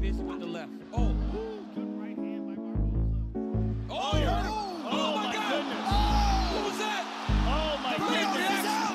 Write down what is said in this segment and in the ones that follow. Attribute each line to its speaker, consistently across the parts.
Speaker 1: left. Oh. Oh, you heard him. Oh,
Speaker 2: Oh,
Speaker 1: my
Speaker 2: my
Speaker 1: God.
Speaker 2: goodness.
Speaker 1: Oh, what was that?
Speaker 2: Oh my
Speaker 1: Playoff
Speaker 2: goodness.
Speaker 1: Jackson.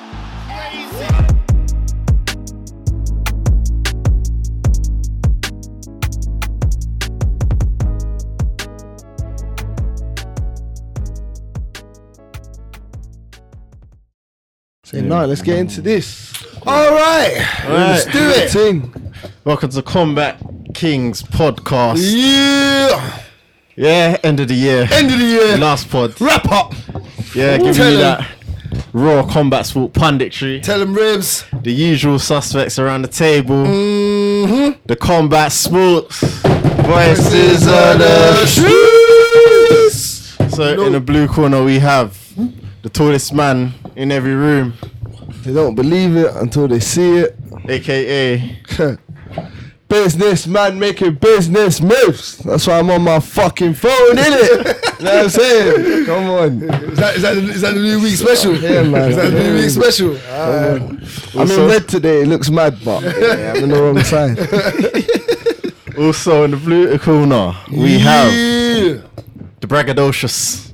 Speaker 3: Say no, let's get into this.
Speaker 4: All right.
Speaker 3: Let's
Speaker 4: right.
Speaker 3: do it. Thing.
Speaker 4: Welcome to Combat Kings podcast.
Speaker 3: Yeah.
Speaker 4: Yeah, end of the year.
Speaker 3: End of the year.
Speaker 4: Last pod.
Speaker 3: Wrap up.
Speaker 4: Yeah, giving
Speaker 3: Tell
Speaker 4: you
Speaker 3: 'em.
Speaker 4: that raw combat sport punditry.
Speaker 3: Tell them ribs.
Speaker 4: The usual suspects around the table.
Speaker 3: Mm-hmm.
Speaker 4: The combat sports. Voices
Speaker 3: Voices
Speaker 4: of
Speaker 3: of
Speaker 4: the
Speaker 3: the
Speaker 4: streets. So
Speaker 3: No.
Speaker 4: in the blue corner we have the tallest man in every room,
Speaker 3: They don't believe it until they see it.
Speaker 4: aka
Speaker 3: business man making business moves. That's why I'm on my fucking phone, innit? you know what I'm saying? Come on.
Speaker 5: Is that, is, that, is that the new week special?
Speaker 3: Yeah, man.
Speaker 5: Is that the new
Speaker 3: Yeah.
Speaker 5: week special?
Speaker 3: I'm in
Speaker 4: Also-
Speaker 3: red today. It looks mad, but yeah, I'm in the wrong side.
Speaker 4: Also in the blue corner we have
Speaker 5: Yeah.
Speaker 4: the braggadocious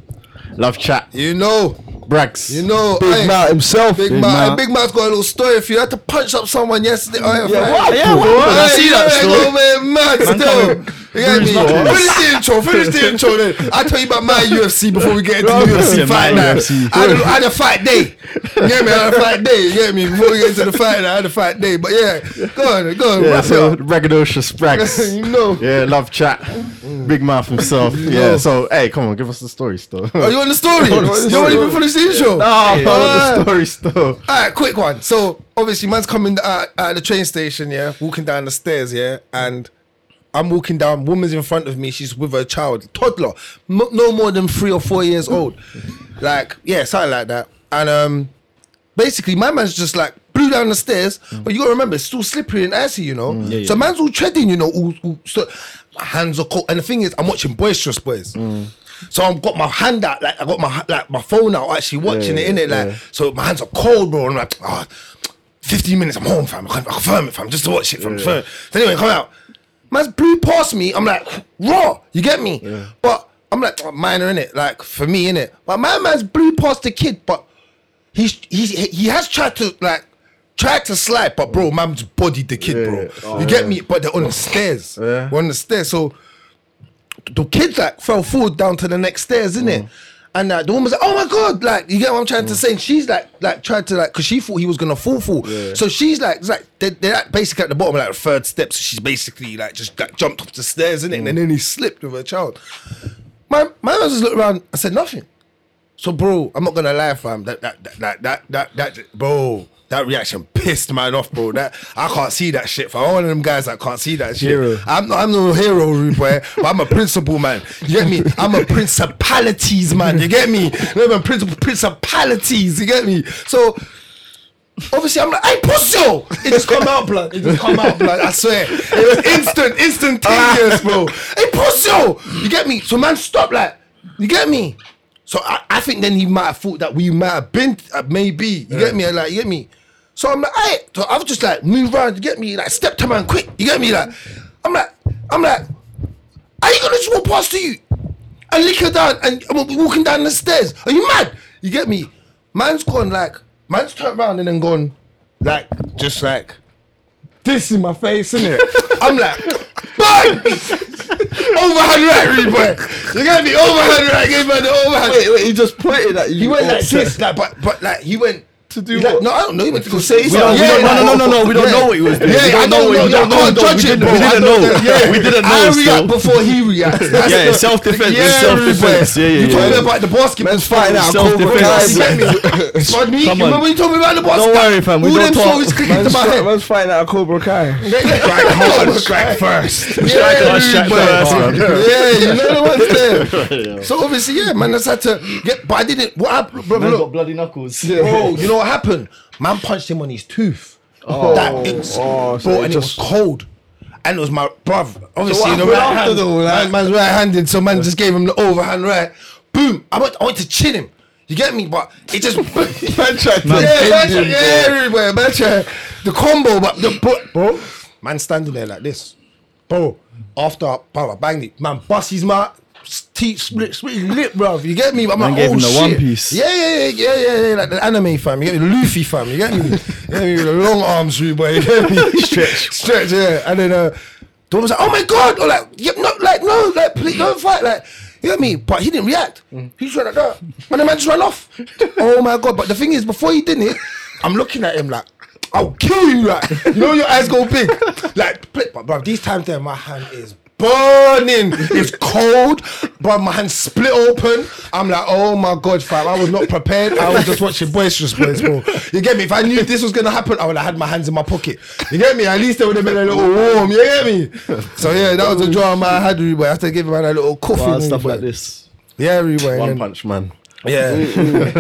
Speaker 4: love chat
Speaker 5: You know,
Speaker 4: brags.
Speaker 5: you know,
Speaker 3: Big
Speaker 5: aye,
Speaker 3: Matt himself.
Speaker 5: Big,
Speaker 4: Big
Speaker 5: Mouth- aye,
Speaker 4: Mouth.
Speaker 5: Big Mouth's got a little story for you. I had to punch up someone yesterday. Oh, Yeah,
Speaker 3: what? Yeah, what?
Speaker 4: I see that story.
Speaker 5: man, mad still. You get me?
Speaker 4: knuckles.
Speaker 5: Finish the intro, finish the intro then. I'll tell you about my UFC before we get into
Speaker 4: Bro,
Speaker 5: the
Speaker 4: yeah,
Speaker 5: UFC
Speaker 4: my
Speaker 5: fight night.
Speaker 4: UFC.
Speaker 5: I, had a, I had a fight day. You get me? I had a fight day. You get me? Before we get into the fight night, I had a fight day. But yeah, go on, go on.
Speaker 4: Yeah,
Speaker 5: wrap it
Speaker 4: so
Speaker 5: up.
Speaker 4: braggadocious brags.
Speaker 5: you know.
Speaker 4: Yeah, love chat. Big mouth himself. Yeah, so hey, come on, give us the story still.
Speaker 5: Are you on the story?
Speaker 4: on the
Speaker 5: You
Speaker 4: story.
Speaker 5: haven't even finished the intro.
Speaker 4: Oh,
Speaker 5: Ah.
Speaker 4: the story still.
Speaker 5: All right, quick one. So obviously, man's coming uh, at the train station, yeah, walking down the stairs, yeah, and I'm walking down. Woman's in front of me. She's with her child, toddler, m- no more than three or four years old, like yeah, something like that. And um, basically, my man's just like blew down the stairs.
Speaker 4: Mm.
Speaker 5: But you gotta remember, it's still slippery and icy, you know. So man's all treading, you know. All, all, so my hands are cold, and the thing is, I'm watching boisterous boys.
Speaker 4: Mm.
Speaker 5: So I've got my hand out, like I got my like my phone out, actually watching
Speaker 4: Yeah,
Speaker 5: it, innit? Like,
Speaker 4: yeah.
Speaker 5: so my hands are cold, bro. And I'm like, ah, 15 minutes, I'm home, fam. I can I confirm it, fam. Just to watch it, fam. Confirm it. So anyway, come out. Man's blew past me. I'm like, raw, you get me? But I'm like, oh, minor, innit? Like, for me, innit? But my man's blew past the kid, but he's, he's, he has tried to, like, tried to slide, but bro, man's bodied the kid,
Speaker 4: Yeah,
Speaker 5: bro.
Speaker 4: yeah. Oh,
Speaker 5: you get me? But they're on the stairs.
Speaker 4: Yeah.
Speaker 5: We're on the stairs. So the kids like fell forward down to the next stairs, innit?
Speaker 4: Mm.
Speaker 5: And uh, the woman's like, "Oh my god!" Like, you get what I'm trying to say? And she's like, like tried to like, cause she thought he was gonna fall, fall. So she's like, it's like they're, they're at- basically at the bottom, like the third step. So she's basically like just like jumped off the stairs, innit?
Speaker 4: Mm.
Speaker 5: And then he slipped with her child. My my man just looked around. I said nothing. So, bro, I'm not gonna lie, fam. That that that that that that, that- bro. That reaction pissed man off, bro. That I can't see that shit. fam. I'm one of them guys that can't see that shit.
Speaker 4: Hero.
Speaker 5: I'm I'm no hero, rude boy, but I'm a principal man. You get me? I'm a principalities man. You get me? I'm a principal principalities. You get me? So obviously I'm like, hey pussy! It just come out, blood. It just come out, blood. I swear. It was instant, instantaneous, bro. Hey pussy! You get me? So man stop like, you get me? So I, I think then he might have thought that we might have been uh, maybe. You get me? Like, you get me? So I'm like, hey, so I've just like move around, you get me? Like step to man quick. You get me? Like, I'm like, I'm like, are you gonna just walk past you? And lick her down and I'm walking down the stairs. Are you mad? You get me? Man's gone like, man's turned around and then gone, like, just like, this in my face, innit? I'm like, bang! overhand right, read boy. You get me? Overhand right, gave man the overhand.
Speaker 3: wait, he just pointed at you.
Speaker 5: He went like this, like, but, but like, he went. To do
Speaker 3: what?
Speaker 5: No, I don't know. He went to go say
Speaker 3: don't-
Speaker 5: something.
Speaker 3: we don't-
Speaker 5: Yeah,
Speaker 3: no, no, no,
Speaker 5: like-
Speaker 3: no, no, we don't
Speaker 5: yeah.
Speaker 3: know what he was doing.
Speaker 5: Yeah,
Speaker 3: We don't
Speaker 5: I don't
Speaker 3: know,
Speaker 5: know.
Speaker 3: we
Speaker 5: I
Speaker 3: don't
Speaker 5: can't
Speaker 3: know,
Speaker 5: judge
Speaker 3: we
Speaker 5: it,
Speaker 3: didn't-
Speaker 5: bro.
Speaker 3: we didn't
Speaker 5: I don't
Speaker 3: know.
Speaker 5: yeah.
Speaker 4: We didn't
Speaker 5: I
Speaker 4: know still.
Speaker 5: react before he reacts. That's
Speaker 4: Yeah,
Speaker 5: the-
Speaker 4: it's self-defense, it's self-defense.
Speaker 5: everybody.
Speaker 4: Yeah, yeah,
Speaker 5: You
Speaker 4: yeah,
Speaker 5: told me
Speaker 4: yeah.
Speaker 5: about the basketball.
Speaker 3: Man's fighting out Cobra Kai.
Speaker 4: Self-defense.
Speaker 5: You get me? Pardon me? You
Speaker 4: Come on.
Speaker 5: remember you told me about the basketball?
Speaker 4: worry, fam, we
Speaker 5: All
Speaker 4: don't
Speaker 5: them
Speaker 4: talk.
Speaker 5: stories click into
Speaker 3: Man's,
Speaker 5: my
Speaker 3: fi-
Speaker 5: head.
Speaker 3: man's fighting out Cobra Kai.
Speaker 5: Strike hard, strike first. Yeah,
Speaker 4: hard, strike first, man.
Speaker 5: yeah, you know the ones there. So obviously, yeah, man, I had to get. But I didn't. What happened, bro?
Speaker 4: Man's
Speaker 5: look,
Speaker 4: got bloody knuckles.
Speaker 5: bro, you know what happened? Man punched him on his tooth. Oh, that it's,
Speaker 3: oh, so
Speaker 5: bro,
Speaker 3: it
Speaker 5: and
Speaker 3: just-
Speaker 5: it was cold. And it was my bruv. Obviously,
Speaker 3: what happened
Speaker 5: the right
Speaker 3: after
Speaker 5: hand,
Speaker 3: though, like-
Speaker 5: man, man's right handed, so man just gave him the overhand right. Boom! I went, I went to chin him. You get me? But it just man tried to yeah, man tried, yeah, everywhere, man tried the combo, but the bro, bro, man standing there like this. bro. After bro, I banged it, man. Bust his mouth, teeth split, split his lip, bro. You get me? I'm
Speaker 4: Man
Speaker 5: like,
Speaker 4: gave
Speaker 5: oh
Speaker 4: him the
Speaker 5: shit.
Speaker 4: One Piece.
Speaker 5: Yeah, yeah, yeah, yeah, yeah, yeah. Like the anime fam. You get me? Luffy fam. You get me? you get me? With the long arms, you boy. You get me? Stretch, stretch. Yeah, and then. uh Dom was like, "Oh my god!" Or like, "Yep, no, like, no, like, please don't fight!" Like, you know what I mean? But he didn't react. He just went like that, and the man just ran off. oh my god! But the thing is, before he did it, I'm looking at him like, "I'll kill you!" Like, you know, your eyes go big. Like, pl- but bro, these times there, my hand is burning. It's cold, bro. My hand split open. I'm like, "Oh my god, fam! I was not prepared. I was just watching boisterous boys, bro." You get me? If I knew this was gonna happen, I would have had my hands in my pocket. You get me? At least they would have been a little warm. You get me? So yeah, that was the drama I had, Reboy. I had to give him a little coffee.
Speaker 4: Wild Uh, stuff like this.
Speaker 5: Yeah, Reboy.
Speaker 4: One Punch Man.
Speaker 5: Yeah.
Speaker 4: One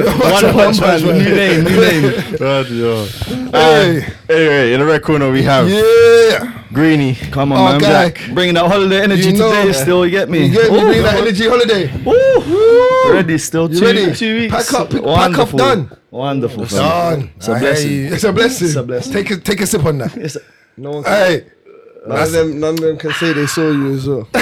Speaker 4: Punch Man.
Speaker 5: New name,
Speaker 4: New name. Bloody hell. Uh, Anyway, in the red corner we have
Speaker 5: Yeah.
Speaker 4: Greenie.
Speaker 2: Come on,
Speaker 5: Oh,
Speaker 2: man.
Speaker 5: guy.
Speaker 2: Black. Bringing that holiday energy
Speaker 5: You know,
Speaker 2: today
Speaker 5: yeah.
Speaker 2: still, you get me?
Speaker 5: You get me?
Speaker 2: Ooh,
Speaker 5: Bring that energy holiday.
Speaker 2: woo. Ready still,
Speaker 5: You
Speaker 2: two,
Speaker 5: ready?
Speaker 2: two weeks.
Speaker 5: Pack up, pack up,
Speaker 2: Wonderful.
Speaker 5: done.
Speaker 2: Wonderful. fam.
Speaker 5: Done. It's
Speaker 2: a blessing.
Speaker 5: It's a blessing.
Speaker 2: It's a blessing.
Speaker 5: Take a take a sip on that.
Speaker 2: It's-
Speaker 3: No one can,
Speaker 5: Hey,
Speaker 3: none, of them, none of them can say they saw you as well.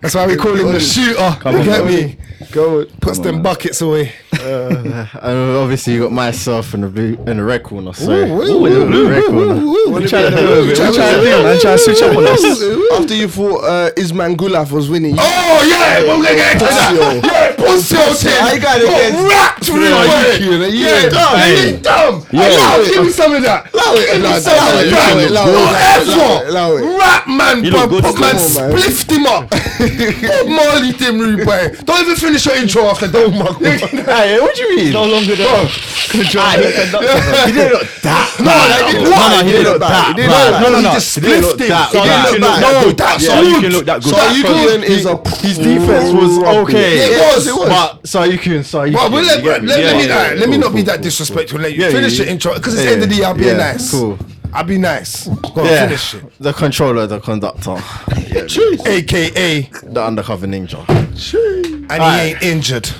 Speaker 5: that's why we call him the shooter. you
Speaker 4: on,
Speaker 5: get
Speaker 4: man.
Speaker 5: me?
Speaker 3: Go on.
Speaker 5: Puts them buckets away.
Speaker 4: And obviously you got myself in the blue, in the red corner. So
Speaker 5: ooh,
Speaker 4: in the red corner.
Speaker 3: What
Speaker 4: trying to
Speaker 3: do you mean?
Speaker 4: do a bit.
Speaker 3: Trying to
Speaker 4: We're trying to
Speaker 3: do
Speaker 4: do
Speaker 3: a
Speaker 4: it, man. Trying to switch up on us.
Speaker 3: bit. After you thought uh, Isman Gulaf was winning, you
Speaker 5: Oh yeah, we're gonna get into that. Yeah, pussy your shit.
Speaker 3: I gotta get-
Speaker 5: wrapped for
Speaker 3: Yeah,
Speaker 5: it.
Speaker 3: you kid,
Speaker 5: Yeah,
Speaker 3: yeah.
Speaker 5: dumb.
Speaker 4: Hey.
Speaker 5: You dumb.
Speaker 4: Yeah.
Speaker 5: Allow it. Give me some of that. Allow it. Give
Speaker 3: allow
Speaker 5: me
Speaker 3: it,
Speaker 5: some
Speaker 3: allow
Speaker 5: of
Speaker 3: it,
Speaker 5: that.
Speaker 3: allow it, allow it, allow it,
Speaker 5: Whatever. Rap man,
Speaker 4: look
Speaker 5: Bob
Speaker 4: good
Speaker 5: Bob
Speaker 4: still,
Speaker 5: man,
Speaker 3: man.
Speaker 5: spliffed him up. Bob Marley him, rude boy. Don't even finish your intro after don't mark.
Speaker 4: Hey, what do you mean?
Speaker 2: No longer the control. the conductor, fam.
Speaker 4: He didn't look that.
Speaker 5: No, like,
Speaker 4: No,
Speaker 5: he
Speaker 4: no,
Speaker 5: lied.
Speaker 4: he didn't look
Speaker 3: bad.
Speaker 4: that.
Speaker 3: He didn't look
Speaker 4: bad.
Speaker 3: bad.
Speaker 4: No, no,
Speaker 5: He
Speaker 4: no.
Speaker 5: just
Speaker 4: He didn't
Speaker 5: spliffed
Speaker 4: look
Speaker 5: him.
Speaker 4: that
Speaker 5: He
Speaker 4: bad.
Speaker 5: didn't look that
Speaker 4: No,
Speaker 5: good. That's
Speaker 4: yeah, you
Speaker 5: good.
Speaker 4: can look that good.
Speaker 5: So you
Speaker 4: That's
Speaker 5: can-
Speaker 4: good.
Speaker 3: is a
Speaker 4: his defense was okay.
Speaker 5: Yeah, it was, it was.
Speaker 4: But so you can, so you
Speaker 5: But
Speaker 4: can.
Speaker 5: we'll
Speaker 4: you
Speaker 5: let,
Speaker 4: get
Speaker 5: let,
Speaker 4: me?
Speaker 5: let,
Speaker 4: Yeah,
Speaker 5: me,
Speaker 4: yeah,
Speaker 5: alright,
Speaker 4: yeah.
Speaker 5: let me not be that disrespectful. Let you
Speaker 4: Yeah,
Speaker 5: finish
Speaker 4: yeah,
Speaker 5: the intro because it's
Speaker 4: yeah,
Speaker 5: end of the year. I'll be
Speaker 4: yeah,
Speaker 5: nice.
Speaker 4: cool.
Speaker 5: I'll be nice. Go on,
Speaker 4: Yeah.
Speaker 5: finish it.
Speaker 4: The controller, the conductor,
Speaker 5: AKA, and
Speaker 4: the undercover ninja.
Speaker 5: he ain't injured.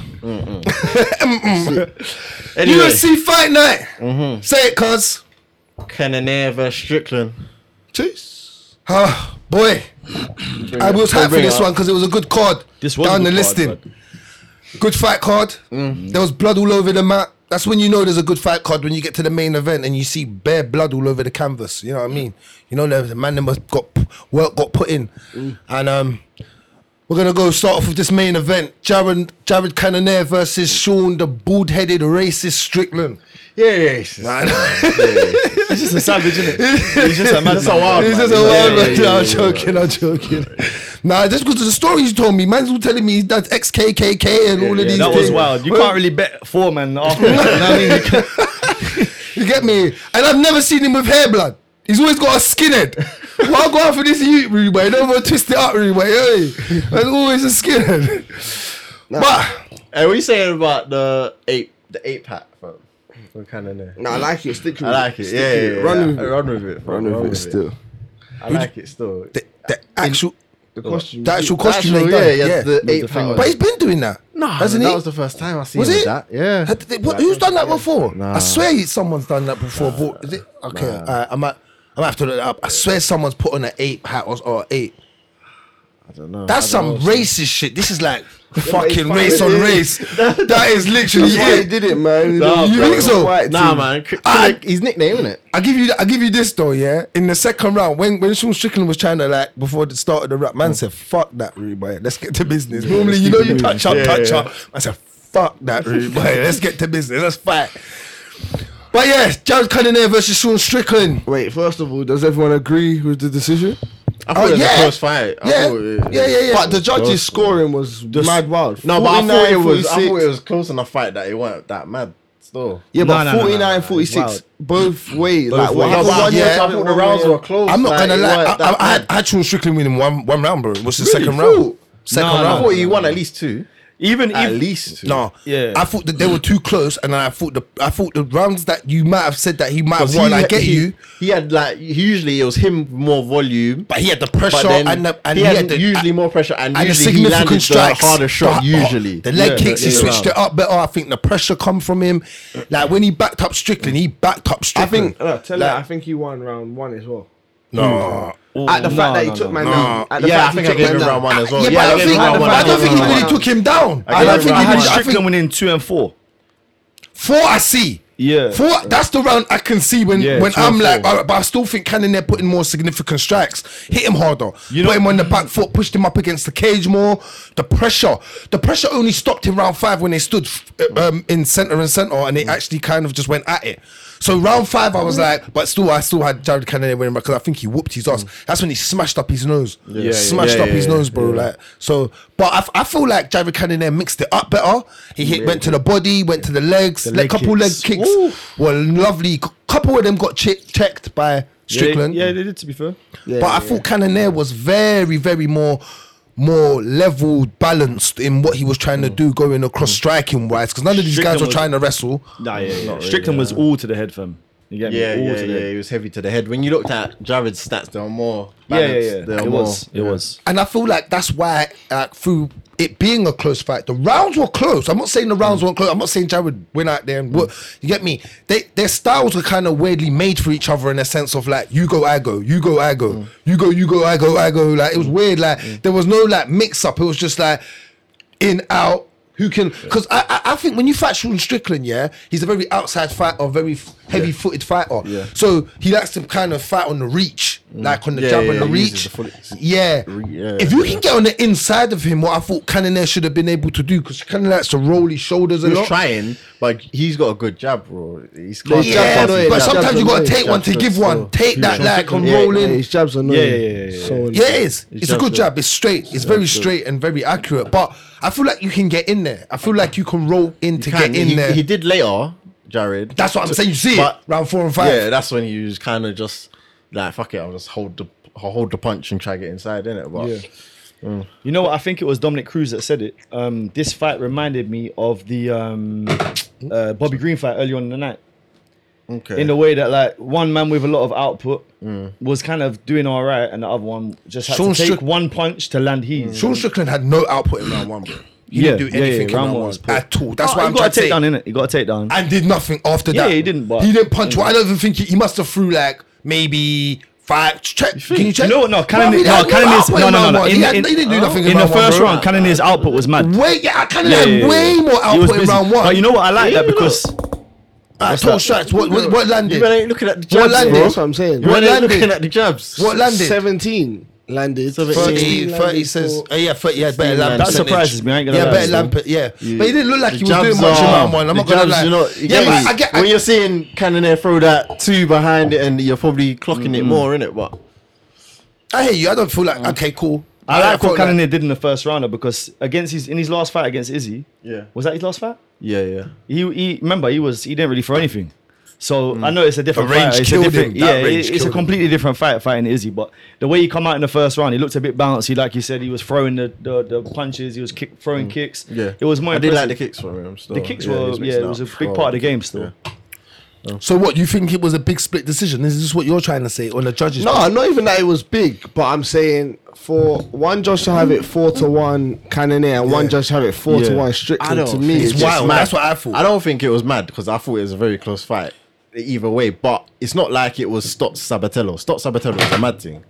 Speaker 4: Anyway,
Speaker 5: UFC Fight Night. Say it, cuz.
Speaker 4: Cannonier versus Strickland.
Speaker 5: Ah, boy, I was hyped for
Speaker 4: bring it
Speaker 5: this
Speaker 4: up.
Speaker 5: one because it was a good card.
Speaker 2: This was a
Speaker 5: down the
Speaker 2: good card,
Speaker 5: listing. Good fight card. There was blood all over the mat. That's when you know there's a good fight card when you get to the main event and you see bare blood all over the canvas. You know what I mean? You know the the man that must got work got put in, and um. We're gonna go start off with this main event: Jared Jared Cannonier versus Sean, the bald-headed racist Strickland.
Speaker 4: Yeah, yeah, it's just,
Speaker 5: Man,
Speaker 2: He's just a savage, isn't it? He's just a man.
Speaker 4: It's a wild
Speaker 5: He's
Speaker 4: man.
Speaker 5: just a
Speaker 4: Yeah,
Speaker 5: wild
Speaker 4: yeah,
Speaker 5: man.
Speaker 4: yeah,
Speaker 5: I'm
Speaker 4: yeah,
Speaker 5: joking. I'm joking. Nah, just because of the story you told me, man's all telling me that's XKKK and all of
Speaker 2: Yeah,
Speaker 5: these.
Speaker 2: that
Speaker 5: things.
Speaker 2: was wild. You
Speaker 5: Well,
Speaker 2: can't really bet four man after. that, you know what I mean? You can't-
Speaker 5: You get me? And I've never seen him with hair blood. He's always got a skinhead. Why go out for this you, really, boy? Don't want to twist it up, really, boy. Hey, there's always a skinhead. But
Speaker 4: Hey, what are you saying about the eight, the eight pack, fam? We're kind of there.
Speaker 3: Nah, I like it. Stick with
Speaker 4: I like it.
Speaker 3: Stick
Speaker 4: Yeah,
Speaker 3: with
Speaker 4: yeah, yeah.
Speaker 3: Run
Speaker 4: yeah.
Speaker 3: with it.
Speaker 4: Run with it. fam.
Speaker 3: Run with it still.
Speaker 4: I like it still.
Speaker 5: the, the actual,
Speaker 3: The costume.
Speaker 5: the actual costume
Speaker 4: Actual,
Speaker 5: they done.
Speaker 4: yeah, yeah, the eight
Speaker 3: thing
Speaker 4: power.
Speaker 5: But he's been doing that. hasn't
Speaker 4: that
Speaker 5: he?
Speaker 4: was the first time I seen
Speaker 5: Was
Speaker 4: him
Speaker 5: it?
Speaker 4: that. Yeah.
Speaker 5: Had they- what- who's done that before? I swear he- someone's done that before. but is it? Okay, alright, I might, I might have to look that up. I swear someone's put on an ape hat or, or ape.
Speaker 4: I don't know.
Speaker 5: That's some racist shit. This is like fucking
Speaker 3: fine,
Speaker 5: race
Speaker 3: it
Speaker 5: on
Speaker 3: is.
Speaker 5: race. that is literally
Speaker 3: That's why he
Speaker 5: it.
Speaker 3: did it, man.
Speaker 4: Nah,
Speaker 5: You
Speaker 4: bro.
Speaker 5: think so?
Speaker 3: White
Speaker 4: Nah,
Speaker 3: team.
Speaker 4: man. C-
Speaker 5: I-
Speaker 4: Kinda Ah, his nickname, isn't it?
Speaker 5: I give you, I give you this though, yeah. In the second round, when when Sean Strickland was trying to like before the start of the rap, man said, "Fuck that, Rude boy. Let's get to business." Normally, you know, you touch up,
Speaker 4: Yeah,
Speaker 5: touch
Speaker 4: yeah.
Speaker 5: up. I said, "Fuck that, Rude boy. Let's get to business. Let's fight." But yeah, Jared Cunningham versus Sean Strickland.
Speaker 3: Wait, first of all, does everyone agree with the decision?
Speaker 4: I
Speaker 5: Oh,
Speaker 4: thought it was
Speaker 5: yeah.
Speaker 4: a close fight. I
Speaker 5: Yeah.
Speaker 4: thought it-
Speaker 5: Yeah, yeah, yeah.
Speaker 3: But the judge's scoring was mad wild.
Speaker 4: No, but I thought it
Speaker 3: 49,
Speaker 4: was.
Speaker 3: 46.
Speaker 4: I thought it was close enough fight that it weren't that mad. Still.
Speaker 3: Yeah,
Speaker 2: No,
Speaker 3: but
Speaker 2: no, no, no,
Speaker 3: 49
Speaker 2: no, no, it's
Speaker 3: 46,
Speaker 2: wild.
Speaker 3: both ways. like, what
Speaker 4: Well,
Speaker 3: happened
Speaker 4: but
Speaker 3: one
Speaker 5: yeah,
Speaker 3: year,
Speaker 4: I
Speaker 3: what
Speaker 4: thought the
Speaker 3: happened one
Speaker 4: rounds
Speaker 3: year.
Speaker 4: were close.
Speaker 5: I'm not
Speaker 4: like,
Speaker 5: gonna
Speaker 4: it
Speaker 5: lie.
Speaker 4: weren't
Speaker 5: I,
Speaker 4: that
Speaker 5: I, I had
Speaker 4: bad.
Speaker 5: I had Sean Strickland winning one one round, bro. It was the second
Speaker 3: Really?
Speaker 5: round. Second
Speaker 2: No, no,
Speaker 5: round.
Speaker 4: I thought he won at least two.
Speaker 2: Even
Speaker 4: At
Speaker 2: even
Speaker 4: least two.
Speaker 5: No,
Speaker 2: Yeah.
Speaker 5: I thought that they were too close, and I thought the I thought the rounds that you might have said that he might have
Speaker 4: He
Speaker 5: won. I
Speaker 4: had-
Speaker 5: get
Speaker 4: he-
Speaker 5: you,
Speaker 4: He had like usually it was him with more volume.
Speaker 5: but he had the pressure
Speaker 4: then
Speaker 5: and the and
Speaker 4: he, had
Speaker 5: the,
Speaker 4: usually more pressure and,
Speaker 5: and the
Speaker 4: usually he landed
Speaker 5: significant strikes,
Speaker 4: the harder shot.
Speaker 5: The-
Speaker 4: usually
Speaker 5: the leg
Speaker 4: Yeah,
Speaker 5: kicks. he
Speaker 4: yeah,
Speaker 5: switched
Speaker 4: yeah.
Speaker 5: it up better. I think the pressure come from him. Like when he backed up Strickland, he backed up
Speaker 3: I
Speaker 5: Strickland.
Speaker 3: think, uh, tell you, I think he won round one as well.
Speaker 4: hmm.
Speaker 5: no,
Speaker 2: Ooh,
Speaker 6: at the fact
Speaker 2: Oh, no,
Speaker 6: that he
Speaker 2: no,
Speaker 6: took
Speaker 2: no.
Speaker 6: man
Speaker 4: No.
Speaker 6: down. At the
Speaker 4: Yeah,
Speaker 6: fact
Speaker 4: I
Speaker 6: he
Speaker 4: think I
Speaker 6: took
Speaker 4: gave
Speaker 6: man
Speaker 4: him
Speaker 6: down.
Speaker 4: round one as well.
Speaker 6: Yeah,
Speaker 4: Yeah,
Speaker 6: but
Speaker 4: I
Speaker 6: I
Speaker 4: gave
Speaker 6: think
Speaker 4: him round
Speaker 6: at the
Speaker 4: one.
Speaker 5: I
Speaker 6: fact
Speaker 5: don't
Speaker 6: that
Speaker 5: think
Speaker 6: he
Speaker 5: he
Speaker 6: took man
Speaker 5: really
Speaker 6: down.
Speaker 5: took him
Speaker 4: I
Speaker 5: down. I, don't
Speaker 4: gave him a
Speaker 5: think he really. I
Speaker 4: hundred.
Speaker 5: think
Speaker 2: Strickland winning two and four.
Speaker 5: four I see.
Speaker 2: Yeah.
Speaker 5: Four, that's the round I can see when,
Speaker 2: Yeah,
Speaker 5: when
Speaker 2: two
Speaker 5: I'm
Speaker 2: and
Speaker 5: like,
Speaker 2: four.
Speaker 5: all right, but I still think Cannon there putting more significant strikes. Hit him harder.
Speaker 2: You know-
Speaker 5: put him on the back foot, pushed him up against the cage more. The pressure. The pressure only stopped in round five when they stood uh, um, in centre and centre and they actually kind of just went at it. So round five, I was like, but still, I still had Jared Cannon there winning because I think he whooped his ass. That's when he smashed up his nose.
Speaker 4: yeah,
Speaker 5: smashed
Speaker 4: yeah,
Speaker 5: up
Speaker 4: yeah,
Speaker 5: his
Speaker 4: yeah.
Speaker 5: nose, bro. Like so, but I, f- I feel like Jared Cannon there mixed it up better. He hit, went to the body, went to the legs, a
Speaker 2: leg
Speaker 5: couple
Speaker 2: kicks.
Speaker 5: leg kicks
Speaker 2: Ooh.
Speaker 5: were lovely. C- Couple of them got che- checked by Strickland,
Speaker 2: Yeah, they, yeah, they did. To be fair.
Speaker 5: but I thought Cannonier was very, very more. More level balanced in what he was trying to do, going across striking wise, because none of these
Speaker 2: Strickland
Speaker 5: guys were
Speaker 2: was-
Speaker 5: trying to wrestle.
Speaker 2: Nah, yeah, yeah. Strickland was all to the head, fam. You get me?
Speaker 4: Yeah,
Speaker 2: all
Speaker 4: yeah,
Speaker 2: to the
Speaker 4: yeah.
Speaker 2: head.
Speaker 4: He was heavy to the head. When you looked at Jared's stats, they were more.
Speaker 2: Yeah, yeah,
Speaker 4: balanced,
Speaker 2: yeah.
Speaker 4: they were
Speaker 2: It
Speaker 4: more-
Speaker 2: was. It was.
Speaker 5: And I feel like that's why, like, through it being a close fight, the rounds were close. I'm not saying the
Speaker 4: Mm.
Speaker 5: rounds weren't close. I'm not saying Jared went out there and what you get me. They their styles were kind of weirdly made for each other in a sense of like you go, I go, you go, I go,
Speaker 4: Mm.
Speaker 5: you go, you go, I go, I go. Like it was weird. Like there was no like mix up. It was just like in out. Who can? Because I, I I think when you fight Sean Strickland, yeah, he's a very outside fighter, very heavy footed fighter.
Speaker 4: Yeah. Mm.
Speaker 5: So he likes to kind of fight on the reach, like on the
Speaker 4: Yeah,
Speaker 5: jab
Speaker 4: yeah,
Speaker 5: and the
Speaker 4: he uses
Speaker 5: reach.
Speaker 4: the full-
Speaker 5: yeah.
Speaker 4: yeah.
Speaker 5: If you can get on the inside of him, what I thought Cannonier should have been able to do, because Cannonier likes to roll his shoulders a
Speaker 4: He was
Speaker 5: lot.
Speaker 4: trying, but he's got a good jab, bro. He's
Speaker 5: yeah,
Speaker 4: close. jab,
Speaker 5: but,
Speaker 4: jab, jab,
Speaker 5: sometimes
Speaker 4: jab,
Speaker 5: you gotta
Speaker 4: jab,
Speaker 5: take one to
Speaker 4: jab,
Speaker 5: give
Speaker 4: jab,
Speaker 5: one.
Speaker 4: so-
Speaker 5: Take that, like on rolling.
Speaker 3: Yeah, his jabs are
Speaker 2: Yeah, yeah, yeah, yeah,
Speaker 3: So
Speaker 2: yeah.
Speaker 5: Yeah, it is.
Speaker 2: His
Speaker 5: It's a
Speaker 2: jab's
Speaker 5: good
Speaker 2: good.
Speaker 5: jab. It's straight. It's very straight and very accurate. But I feel like you can get in there. I feel like you can roll in to
Speaker 4: Can-
Speaker 5: get in
Speaker 4: he,
Speaker 5: there.
Speaker 4: He did later, Jared.
Speaker 5: That's what I'm saying. You see it
Speaker 4: But-
Speaker 5: round four and five.
Speaker 4: Yeah, that's when you just kind of just like fuck it. I'll just hold the I'll hold the punch and try to get inside in it. But
Speaker 2: Yeah. You know what? I think it was Dominic Cruz that said it. Um, this fight reminded me of the um, uh, Bobby Green fight earlier on in the night.
Speaker 4: okay,
Speaker 2: In the way that, like, one man with a lot of output was kind of doing all right, and the other one just had
Speaker 5: Sean
Speaker 2: to take
Speaker 5: Strick-
Speaker 2: one punch to land his.
Speaker 5: Sean Strickland had no output in round one, bro. He
Speaker 2: Yeah,
Speaker 5: didn't do
Speaker 2: yeah, yeah,
Speaker 5: anything in
Speaker 2: round
Speaker 5: round
Speaker 2: one
Speaker 5: one
Speaker 2: was poor.
Speaker 5: at all. That's
Speaker 2: Oh,
Speaker 5: why
Speaker 2: you
Speaker 5: I'm trying
Speaker 2: got
Speaker 5: to
Speaker 2: a
Speaker 5: say.
Speaker 2: takedown in it. You got a takedown.
Speaker 5: and did nothing after
Speaker 2: Yeah,
Speaker 5: that.
Speaker 2: he didn't, but-
Speaker 5: he didn't punch. Well, I don't even think he, he must have threw like maybe five. Check. Can you check?
Speaker 2: No, no,
Speaker 5: Bruv, he
Speaker 2: Cannon, no,
Speaker 5: had
Speaker 2: Cannon is
Speaker 5: output
Speaker 2: no,
Speaker 5: in
Speaker 2: no,
Speaker 5: round
Speaker 2: no.
Speaker 5: one.
Speaker 2: In,
Speaker 5: He had-
Speaker 2: in,
Speaker 5: he didn't do nothing
Speaker 2: in the
Speaker 5: round one,
Speaker 2: first
Speaker 5: bro.
Speaker 2: round. Cannonier's output was mad.
Speaker 5: Way, yeah, Cannon
Speaker 2: Yeah,
Speaker 5: had
Speaker 2: yeah, yeah,
Speaker 5: way
Speaker 2: yeah.
Speaker 5: more
Speaker 2: He was
Speaker 5: output in
Speaker 2: busy.
Speaker 5: round one.
Speaker 2: But you know what? I like that because
Speaker 5: I told Strikes what, what, what landed?
Speaker 4: You ain't looking at the
Speaker 5: What
Speaker 4: jabs,
Speaker 5: landed?
Speaker 4: bro.
Speaker 3: That's what I'm saying.
Speaker 4: You
Speaker 5: What
Speaker 4: ain't looking
Speaker 5: landed?
Speaker 4: at the jabs.
Speaker 5: What landed?
Speaker 3: 17 landed.
Speaker 5: 30,
Speaker 3: 16
Speaker 5: 30,
Speaker 3: landed
Speaker 5: says,
Speaker 3: for-
Speaker 5: oh yeah, 30 had better lamp.
Speaker 4: That
Speaker 5: percentage.
Speaker 2: surprises me, I ain't gonna
Speaker 5: yeah,
Speaker 2: lie,
Speaker 5: better
Speaker 2: bro.
Speaker 5: lamp, yeah. But he didn't look like he
Speaker 4: The
Speaker 5: was doing
Speaker 4: jabs
Speaker 5: much in
Speaker 4: are-
Speaker 5: round one. I'm
Speaker 4: the
Speaker 5: not gonna
Speaker 4: jabs,
Speaker 5: lie.
Speaker 4: You know, you
Speaker 5: yeah,
Speaker 4: get
Speaker 5: but
Speaker 4: me?
Speaker 5: I get.
Speaker 4: when
Speaker 5: I,
Speaker 4: you're seeing Cannonair throw that two behind it, and you're probably clocking it more in it. But
Speaker 5: I hear you. I don't feel like okay, cool.
Speaker 2: I like
Speaker 5: felt
Speaker 2: what Cannonier did in the first rounder because against his in his last fight against Izzy.
Speaker 4: Yeah.
Speaker 2: Was that his last fight?
Speaker 4: yeah, yeah.
Speaker 2: He, he remember he was he didn't really throw anything. So
Speaker 5: Hmm.
Speaker 2: I know it's a different
Speaker 5: The range
Speaker 2: fight. It's
Speaker 5: killed
Speaker 2: a different,
Speaker 5: him. That
Speaker 2: yeah,
Speaker 5: range
Speaker 2: it- it's
Speaker 5: killed
Speaker 2: a
Speaker 5: him.
Speaker 2: completely different fight fighting Izzy. But the way he come out in the first round, he looked a bit bouncy, like you said. He was throwing the the, the punches. He was kick, throwing kicks.
Speaker 4: Yeah,
Speaker 2: it was more.
Speaker 4: I did like
Speaker 2: impressive.
Speaker 4: the kicks for him. Still.
Speaker 2: The kicks
Speaker 4: he
Speaker 2: were yeah,
Speaker 4: mixing
Speaker 2: it was a
Speaker 4: up.
Speaker 2: big
Speaker 4: Oh,
Speaker 2: part of the game still.
Speaker 5: So what you think it was a big split decision? Is this what you're trying to say on the judges?
Speaker 3: No, not even that it was big, but I'm saying for one judge to have it four to one Cannoneer and one judge to have it four to
Speaker 2: Yeah.
Speaker 3: one
Speaker 4: I
Speaker 3: Strickland
Speaker 4: don't.
Speaker 3: to me
Speaker 5: it's
Speaker 3: it's
Speaker 5: wild.
Speaker 3: just mad.
Speaker 5: That's what I thought.
Speaker 4: I don't think it was mad because I thought it was a very close fight either way. But it's not like it was Stott Sabatello. Stott Sabatello was a mad thing.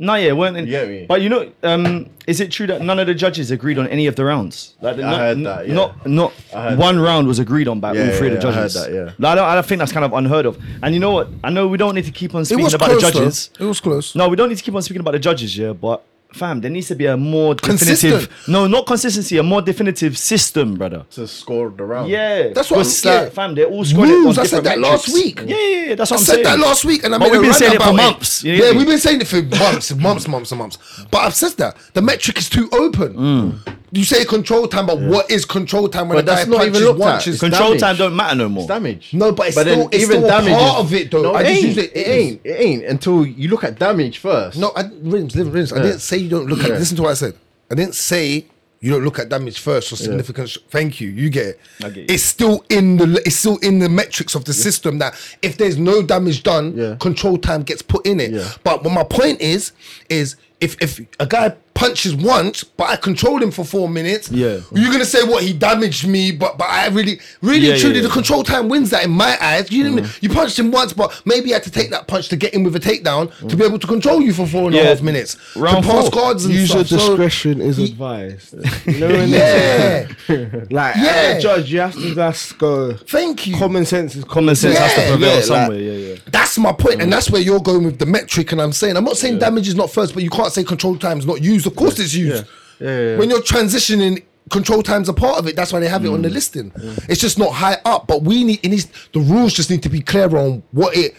Speaker 2: No, yeah, weren't in.
Speaker 4: You get me?
Speaker 2: But you know, um, is it true that none of the judges agreed on any of the rounds? Like, the-
Speaker 4: I
Speaker 2: not,
Speaker 4: heard
Speaker 2: n-
Speaker 4: that, yeah.
Speaker 2: Not, not
Speaker 4: heard
Speaker 2: one round was agreed on by
Speaker 4: Yeah,
Speaker 2: all three
Speaker 4: yeah,
Speaker 2: of the
Speaker 4: yeah, I heard
Speaker 2: judges.
Speaker 4: that, yeah.
Speaker 2: No, I don't, I don't think that's kind of unheard of. And you know what? I know we don't need to keep on
Speaker 5: it
Speaker 2: speaking
Speaker 5: was
Speaker 2: about
Speaker 5: close.
Speaker 2: the judges.
Speaker 5: though. It was close.
Speaker 2: No, we don't need to keep on speaking about the judges, yeah. But fam, there needs to be a more definitive.
Speaker 5: Consistent.
Speaker 2: No, not consistency. A more definitive system, brother.
Speaker 4: To score the round.
Speaker 2: Yeah,
Speaker 5: That's what I'm-
Speaker 2: Because, like,
Speaker 5: yeah.
Speaker 2: fam, they're all scoring
Speaker 5: Rules,
Speaker 2: it on
Speaker 5: I said
Speaker 2: different
Speaker 5: that last
Speaker 2: metrics.
Speaker 5: week.
Speaker 2: Yeah, yeah, yeah, that's
Speaker 5: I
Speaker 2: what I'm
Speaker 5: said
Speaker 2: saying.
Speaker 5: that last week, and I
Speaker 2: But
Speaker 5: made
Speaker 2: we've
Speaker 5: a
Speaker 2: been
Speaker 5: rant
Speaker 2: saying it for
Speaker 5: about
Speaker 2: months, you know what
Speaker 5: yeah,
Speaker 2: I mean?
Speaker 5: we've been saying it for months, months, months, and months. But I've said that the metric is too open.
Speaker 2: Mm.
Speaker 5: You say control time, but what is control time when
Speaker 4: But
Speaker 5: a guy
Speaker 4: that's not even
Speaker 5: punches
Speaker 4: looked at.
Speaker 5: once? Is-
Speaker 2: Control
Speaker 4: Damage.
Speaker 2: time don't matter no more.
Speaker 4: It's damage.
Speaker 5: No, but it's still- it's still a part of it, though.
Speaker 4: No,
Speaker 5: I
Speaker 4: it,
Speaker 5: just
Speaker 4: ain't,
Speaker 5: use it-
Speaker 4: it, ain't. It ain't until you look at damage first.
Speaker 5: No, I rims, live rims. I didn't say you don't look at. Listen to what I said. I didn't say you don't look at damage first or significant. sh- Thank you. You get it.
Speaker 2: I get you.
Speaker 5: It's still in the. It's still in the metrics of the system that if there's no damage done,
Speaker 4: Yeah.
Speaker 5: control time gets put in it.
Speaker 4: Yeah.
Speaker 5: But what my point is, is if if a guy punches once, but I controlled him for four minutes.
Speaker 2: Yeah.
Speaker 5: You're gonna say what he damaged me, but but I really, really,
Speaker 2: Yeah, yeah,
Speaker 5: truly,
Speaker 2: yeah. Mm.
Speaker 5: the control time wins that in my eyes. You didn't, you punched him once, but maybe you had to take that punch to get him with a takedown to be able to control you for four and a half
Speaker 2: Mm. Yeah.
Speaker 5: minutes.
Speaker 2: Round
Speaker 5: to pass
Speaker 2: four.
Speaker 5: guards and
Speaker 3: User
Speaker 5: stuff. So-
Speaker 3: discretion is advised. You know what I mean?
Speaker 5: yeah,
Speaker 3: Like,
Speaker 5: Yeah.
Speaker 3: as a judge, you have to just go.
Speaker 5: thank you.
Speaker 3: Common sense is
Speaker 2: Common sense has to
Speaker 5: Yeah,
Speaker 2: prevail
Speaker 5: yeah, like-
Speaker 2: somewhere. yeah, yeah.
Speaker 5: That's my point,
Speaker 4: Mm.
Speaker 5: and that's where you're going with the metric. And I'm saying, I'm not saying damage is not first, but you can't say control time's not used. Of course, it's used. When you're transitioning, control time's a part of it. That's why they have it on
Speaker 4: Mm.
Speaker 5: the listing. It's just not high up. But we need, it needs, the rules just need to be clear on what it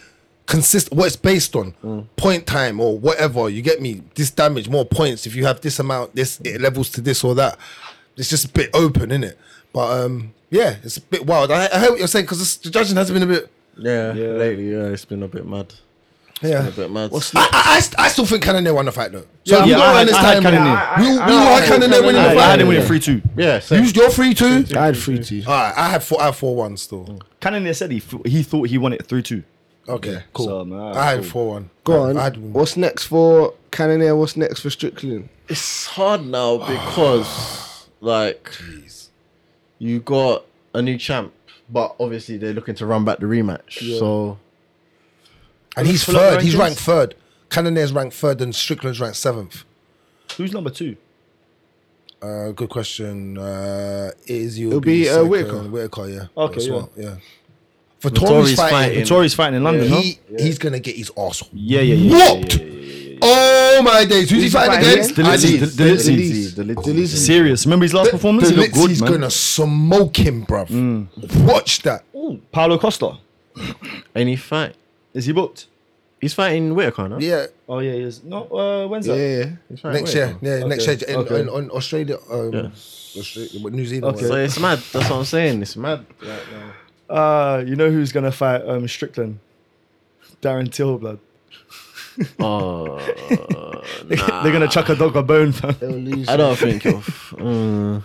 Speaker 5: consists, what it's based on,
Speaker 4: Mm.
Speaker 5: point time or whatever. You get me? This damage, more points. If you have this amount, this it levels to this or that. It's just a bit open, is it? But um, yeah, it's a bit wild. I, I heard what you're saying because the judging has been a bit.
Speaker 4: Yeah, lately, yeah, it's been a bit mad.
Speaker 5: Yeah.
Speaker 4: A bit mad.
Speaker 5: I, I- I, st- I still think Cannonier won the fight though. So
Speaker 2: Yeah,
Speaker 5: you
Speaker 2: yeah,
Speaker 5: don't
Speaker 2: I had- I had
Speaker 5: understand. We,
Speaker 2: Cannonier.
Speaker 5: we all had Cannonier winning the
Speaker 2: I,
Speaker 5: fight.
Speaker 2: I had him with a three two.
Speaker 4: yeah, same.
Speaker 5: You, you're three two.
Speaker 3: I had three T.
Speaker 5: All right, I had four. I had four one
Speaker 2: Mm.
Speaker 5: still.
Speaker 2: Cannoneer said he th- he thought he won it three two.
Speaker 5: Okay, cool.
Speaker 2: So, man,
Speaker 5: I had
Speaker 2: cool.
Speaker 5: four one.
Speaker 3: Go
Speaker 5: I
Speaker 3: on.
Speaker 5: had
Speaker 3: What's next for Cannoneer? What's next for Strickland?
Speaker 4: it's hard now because like you got a new champ, but obviously they're looking to run back the rematch. So
Speaker 5: Oh. and he's
Speaker 2: Pull up
Speaker 5: third. He's
Speaker 2: rankings?
Speaker 5: ranked third. Cannonier's ranked third, and Strickland's ranked seventh.
Speaker 2: Who's number two?
Speaker 5: Uh, good question. Uh, is you?
Speaker 3: It'll be, uh, Whitaker.
Speaker 5: Whitaker, yeah.
Speaker 2: Okay,
Speaker 5: As
Speaker 2: yeah.
Speaker 5: well, yeah. Vittori's fighting.
Speaker 4: fighting.
Speaker 2: Tory's fighting in London. huh?
Speaker 5: He he's gonna get his arse.
Speaker 2: Yeah, yeah, yeah.
Speaker 5: Whopped.
Speaker 2: yeah, yeah, yeah, yeah, yeah.
Speaker 5: Oh my days! Who's he fighting against?
Speaker 2: against? Delizzi.
Speaker 5: Ali.
Speaker 2: The- the Lizzy.
Speaker 4: Lizzy, the Lizzy.
Speaker 2: Serious. Remember his last performance? He looked
Speaker 5: He's
Speaker 2: good, man.
Speaker 5: gonna smoke him, bruv. Watch that.
Speaker 2: Ooh, Paulo Costa.
Speaker 4: And he fight.
Speaker 2: Is he booked?
Speaker 4: He's fighting Whitaker, no?
Speaker 5: Yeah,
Speaker 2: Oh yeah, he is. No, uh, when's
Speaker 3: Yeah,
Speaker 2: that?
Speaker 3: yeah.
Speaker 4: He's fighting
Speaker 5: next year.
Speaker 4: Whitaker.
Speaker 5: Yeah, next year
Speaker 2: Okay,
Speaker 5: in,
Speaker 2: okay.
Speaker 5: in, on Australia, um, Australia, what, New Zealand.
Speaker 2: Okay.
Speaker 4: So
Speaker 5: right?
Speaker 4: it's mad. That's what I'm saying. It's mad.
Speaker 2: Uh, you know who's gonna fight um, Strickland? Darren Till, blood.
Speaker 4: Oh,
Speaker 2: They're gonna chuck a dog a bone, fam.
Speaker 3: They'll lose.
Speaker 4: I don't think. Of, mm,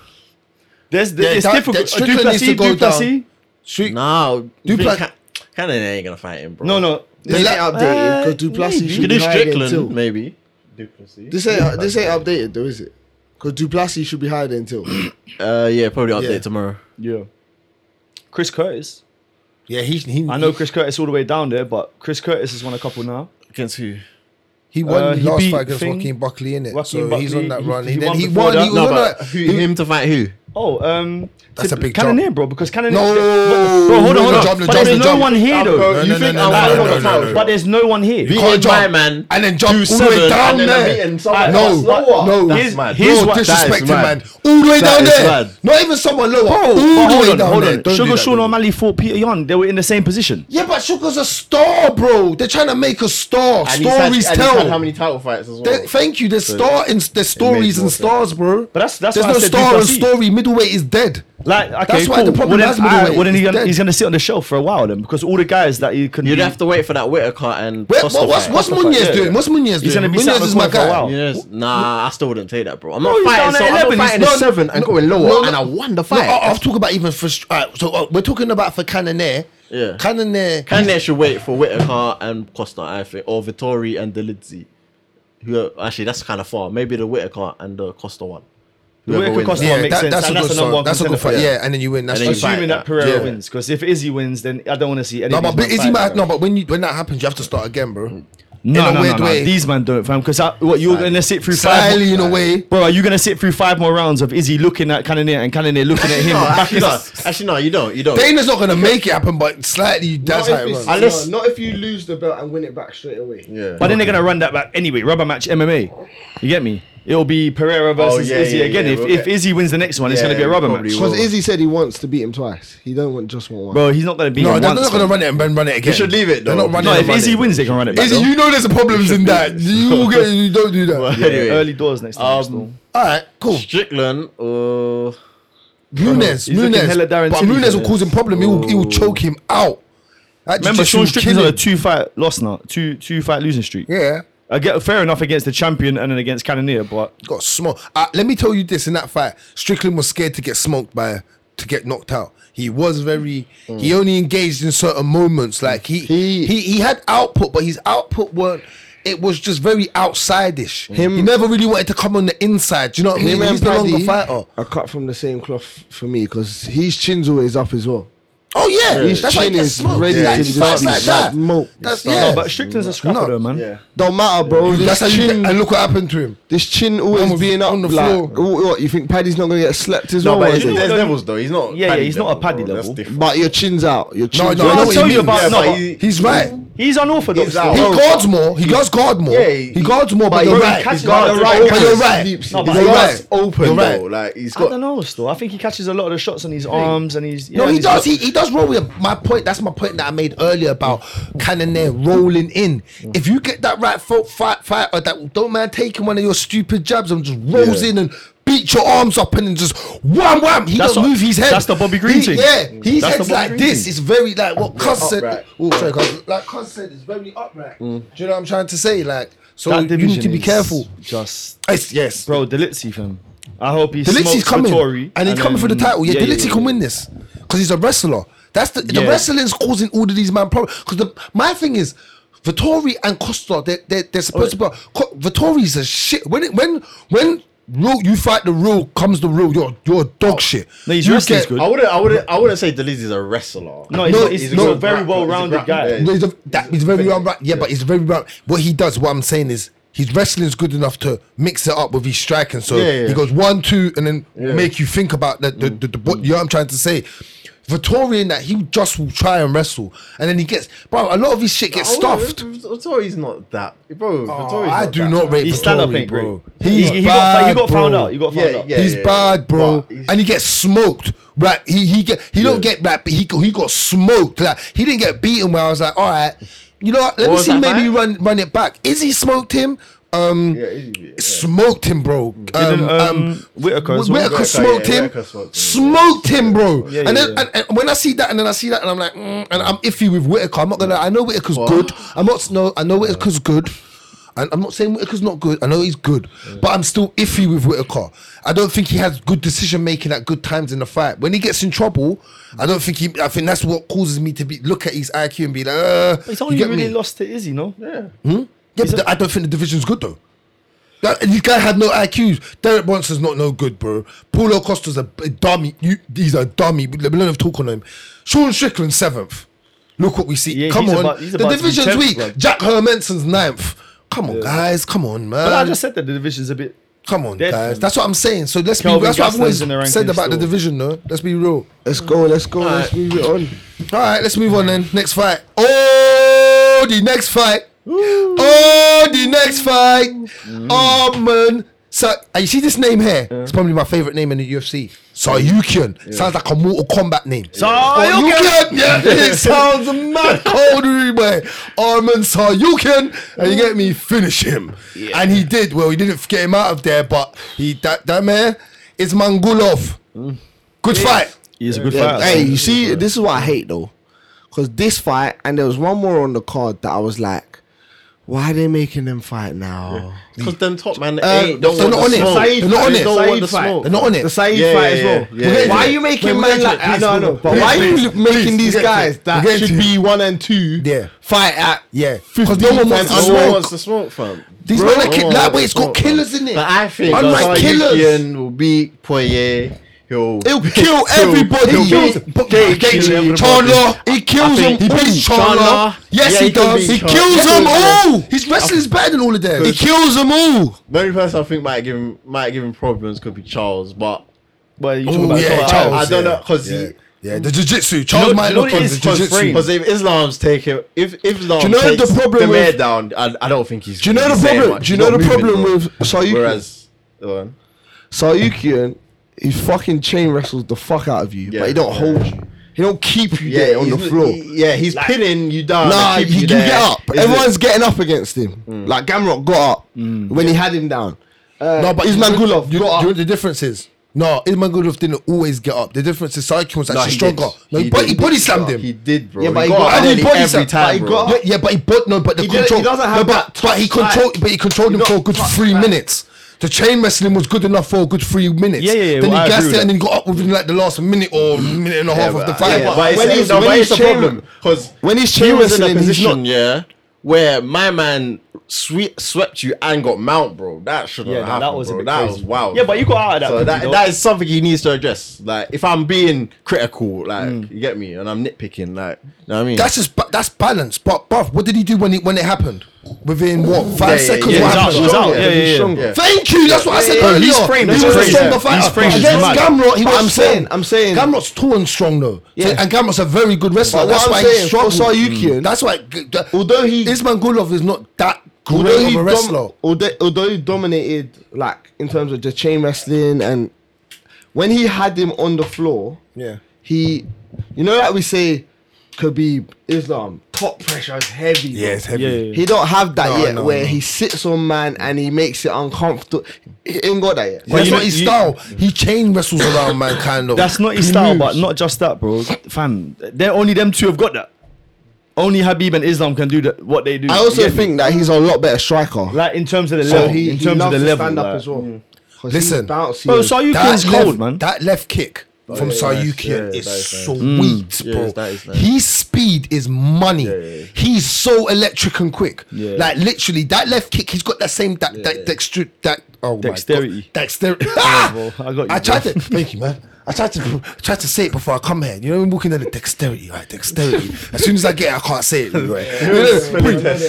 Speaker 2: There's, it's
Speaker 5: that-
Speaker 2: difficult. Uh,
Speaker 5: that Strickland
Speaker 2: Duplessis,
Speaker 5: needs to go
Speaker 2: Duplessis?
Speaker 5: Shoot.
Speaker 4: no,
Speaker 5: Do pla-
Speaker 4: Cannon ain't gonna fight him, bro.
Speaker 2: No, no.
Speaker 3: This ain't
Speaker 5: Uh,
Speaker 3: updated because
Speaker 2: maybe.
Speaker 3: Duplassi
Speaker 4: You
Speaker 3: should
Speaker 4: could do
Speaker 3: be higher than
Speaker 4: Strickland,
Speaker 3: Till.
Speaker 4: maybe.
Speaker 3: This ain't this ain't updated though, is it? Because Duplassi should be higher than Till.
Speaker 4: Uh, yeah, probably update
Speaker 5: Yeah.
Speaker 4: tomorrow.
Speaker 2: Yeah. Chris Curtis.
Speaker 5: Yeah, he he,
Speaker 2: I know Chris Curtis all the way down there, but Chris Curtis has won a couple now.
Speaker 4: Against who?
Speaker 5: he won
Speaker 2: uh, he
Speaker 5: last
Speaker 2: beat
Speaker 5: fight against
Speaker 2: Thing.
Speaker 5: Joaquin Buckley in it,
Speaker 2: Joaquin
Speaker 5: so he's on
Speaker 2: Buckley,
Speaker 5: that
Speaker 2: he-
Speaker 5: run.
Speaker 2: he
Speaker 5: And then
Speaker 2: won
Speaker 5: he
Speaker 2: before
Speaker 5: won.
Speaker 2: that.
Speaker 5: He was
Speaker 4: No,
Speaker 5: on
Speaker 4: but
Speaker 5: that.
Speaker 4: who, him to fight who?
Speaker 2: Oh, um,
Speaker 5: That's
Speaker 2: to-
Speaker 5: a big
Speaker 2: Cannoneer,
Speaker 5: jump.
Speaker 2: bro, because Cannoneer.
Speaker 5: No,
Speaker 2: bro, hold on,
Speaker 5: no,
Speaker 2: hold on.
Speaker 5: jump, no,
Speaker 2: but
Speaker 5: jump,
Speaker 2: there's
Speaker 5: no,
Speaker 2: no
Speaker 5: jump.
Speaker 2: one here though.
Speaker 5: no,
Speaker 4: you
Speaker 5: no,
Speaker 4: think
Speaker 5: no,
Speaker 4: I'm
Speaker 5: no,
Speaker 4: out
Speaker 5: no,
Speaker 4: of
Speaker 5: no,
Speaker 4: control,
Speaker 5: no, no.
Speaker 2: But there's no one here.
Speaker 4: Beat
Speaker 5: Can't
Speaker 4: my
Speaker 5: jump.
Speaker 4: man
Speaker 5: And then jump all the way
Speaker 4: seven,
Speaker 5: down
Speaker 4: and then I'm
Speaker 5: there.
Speaker 4: beating someone
Speaker 5: No,
Speaker 4: else lower.
Speaker 5: no.
Speaker 4: That's
Speaker 2: Here's-
Speaker 4: mad.
Speaker 2: here's
Speaker 5: Bro,
Speaker 2: what-
Speaker 4: is
Speaker 2: that
Speaker 5: disrespecting man.
Speaker 4: mad.
Speaker 5: All the way
Speaker 4: That
Speaker 5: down
Speaker 4: is
Speaker 5: there.
Speaker 4: mad.
Speaker 5: Not even someone lower. all
Speaker 2: But
Speaker 5: the way
Speaker 2: hold on,
Speaker 5: down
Speaker 2: hold
Speaker 5: there.
Speaker 2: on.
Speaker 5: Don't do
Speaker 2: Sugar
Speaker 5: that,
Speaker 2: Sean
Speaker 5: don't do
Speaker 2: O'Malley fought Peter Young. They were in the same position.
Speaker 5: Yeah, but Sugar's a star, bro. They're trying to make a star.
Speaker 4: And he's had-
Speaker 5: stories
Speaker 4: and he's
Speaker 5: tell.
Speaker 4: had How many title fights as well?
Speaker 5: They- thank you. There's star in there's stories
Speaker 4: more
Speaker 5: and stars, bro.
Speaker 2: But that's- that's
Speaker 5: there's
Speaker 2: why I
Speaker 5: no
Speaker 2: said
Speaker 5: star and
Speaker 2: Duplessis.
Speaker 5: story. Middleweight is dead.
Speaker 2: Like, okay,
Speaker 5: That's
Speaker 2: cool.
Speaker 5: why the problem
Speaker 2: well, then,
Speaker 5: has
Speaker 2: all
Speaker 5: middleweight.
Speaker 2: right, well, then
Speaker 5: He's
Speaker 2: he's gonna,
Speaker 5: dead.
Speaker 2: he's gonna sit on the shelf for a while then, because all the guys that he can.
Speaker 4: You'd
Speaker 2: be-
Speaker 4: have to wait for that Whitaker and
Speaker 5: Wait,
Speaker 4: Costa
Speaker 5: what- what's
Speaker 4: fight.
Speaker 5: what's
Speaker 2: Costa
Speaker 5: Munoz
Speaker 2: fight, yeah.
Speaker 5: doing? What's Munoz
Speaker 2: He's
Speaker 5: doing?
Speaker 2: gonna be sat
Speaker 5: Munoz
Speaker 2: on the
Speaker 5: is my
Speaker 2: corner for a
Speaker 5: guy.
Speaker 2: while.
Speaker 4: Yes, nah, I still wouldn't take that, bro. I'm not
Speaker 2: he's down
Speaker 4: fighting.
Speaker 2: at
Speaker 4: So I'm
Speaker 2: 11,
Speaker 4: not fighting
Speaker 2: he's
Speaker 4: a
Speaker 2: not-
Speaker 4: seven and going lower,
Speaker 5: no, no.
Speaker 4: and I won the
Speaker 5: No, uh-uh.
Speaker 4: fight.
Speaker 5: I, I'll talk about even for. Alright, so uh, we're talking about for Cannonair.
Speaker 4: Yeah.
Speaker 5: Cannonair.
Speaker 4: And they should wait for Whitaker and Costa, I think, or Vittori and Delizzi. Who actually that's kind of far. Maybe the Whitaker and the Costa one.
Speaker 2: The Whitaker
Speaker 4: wins.
Speaker 2: Costa
Speaker 5: yeah,
Speaker 2: one makes
Speaker 5: that-
Speaker 2: sense.
Speaker 5: that's,
Speaker 2: and
Speaker 5: a good
Speaker 2: the number
Speaker 5: song.
Speaker 2: one
Speaker 5: That's a good
Speaker 2: contender.
Speaker 5: fight. Yeah, and then you win. That's
Speaker 4: And then you
Speaker 5: true.
Speaker 4: fight.
Speaker 2: Assuming that
Speaker 4: Yeah.
Speaker 2: Pereira
Speaker 5: Yeah.
Speaker 2: wins, because if Izzy wins, then I don't want to see any.
Speaker 5: No,
Speaker 2: of
Speaker 5: but
Speaker 2: these men
Speaker 5: is he
Speaker 2: fight,
Speaker 5: mad?
Speaker 2: bro.
Speaker 5: No, but when you when that happens, you have to start again, bro.
Speaker 2: No,
Speaker 5: in a
Speaker 2: no,
Speaker 5: weird
Speaker 2: no, no.
Speaker 5: way.
Speaker 2: These man don't, fam. Because what you're gonna sit through five.
Speaker 5: Slightly in a way.
Speaker 2: Bro, are you gonna sit through five more rounds of Izzy looking at Cannonier and Cannonier looking at him?
Speaker 4: No,
Speaker 2: back
Speaker 4: actually,
Speaker 2: it
Speaker 4: no.
Speaker 2: up?
Speaker 4: actually, no, you don't. You don't.
Speaker 5: Dana's not gonna make it happen, but slightly. That's how it runs.
Speaker 4: I- Unless-
Speaker 3: not if you lose the belt and win it back straight away.
Speaker 4: yeah.
Speaker 2: But then they're gonna run that back anyway. Rubber match MMA. You get me? It'll be Pereira versus
Speaker 4: yeah,
Speaker 2: Izzy
Speaker 4: yeah,
Speaker 2: again.
Speaker 4: yeah,
Speaker 2: if,
Speaker 4: we'll
Speaker 2: if
Speaker 4: get-
Speaker 2: Izzy wins the next one, it's
Speaker 4: Yeah,
Speaker 2: gonna be a rubber
Speaker 4: probably
Speaker 2: match.
Speaker 4: will.
Speaker 3: Because Izzy said he wants to beat him twice. He don't want just want one.
Speaker 2: Bro, he's not gonna be.
Speaker 5: No,
Speaker 2: him
Speaker 5: they're
Speaker 2: once,
Speaker 5: not gonna
Speaker 2: bro.
Speaker 5: run it and then run it again. They
Speaker 4: should leave it,
Speaker 5: They're
Speaker 4: though.
Speaker 5: not running.
Speaker 2: No,
Speaker 5: it
Speaker 2: if
Speaker 5: and
Speaker 2: Izzy
Speaker 5: running.
Speaker 2: wins, they can run it. Back,
Speaker 5: Izzy,
Speaker 2: though.
Speaker 5: you know there's problems in that. You will get. You don't do that.
Speaker 2: Yeah,
Speaker 4: Anyway.
Speaker 2: early doors next time.
Speaker 4: Um,
Speaker 2: still.
Speaker 5: All right, cool.
Speaker 4: Strickland. Uh,
Speaker 5: Nunes,
Speaker 2: He's looking
Speaker 5: Nunes,
Speaker 2: hella Darren
Speaker 5: but
Speaker 2: Till
Speaker 5: Nunes
Speaker 2: these
Speaker 5: will
Speaker 2: days.
Speaker 5: cause him problem. He will, he will choke him out. That
Speaker 2: Remember,
Speaker 5: jiu-jitsu
Speaker 2: Sean
Speaker 5: will
Speaker 2: Strickland's
Speaker 5: kill
Speaker 2: on a
Speaker 5: him.
Speaker 2: two fight loss now. Two two fight losing streak.
Speaker 5: Yeah,
Speaker 2: I get fair enough against the champion and then against Cannonier, but
Speaker 5: got smoked. Uh, let me tell you this: in that fight, Strickland was scared to get smoked by to get knocked out. He was very. He only engaged in certain moments. Like he, he
Speaker 3: He-
Speaker 5: he had output, but his output weren't. it was just very outsideish.
Speaker 3: Him-
Speaker 5: he never really wanted to come on the inside. Do you know what I mean?
Speaker 3: Him and
Speaker 5: He's no longer
Speaker 3: Paddy
Speaker 5: a fighter.
Speaker 3: are cut from the same cloth for me because his chin's always up as well.
Speaker 5: Oh yeah,
Speaker 3: His
Speaker 5: that's why he
Speaker 3: chin
Speaker 5: gets
Speaker 3: is
Speaker 5: smoked.
Speaker 3: ready
Speaker 5: Yeah,
Speaker 3: to
Speaker 5: he
Speaker 3: just
Speaker 5: fights
Speaker 3: be
Speaker 5: like that.
Speaker 3: smoke.
Speaker 5: That's
Speaker 2: No,
Speaker 5: yeah.
Speaker 2: but Strickland's a scrapper
Speaker 5: No.
Speaker 2: though, man.
Speaker 4: Yeah.
Speaker 3: Don't matter, bro. This
Speaker 5: that's how you
Speaker 3: chin,
Speaker 5: get, and look what happened to him.
Speaker 3: this chin always
Speaker 5: Man was
Speaker 3: being up.
Speaker 5: on the
Speaker 3: like, oh,
Speaker 5: floor.
Speaker 3: What, what, you think Paddy's not gonna get slapped as
Speaker 4: No,
Speaker 3: well?
Speaker 4: but
Speaker 3: one
Speaker 4: it's-
Speaker 3: day?
Speaker 4: there's levels though. He's not.
Speaker 2: Yeah, yeah,
Speaker 4: Paddy
Speaker 2: he's not a Paddy
Speaker 4: bro.
Speaker 2: level.
Speaker 4: That's different.
Speaker 3: But your chin's out. Your chin's
Speaker 5: no, I
Speaker 3: out.
Speaker 5: know
Speaker 2: I'll
Speaker 5: what
Speaker 2: tell
Speaker 5: you mean.
Speaker 2: you about
Speaker 5: Yeah,
Speaker 2: no,
Speaker 4: but
Speaker 2: but
Speaker 4: he-
Speaker 5: He's right.
Speaker 2: he's unorthodox.
Speaker 4: He's
Speaker 2: though.
Speaker 4: out.
Speaker 5: He
Speaker 4: Oh.
Speaker 5: guards more. He does guard more.
Speaker 4: Yeah,
Speaker 5: he, guards more. But,
Speaker 4: he-
Speaker 5: you're
Speaker 4: he
Speaker 5: right.
Speaker 4: catches
Speaker 5: He's guarded
Speaker 4: the
Speaker 5: more,
Speaker 4: right
Speaker 5: But
Speaker 4: hand.
Speaker 5: you're right.
Speaker 4: Deep-
Speaker 2: No, but
Speaker 5: you're
Speaker 2: he
Speaker 5: right.
Speaker 4: It's open
Speaker 5: You're
Speaker 4: though.
Speaker 5: right.
Speaker 4: Like he's
Speaker 2: I
Speaker 4: got.
Speaker 2: don't know still. I think he catches a lot of the shots on his arms and he's
Speaker 5: No,
Speaker 2: yeah,
Speaker 5: he
Speaker 2: he's
Speaker 5: does.
Speaker 2: got-
Speaker 5: He, he does roll with my point. That's my point that I made earlier about Cannonair rolling in. If you get that right foot fight, fight or that don't mind taking one of your stupid jabs and just rolls
Speaker 4: Yeah.
Speaker 5: in and beat your arms up and then just wham wham. He
Speaker 2: That's
Speaker 5: doesn't
Speaker 2: what-
Speaker 5: move his head.
Speaker 2: that's the Bobby Green
Speaker 5: He-
Speaker 2: thing.
Speaker 5: Yeah, his
Speaker 2: That's the
Speaker 5: head's
Speaker 2: Bobby
Speaker 5: like
Speaker 2: Green
Speaker 5: this.
Speaker 2: thing.
Speaker 5: It's very like what Cuz said.
Speaker 4: upright.
Speaker 5: Oh, sorry, Cuz. Like Cuz said, it's very upright. Do you know what I'm trying to say? Like, so
Speaker 2: that
Speaker 5: you need to
Speaker 2: division
Speaker 5: be
Speaker 2: is
Speaker 5: careful.
Speaker 2: Just
Speaker 5: It's, yes.
Speaker 2: bro, Delitzi fam. I hope he smokes
Speaker 5: Delitzi's coming,
Speaker 2: Vittori
Speaker 5: and he's coming for the
Speaker 2: then-
Speaker 5: title. Yeah, Delitzi
Speaker 2: yeah.
Speaker 5: can win this because he's a wrestler. That's the, the
Speaker 2: Yeah.
Speaker 5: wrestling's causing all of these man problems. Because the my thing is, Vittori and Costa, they're they're, they're supposed to be. Co- Vittori's a shit. When it, when when real you fight the real comes the real. You're you're dog shit.
Speaker 2: Oh, No, his
Speaker 5: You
Speaker 2: wrestling's
Speaker 5: get-
Speaker 2: good.
Speaker 4: I wouldn't. I wouldn't. I wouldn't say Deliz is a wrestler.
Speaker 2: No, he's,
Speaker 5: No,
Speaker 2: not, he's,
Speaker 5: no,
Speaker 2: he's a very
Speaker 4: grappler.
Speaker 2: well-rounded
Speaker 4: He's a
Speaker 2: guy.
Speaker 4: grappler,
Speaker 5: No, he's a, that, he's very well, right. Yeah, but he's very well. What he does, what I'm saying is, his wrestling's good enough to mix it up with his striking. So
Speaker 4: Yeah, yeah.
Speaker 5: he goes one, two, and then
Speaker 4: Yeah.
Speaker 5: make you think about that. The, the, the, what you know what I'm trying to say. Vittori in that he just will try and wrestle, and then he gets bro. A lot of his shit gets
Speaker 4: Oh,
Speaker 5: stuffed.
Speaker 4: Vittori's not that, bro.
Speaker 5: Oh, I do not rate
Speaker 2: He's stand up,
Speaker 5: Vittori,
Speaker 2: ain't
Speaker 5: bro.
Speaker 2: bro.
Speaker 5: He's
Speaker 2: he, he
Speaker 5: bad,
Speaker 2: got, he got found
Speaker 5: bro.
Speaker 2: out. He got
Speaker 4: Yeah,
Speaker 2: found out.
Speaker 4: yeah.
Speaker 5: he's bad, bro,
Speaker 4: But he's-
Speaker 5: and he gets smoked. Right, he he get he don't
Speaker 4: Yeah.
Speaker 5: get that, but he got- he got smoked. Like he didn't get beaten. Where I was like, all right, you know, what? let
Speaker 4: What
Speaker 5: me
Speaker 4: was
Speaker 5: see,
Speaker 4: that
Speaker 5: maybe
Speaker 4: fight?
Speaker 5: run run it back. Izzy smoked him. Um,
Speaker 4: Yeah, easy, yeah.
Speaker 5: smoked him, bro. Um,
Speaker 2: Didn't, um, Whitaker as well.
Speaker 5: Whitaker
Speaker 4: Whitaker,
Speaker 5: smoked
Speaker 4: yeah,
Speaker 5: him,
Speaker 4: Whitaker smoked him.
Speaker 5: smoked him, bro.
Speaker 2: yeah,
Speaker 5: and then
Speaker 2: yeah.
Speaker 5: And, and when I see that, and then I see that, and I'm like, mm, and I'm iffy with Whitaker. I'm not gonna. I know Whitaker's good. I'm not. No, I know Whitaker's good. And I'm not saying Whitaker's not good. I know he's good, but I'm still iffy with Whitaker. I don't think he has good decision making at good times in the fight. When he gets in trouble, I don't think he. I think that's what causes me to be look at his IQ and be like, uh,
Speaker 2: He's
Speaker 5: you
Speaker 2: only
Speaker 5: get
Speaker 2: really
Speaker 5: me?
Speaker 2: lost to Izzy, no?
Speaker 5: Yeah, but I don't think the division's good though. That, this guy had no IQs. Derek Bronson's not no good, bro. Paulo Costa's a, a dummy. You, he's a dummy. We we don't have to talk on him. Sean Strickland seventh. Look what we see.
Speaker 2: Yeah,
Speaker 5: come
Speaker 2: he's
Speaker 5: on,
Speaker 2: about- he's
Speaker 5: the
Speaker 2: about to be
Speaker 5: division's
Speaker 2: tenth,
Speaker 5: weak.
Speaker 2: bro.
Speaker 5: Jack Hermanson's ninth. Come on, guys. Come on, man.
Speaker 2: But I just said that the division's a bit.
Speaker 5: come on,
Speaker 2: Dead.
Speaker 5: guys. That's what I'm saying. So let's
Speaker 2: Kelvin
Speaker 5: be. That's what I've
Speaker 2: Gastelum's
Speaker 5: always
Speaker 2: in the rankings
Speaker 5: said about the
Speaker 2: still.
Speaker 5: division, though. Let's be real.
Speaker 3: Let's go. Let's go. Let's move it on.
Speaker 5: All right, let's move on then. Next fight. Oh, the next fight. Oh, the next fight. Oh man. So and you see this name here? It's probably my favorite name in the UFC. Sayukian. Sounds like a Mortal Kombat name. Sayukian. Yeah, it sounds mad cold, boy. Armin Sayukian, and you get me. Finish him. And he did. Well, he didn't get him out of there, but he that that man is Mangulov. Good fight.
Speaker 2: He is a good
Speaker 3: Yeah,
Speaker 2: fighter.
Speaker 3: hey, you see, this is what I hate though, because this fight and there was one more on the card that I was like, why are they making them fight now?
Speaker 4: Because them top man
Speaker 3: Uh,
Speaker 4: ain't, don't
Speaker 5: they're
Speaker 4: want
Speaker 5: not
Speaker 4: the
Speaker 5: on
Speaker 4: smoke.
Speaker 5: it. They're not on
Speaker 4: They
Speaker 5: it.
Speaker 4: Don't want the
Speaker 3: Saeed fight.
Speaker 4: smoke.
Speaker 5: They're not on it.
Speaker 3: The Saeed
Speaker 4: Yeah,
Speaker 3: fight
Speaker 4: yeah,
Speaker 3: as well.
Speaker 4: yeah, yeah.
Speaker 3: why are you making
Speaker 5: We're
Speaker 3: man
Speaker 5: getting
Speaker 3: like?
Speaker 5: to it, please,
Speaker 3: no,
Speaker 5: we're
Speaker 3: no. But
Speaker 5: getting
Speaker 3: why are
Speaker 5: to it.
Speaker 3: you making
Speaker 5: Please,
Speaker 3: these
Speaker 5: we're getting to
Speaker 3: guys
Speaker 5: it.
Speaker 3: that
Speaker 5: We're getting
Speaker 3: should
Speaker 5: to it.
Speaker 3: be one and two?
Speaker 5: Yeah.
Speaker 3: fight at
Speaker 5: Yeah, because
Speaker 3: 'Cause
Speaker 5: no one
Speaker 3: these
Speaker 5: wants to
Speaker 3: fans
Speaker 4: No one wants to
Speaker 5: smoke.
Speaker 4: smoke, fam.
Speaker 5: These
Speaker 4: Bro,
Speaker 5: men are ki-
Speaker 4: no one
Speaker 5: lightweights
Speaker 4: wants to
Speaker 5: got
Speaker 4: smoke,
Speaker 5: killers
Speaker 4: fam.
Speaker 5: in it.
Speaker 4: But I think
Speaker 5: Unlike
Speaker 4: Unlike
Speaker 5: killers.
Speaker 4: killers. will beat Poirier. He'll
Speaker 5: He'll kill everybody.
Speaker 4: He'll
Speaker 5: He
Speaker 4: kill-
Speaker 5: kills Gaethje, Chandler. He kills them.
Speaker 4: think
Speaker 5: He
Speaker 4: he
Speaker 5: beats
Speaker 4: beats
Speaker 5: Chandler.
Speaker 4: Chandler.
Speaker 5: Yes,
Speaker 4: Yeah,
Speaker 5: he
Speaker 4: he can
Speaker 5: does.
Speaker 4: beat
Speaker 5: He
Speaker 4: Chandler.
Speaker 5: kills
Speaker 4: Yeah,
Speaker 5: them
Speaker 4: he can.
Speaker 5: all. His wrestling's better than all of them.
Speaker 3: He kills them all.
Speaker 4: The only person I think might give him might give him problems could be Charles, but
Speaker 2: But you talk
Speaker 5: Oh
Speaker 2: about
Speaker 5: yeah,
Speaker 2: top
Speaker 5: Charles.
Speaker 2: five.
Speaker 4: I don't
Speaker 5: yeah.
Speaker 4: know, 'cause he-
Speaker 5: Yeah. yeah, the jiu-jitsu. Charles
Speaker 2: do
Speaker 5: might
Speaker 2: you know
Speaker 5: look
Speaker 2: what
Speaker 5: on
Speaker 2: it
Speaker 5: the
Speaker 2: is? Cause
Speaker 5: jiu-jitsu.
Speaker 2: frame.
Speaker 4: because if Islam's taking if if Islam
Speaker 3: Do you know the
Speaker 4: takes
Speaker 3: problem
Speaker 4: the man
Speaker 3: with-
Speaker 4: down, I, I don't think he's.
Speaker 3: Do you know
Speaker 4: he's
Speaker 3: the
Speaker 4: saying
Speaker 3: problem?
Speaker 4: much.
Speaker 3: Do you know
Speaker 4: He's not
Speaker 3: the
Speaker 4: moving
Speaker 3: problem
Speaker 4: though.
Speaker 3: with Sayuki?
Speaker 4: Whereas, go on.
Speaker 3: Sayukian, he fucking chain wrestles the fuck out of you,
Speaker 4: Yeah.
Speaker 3: but he don't hold you. He don't keep you
Speaker 4: yeah,
Speaker 3: there on the
Speaker 4: he's-
Speaker 3: floor.
Speaker 4: he- yeah, he's pinning you down.
Speaker 3: Nah,
Speaker 4: and
Speaker 3: you,
Speaker 4: keeping
Speaker 3: you
Speaker 4: there.
Speaker 3: get up.
Speaker 4: Is it-
Speaker 3: Everyone's getting up against him. Like Gamrock got up when he had him down. Uh,
Speaker 5: No, but
Speaker 3: Isman
Speaker 5: you know-
Speaker 3: Gulov
Speaker 5: You, you
Speaker 3: got
Speaker 5: know
Speaker 3: up.
Speaker 5: what the difference is? No, Isman Gulov didn't always get up. The difference is Saiki was
Speaker 4: No,
Speaker 5: actually
Speaker 4: he did.
Speaker 5: stronger. No, he, body, he
Speaker 4: did.
Speaker 5: body slammed him.
Speaker 4: He did, bro.
Speaker 3: Yeah, but he
Speaker 4: got
Speaker 3: got
Speaker 4: up
Speaker 3: up.
Speaker 4: nearly
Speaker 3: He body
Speaker 4: every
Speaker 3: slammed, but
Speaker 4: time,
Speaker 3: he
Speaker 4: bro.
Speaker 3: got
Speaker 5: Yeah, yeah, but he but no, but the
Speaker 3: He didn't-
Speaker 5: control.
Speaker 3: he doesn't have
Speaker 5: no, but,
Speaker 3: that
Speaker 5: but he
Speaker 3: touch, like-
Speaker 5: controlled. But he controlled him
Speaker 3: He
Speaker 5: for a
Speaker 3: got
Speaker 5: good
Speaker 3: touch,
Speaker 5: three
Speaker 3: like-
Speaker 5: minutes. The chain wrestling was good enough for a good three minutes.
Speaker 2: Yeah, yeah, yeah,
Speaker 5: Then
Speaker 2: well, I
Speaker 5: he gassed
Speaker 2: agree
Speaker 5: it
Speaker 2: with
Speaker 5: and then got up within like the last minute or minute and a half of the
Speaker 4: Yeah,
Speaker 5: fight.
Speaker 4: but, when
Speaker 3: when
Speaker 4: it's,
Speaker 3: he's-
Speaker 4: no,
Speaker 3: when
Speaker 4: but
Speaker 3: he's
Speaker 4: it's a
Speaker 3: chain-
Speaker 4: problem because
Speaker 3: when he's
Speaker 4: he
Speaker 3: chain
Speaker 4: was in a
Speaker 3: wrestling, he
Speaker 4: position,
Speaker 3: shot-
Speaker 4: yeah, where my man sweet swept you and got Mount, bro. That should have
Speaker 2: Yeah,
Speaker 4: happened.
Speaker 2: that was
Speaker 4: bro.
Speaker 2: a bit
Speaker 4: that
Speaker 2: crazy.
Speaker 4: was wild.
Speaker 2: Yeah, but you got out of that.
Speaker 4: so
Speaker 2: quickly,
Speaker 4: that,
Speaker 2: though.
Speaker 4: that is something he needs to address. Like if I'm being critical, like
Speaker 2: Mm.
Speaker 4: you get me, and I'm nitpicking, like you know what I mean.
Speaker 5: That's just ba- that's balance. But bruv, what did he do when it when it happened? Within what five
Speaker 4: yeah,
Speaker 5: seconds?
Speaker 4: yeah,
Speaker 5: what
Speaker 2: He was out,
Speaker 5: happened?
Speaker 2: he was out.
Speaker 4: Stronger,
Speaker 2: Yeah, yeah,
Speaker 4: he's
Speaker 2: yeah.
Speaker 4: stronger.
Speaker 2: Yeah.
Speaker 5: Thank you. That's what I said
Speaker 2: yeah,
Speaker 5: earlier.
Speaker 2: yeah. His frame
Speaker 5: he
Speaker 2: is
Speaker 5: was a
Speaker 2: crazy.
Speaker 5: stronger
Speaker 2: His
Speaker 5: fighter.
Speaker 2: frame is
Speaker 5: Against
Speaker 2: mad.
Speaker 5: Gamrot, he
Speaker 4: But
Speaker 5: was
Speaker 4: I'm
Speaker 5: strong.
Speaker 4: saying- I'm saying-
Speaker 5: Gamrot's tall and strong though.
Speaker 4: Yeah.
Speaker 5: and Gamrot's a very good wrestler.
Speaker 4: But what
Speaker 5: that's
Speaker 4: I'm
Speaker 5: why
Speaker 4: saying,
Speaker 5: he struggled.
Speaker 4: for Sayukian-
Speaker 5: that's why. g- the-
Speaker 4: Although he-
Speaker 5: Isman Gulov is not that
Speaker 4: Although
Speaker 5: great
Speaker 4: he
Speaker 5: of a
Speaker 4: dom-
Speaker 5: wrestler.
Speaker 4: although, although
Speaker 6: he dominated like in terms of the chain wrestling and when he had him on the floor,
Speaker 5: Yeah.
Speaker 6: he you know like we say Khabib Islam top pressure is heavy.
Speaker 5: Yeah, it's heavy.
Speaker 2: Yeah, yeah, yeah.
Speaker 6: He don't have that
Speaker 5: No,
Speaker 6: yet
Speaker 5: no,
Speaker 6: where
Speaker 5: no.
Speaker 6: he sits on man and he makes it uncomfortable. He ain't got that yet.
Speaker 5: But that's
Speaker 2: you know-
Speaker 5: not his
Speaker 2: you-
Speaker 5: style. He chain wrestles around man, kind of.
Speaker 2: That's not his
Speaker 5: He
Speaker 2: style,
Speaker 5: moves.
Speaker 2: but not just that, bro. Fam, they only them two have got that. Only Habib and Islam can do that. What they do.
Speaker 6: I
Speaker 2: You
Speaker 6: also
Speaker 2: get me?
Speaker 6: think that he's a lot better striker.
Speaker 2: like in terms of the
Speaker 6: so
Speaker 2: level,
Speaker 6: he,
Speaker 2: in
Speaker 6: he
Speaker 2: terms
Speaker 6: loves
Speaker 2: of the
Speaker 6: to
Speaker 2: level,
Speaker 6: stand up
Speaker 2: like-
Speaker 6: as well. 'Cause he's
Speaker 5: Listen.
Speaker 6: bouncy
Speaker 2: Bro,
Speaker 6: and-
Speaker 2: so you
Speaker 5: That
Speaker 2: king's cold,
Speaker 5: left,
Speaker 2: man.
Speaker 5: That left kick from
Speaker 4: yeah,
Speaker 5: Sayukian
Speaker 4: nice.
Speaker 5: is
Speaker 4: Yeah, that is
Speaker 5: sweet,
Speaker 4: Yeah,
Speaker 5: bro.
Speaker 4: that is nice.
Speaker 5: His speed is money.
Speaker 4: yeah, yeah.
Speaker 5: He's so electric and quick.
Speaker 2: Yeah.
Speaker 5: Like literally, that left kick, he's got that same that that dextri- that oh My
Speaker 2: Dexterity.
Speaker 5: God. Dexterity.
Speaker 2: bro. I got you,
Speaker 5: tried
Speaker 2: bro.
Speaker 5: to thank you, man. I tried to tried to say it before I come here. You know, I'm walking in the dexterity, right? Dexterity. As soon as I get, it, I can't say it. Right?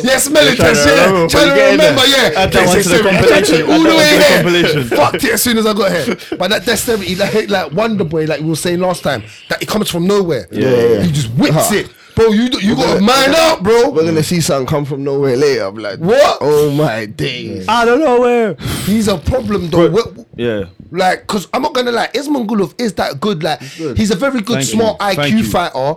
Speaker 5: yeah, smelling
Speaker 2: Trying to
Speaker 5: test. Yeah, trying
Speaker 2: remember, but
Speaker 5: to
Speaker 2: you get in
Speaker 5: remember.
Speaker 2: there.
Speaker 5: Yeah,
Speaker 2: Add that one to the
Speaker 5: Dexterity. I tried to
Speaker 2: compilation.
Speaker 5: all
Speaker 2: Add
Speaker 5: the
Speaker 2: that one to the
Speaker 5: way there.
Speaker 2: compilation.
Speaker 5: Fucked it as soon as I got here. But that dexterity, like like Wonder Boy, like we were saying last time, that it comes from nowhere. Yeah, Uh-huh.
Speaker 6: yeah.
Speaker 5: He just whips it, bro. You you got to man up, bro.
Speaker 6: We're
Speaker 2: Mm.
Speaker 6: gonna see something come from nowhere later. I'm like,
Speaker 5: What?
Speaker 6: Oh my days.
Speaker 2: I don't know where.
Speaker 5: He's a problem though. Wh-
Speaker 2: Yeah.
Speaker 5: Like, cause I'm not gonna lie, Isman Gulov is that good. Like, he's, a very good,
Speaker 2: Thank
Speaker 5: smart
Speaker 2: you. Thank
Speaker 5: IQ
Speaker 2: you.
Speaker 5: fighter,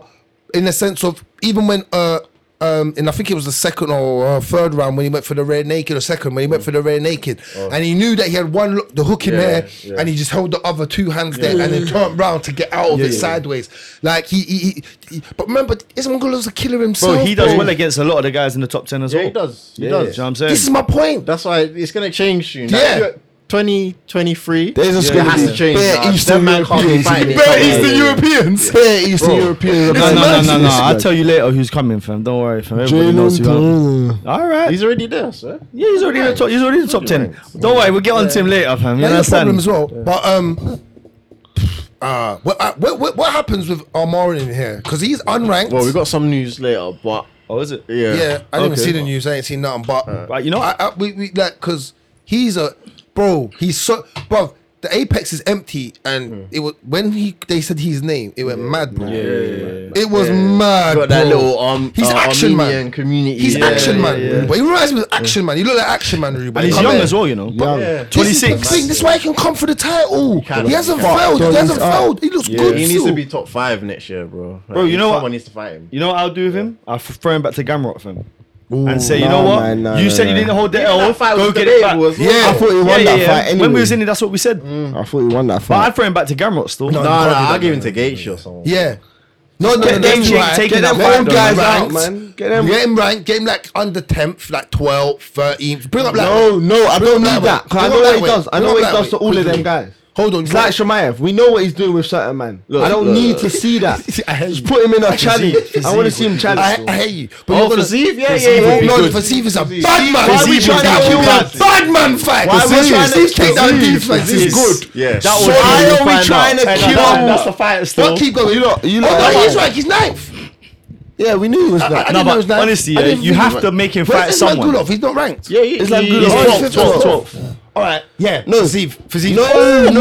Speaker 5: in the sense of even when uh um and I think it was the second or uh, third round when he went for the rear naked or second when he went for the rear naked,
Speaker 2: Oh.
Speaker 5: and he knew that he had one look, the hook in there, and he just held the other two hands there and then turned round to get out of it sideways. Like he, he, he, he- but remember, Isman Gulov's a killer himself.
Speaker 2: Bro, he does well against a lot of the guys in the top 10 as
Speaker 4: yeah,
Speaker 2: well.
Speaker 4: he does, he
Speaker 2: Yeah,
Speaker 4: does.
Speaker 2: you know what I'm saying?
Speaker 5: This is my point.
Speaker 4: That's why it's gonna change soon.
Speaker 5: Yeah.
Speaker 4: twenty twenty three.
Speaker 6: There's just
Speaker 2: Yeah,
Speaker 6: gonna
Speaker 2: it has
Speaker 6: be
Speaker 2: to
Speaker 4: change,
Speaker 6: bare
Speaker 4: man.
Speaker 6: Eastern
Speaker 4: That man can't be
Speaker 6: Europeans.
Speaker 4: fighting
Speaker 6: Bare
Speaker 4: it.
Speaker 6: Eastern
Speaker 4: Yeah.
Speaker 6: Europeans. Bare Eastern Europeans.
Speaker 2: no, no, no, no, no. I'll tell you later who's coming, fam. Don't worry, fam. Everybody knows who I'm- All right.
Speaker 4: He's already there, sir.
Speaker 2: yeah, he's already in the top. He's already in the top ten. Don't worry, we'll get on to him later, fam.
Speaker 5: That
Speaker 2: You
Speaker 5: is a
Speaker 2: understand?
Speaker 5: problem as well. But um, uh, what, uh, what, what what happens with Armari in here? Because he's unranked.
Speaker 4: Well, we got some news later, but
Speaker 2: Oh, is it?
Speaker 4: yeah,
Speaker 5: yeah. I didn't
Speaker 2: Okay.
Speaker 5: see the news. I ain't seen nothing. But
Speaker 2: Right, you know
Speaker 5: I,
Speaker 2: what?
Speaker 5: I, we, we like because he's a bro. He's so bro. The apex is empty, and
Speaker 4: Hmm.
Speaker 5: it was when he they said his name, it went mad, bro. It was mad.
Speaker 4: got that
Speaker 5: bro.
Speaker 4: little um,
Speaker 5: He's
Speaker 4: uh,
Speaker 5: action
Speaker 4: Armenian
Speaker 5: man.
Speaker 4: community.
Speaker 5: He's
Speaker 4: yeah,
Speaker 5: action
Speaker 4: yeah,
Speaker 5: man.
Speaker 4: yeah.
Speaker 5: But he reminds me of action man. He look like action man, Ruben.
Speaker 2: And he's
Speaker 5: Come
Speaker 2: young
Speaker 5: here.
Speaker 2: as well, you know. But
Speaker 4: Yeah.
Speaker 5: This is the
Speaker 2: 26.
Speaker 5: thing. This is why he can come for the title.
Speaker 4: can,
Speaker 5: He
Speaker 4: he
Speaker 5: hasn't
Speaker 4: can.
Speaker 5: failed. He
Speaker 6: Don't
Speaker 5: hasn't
Speaker 6: he's up.
Speaker 5: failed. He looks good.
Speaker 4: He needs
Speaker 5: still.
Speaker 4: to be top five next year, bro. Like,
Speaker 2: Bro, you know what?
Speaker 4: someone needs to fight him.
Speaker 2: You know what I'll do with him? I'll f- throw him back to Gamrot, fam. and say, you know
Speaker 6: nah,
Speaker 2: what?
Speaker 6: man, nah,
Speaker 2: you
Speaker 6: nah,
Speaker 2: said you
Speaker 6: nah.
Speaker 2: didn't hold that
Speaker 4: Even
Speaker 2: L.
Speaker 4: that fight
Speaker 2: Go
Speaker 4: was
Speaker 2: get it back.
Speaker 4: debatable as well.
Speaker 6: I thought he won that fight anyway.
Speaker 2: When we was in it, that's what we said.
Speaker 6: I thought he won that
Speaker 2: But I'd
Speaker 6: fight.
Speaker 2: throw him back to Gamrot still.
Speaker 4: No,
Speaker 5: you
Speaker 4: no,
Speaker 5: can't do
Speaker 4: I'll
Speaker 5: that,
Speaker 4: give him to Gaethje or someone.
Speaker 5: Yeah. No, no,
Speaker 2: Get
Speaker 5: no,
Speaker 2: them
Speaker 5: that's
Speaker 2: chicks
Speaker 5: right.
Speaker 2: taking
Speaker 5: Get
Speaker 2: that
Speaker 5: them
Speaker 2: fight,
Speaker 5: old
Speaker 2: though,
Speaker 5: guys
Speaker 2: man.
Speaker 5: out, man. Get them, ranked. Get him like under tenth, like 12th, 13th. Bring up like
Speaker 6: No, no, I
Speaker 5: Bring
Speaker 6: don't
Speaker 5: him
Speaker 6: need
Speaker 5: that
Speaker 6: that.
Speaker 5: way.
Speaker 6: 'cause I
Speaker 5: Bring
Speaker 6: know
Speaker 5: him
Speaker 6: what
Speaker 5: that
Speaker 6: he
Speaker 5: way.
Speaker 6: does. I
Speaker 5: Bring
Speaker 6: know
Speaker 5: him
Speaker 6: what he
Speaker 5: that
Speaker 6: does
Speaker 5: way.
Speaker 6: to all of
Speaker 5: Quickly.
Speaker 6: them guys.
Speaker 5: Hold on,
Speaker 6: It's like Shemaev. We know what he's doing with certain man. I don't
Speaker 4: look,
Speaker 6: need
Speaker 4: look.
Speaker 6: to see that.
Speaker 5: I hate
Speaker 6: Just
Speaker 5: you.
Speaker 6: put him in a
Speaker 5: Physique,
Speaker 6: challenge. I want to see him
Speaker 5: I,
Speaker 6: challenge.
Speaker 5: I hate you. But
Speaker 4: Oh,
Speaker 5: you're gonna-
Speaker 4: Fazeev? Yeah,
Speaker 5: Fazeev
Speaker 4: yeah, yeah,
Speaker 5: would be
Speaker 4: yeah.
Speaker 5: good.
Speaker 4: good.
Speaker 5: No, Fazeev is a
Speaker 4: Fazeev.
Speaker 5: bad man.
Speaker 2: Why are we
Speaker 5: Fazeev
Speaker 2: trying
Speaker 5: is
Speaker 2: to
Speaker 5: that
Speaker 2: kill
Speaker 5: would be
Speaker 2: that?
Speaker 5: a bad man fight.
Speaker 2: Why are we trying to
Speaker 5: Fazeev take down
Speaker 2: Fazeev,
Speaker 5: defense is
Speaker 2: Fazeev.
Speaker 5: good.
Speaker 4: Yeah.
Speaker 2: That
Speaker 4: So
Speaker 2: was-
Speaker 4: why
Speaker 2: We'll
Speaker 4: are we
Speaker 2: find
Speaker 4: trying
Speaker 2: out.
Speaker 4: to
Speaker 2: Hey,
Speaker 4: kill?
Speaker 2: that- That's the fighter still.
Speaker 5: But keep going. You
Speaker 6: lot- you lot
Speaker 5: oh, no,
Speaker 6: are-
Speaker 5: he's right. He's ninth.
Speaker 6: Yeah, we knew he was that.
Speaker 2: No,
Speaker 5: didn't know his
Speaker 2: but
Speaker 5: name.
Speaker 2: honestly,
Speaker 5: I
Speaker 2: yeah,
Speaker 5: didn't
Speaker 2: you
Speaker 5: think-
Speaker 2: have to make him
Speaker 5: Where's
Speaker 2: fight
Speaker 5: Islam
Speaker 2: someone.
Speaker 5: Gulov? He's not ranked.
Speaker 4: Yeah, yeah,
Speaker 6: Islam
Speaker 4: he-
Speaker 6: Gulov.
Speaker 4: he's
Speaker 6: Oh,
Speaker 4: top,
Speaker 6: he's
Speaker 4: top,
Speaker 6: fifth.
Speaker 4: top.
Speaker 5: All right. Yeah.
Speaker 6: No.
Speaker 5: Fazeev. Fazeev.
Speaker 6: No, no,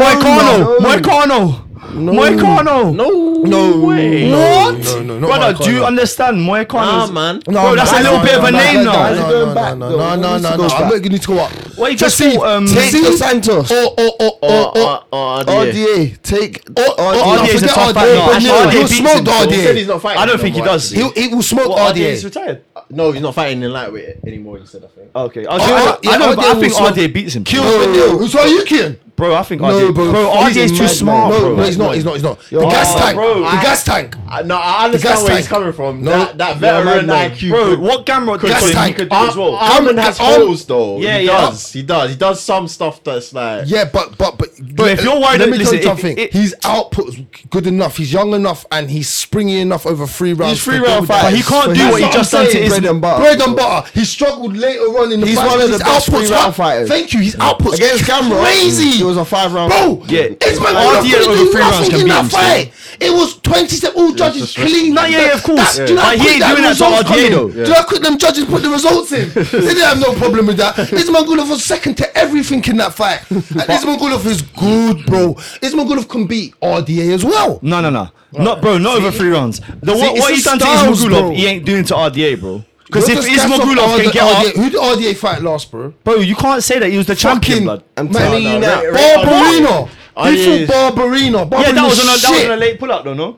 Speaker 6: no.
Speaker 2: Moicano, Moicano, Moicano.
Speaker 4: No,
Speaker 5: No
Speaker 4: way.
Speaker 5: What? No, no, no.
Speaker 2: Brother, do you understand Moicano?
Speaker 4: Nah, man.
Speaker 2: Bro, that's a little bit of a name
Speaker 6: no,
Speaker 2: now.
Speaker 6: no.
Speaker 5: No, no, no, no, no, no, no, no. I'm not going to go up.
Speaker 2: What you just called, um,
Speaker 5: take
Speaker 6: Take
Speaker 5: the
Speaker 6: the Santos.
Speaker 5: Oh, oh, oh, oh,
Speaker 4: Or,
Speaker 5: oh.
Speaker 4: or, or, RDA.
Speaker 6: RDA. Take
Speaker 5: Oh, oh,
Speaker 6: RDA.
Speaker 5: no,
Speaker 2: RDA is a
Speaker 5: forget
Speaker 2: tough
Speaker 5: RDA,
Speaker 2: fight. No,
Speaker 5: but
Speaker 2: actually,
Speaker 5: no, he'll
Speaker 2: RDA beats him,
Speaker 5: smoke
Speaker 2: so-
Speaker 5: RDA.
Speaker 4: He said he's not fighting
Speaker 2: I don't think he
Speaker 4: anymore,
Speaker 2: does.
Speaker 4: actually.
Speaker 5: He'll- He will smoke
Speaker 2: What, RDA is
Speaker 5: RDA.
Speaker 2: retired.
Speaker 4: No, he's not fighting in lightweight anymore. He said, I think.
Speaker 2: Okay, I, was
Speaker 5: Oh,
Speaker 2: gonna-
Speaker 5: oh, yeah,
Speaker 2: I, don't,
Speaker 5: RDA
Speaker 2: I think
Speaker 5: was-
Speaker 2: RDA beats him.
Speaker 5: Kill Benil. Who's are you, Kian?
Speaker 2: Bro, I think
Speaker 5: No,
Speaker 2: RJ.
Speaker 5: bro.
Speaker 2: bro,
Speaker 5: He's
Speaker 2: RJ is too
Speaker 5: mad,
Speaker 2: smart,
Speaker 5: No,
Speaker 2: bro.
Speaker 5: no, he's not. He's not. He's not. The
Speaker 6: Yo,
Speaker 5: gas
Speaker 2: oh,
Speaker 5: tank.
Speaker 2: bro.
Speaker 5: The gas tank.
Speaker 4: I, Uh, no, I
Speaker 5: gas
Speaker 4: understand where he's
Speaker 5: tank.
Speaker 4: coming from.
Speaker 5: No,
Speaker 4: that, that
Speaker 5: you're a
Speaker 4: veteran
Speaker 5: madman.
Speaker 4: IQ.
Speaker 2: Bro,
Speaker 4: could-
Speaker 2: what Gamrod
Speaker 5: Gas
Speaker 2: does, he Ah,
Speaker 5: tank.
Speaker 2: could do
Speaker 4: Uh,
Speaker 2: as well.
Speaker 5: Ar-
Speaker 4: Armin
Speaker 5: Armin
Speaker 4: has
Speaker 5: has
Speaker 4: holes though.
Speaker 2: Yeah,
Speaker 4: he
Speaker 2: yeah.
Speaker 4: does. He does. He does some stuff that's like.
Speaker 5: Yeah, but but but.
Speaker 2: But if you're worried
Speaker 5: let
Speaker 2: that-
Speaker 5: me
Speaker 2: listen,
Speaker 5: tell you
Speaker 2: if-
Speaker 5: something.
Speaker 2: it-
Speaker 5: His output's good enough. He's young enough, and he's springy enough over three rounds.
Speaker 4: He's three
Speaker 5: to deal
Speaker 4: round
Speaker 5: with
Speaker 4: fighters.
Speaker 5: that.
Speaker 2: But he can't
Speaker 6: But
Speaker 2: do
Speaker 6: that's
Speaker 2: what he
Speaker 6: what
Speaker 2: just
Speaker 6: I'm
Speaker 2: done to
Speaker 6: saying,
Speaker 2: his.
Speaker 6: bread and butter.
Speaker 5: Bread and butter. He struggled later on in the
Speaker 6: He's
Speaker 5: fight.
Speaker 6: one of
Speaker 5: His
Speaker 6: the best
Speaker 5: output's
Speaker 6: three-round
Speaker 5: what-
Speaker 6: fighters.
Speaker 5: Thank you. His output's
Speaker 6: Against Gamrot,
Speaker 5: crazy.
Speaker 6: it was a five-round
Speaker 5: Bro,
Speaker 2: Yeah.
Speaker 5: It's my
Speaker 2: RDL
Speaker 5: RDL
Speaker 2: over
Speaker 5: over
Speaker 2: three
Speaker 5: three
Speaker 2: rounds can
Speaker 5: in
Speaker 2: beat
Speaker 5: that
Speaker 2: him
Speaker 5: fight. It was 27 all judges clean.
Speaker 2: No, yeah, yeah, of course.
Speaker 5: That's- do you know
Speaker 2: But
Speaker 5: how
Speaker 2: he
Speaker 5: quick
Speaker 2: ain't doing that to
Speaker 5: results
Speaker 2: RDA
Speaker 5: come in?
Speaker 2: though.
Speaker 5: Do you know how quick them judges put the results in? they didn't have no problem with that. Ismagulov was second to everything in that fight. And Ismagulov is good, bro. Ismagulov can beat RDA as well.
Speaker 2: No, no, no. Not, bro, not over three rounds. The, what
Speaker 5: it's
Speaker 2: what
Speaker 5: the
Speaker 2: he's done
Speaker 5: styles,
Speaker 2: to Ismagulov,
Speaker 5: bro.
Speaker 2: he ain't doing to RDA, bro. Because
Speaker 5: You're
Speaker 2: if
Speaker 5: just gassed off
Speaker 2: Ismagulov can
Speaker 5: RDA
Speaker 2: get up,
Speaker 5: Who did RDA fight last, bro?
Speaker 2: bro, you can't say that he was the champion,
Speaker 5: Fucking
Speaker 2: blood.
Speaker 6: I'm
Speaker 5: Man,
Speaker 6: telling
Speaker 4: no,
Speaker 6: you
Speaker 4: no,
Speaker 6: now.
Speaker 4: Ray- Ray-
Speaker 5: Barbarino.
Speaker 4: Oh,
Speaker 5: He
Speaker 4: yeah.
Speaker 5: fought Barbarino.
Speaker 2: Yeah, that was on a
Speaker 5: Barbarino's
Speaker 2: that was on a
Speaker 5: shit.
Speaker 2: late pull out though, no?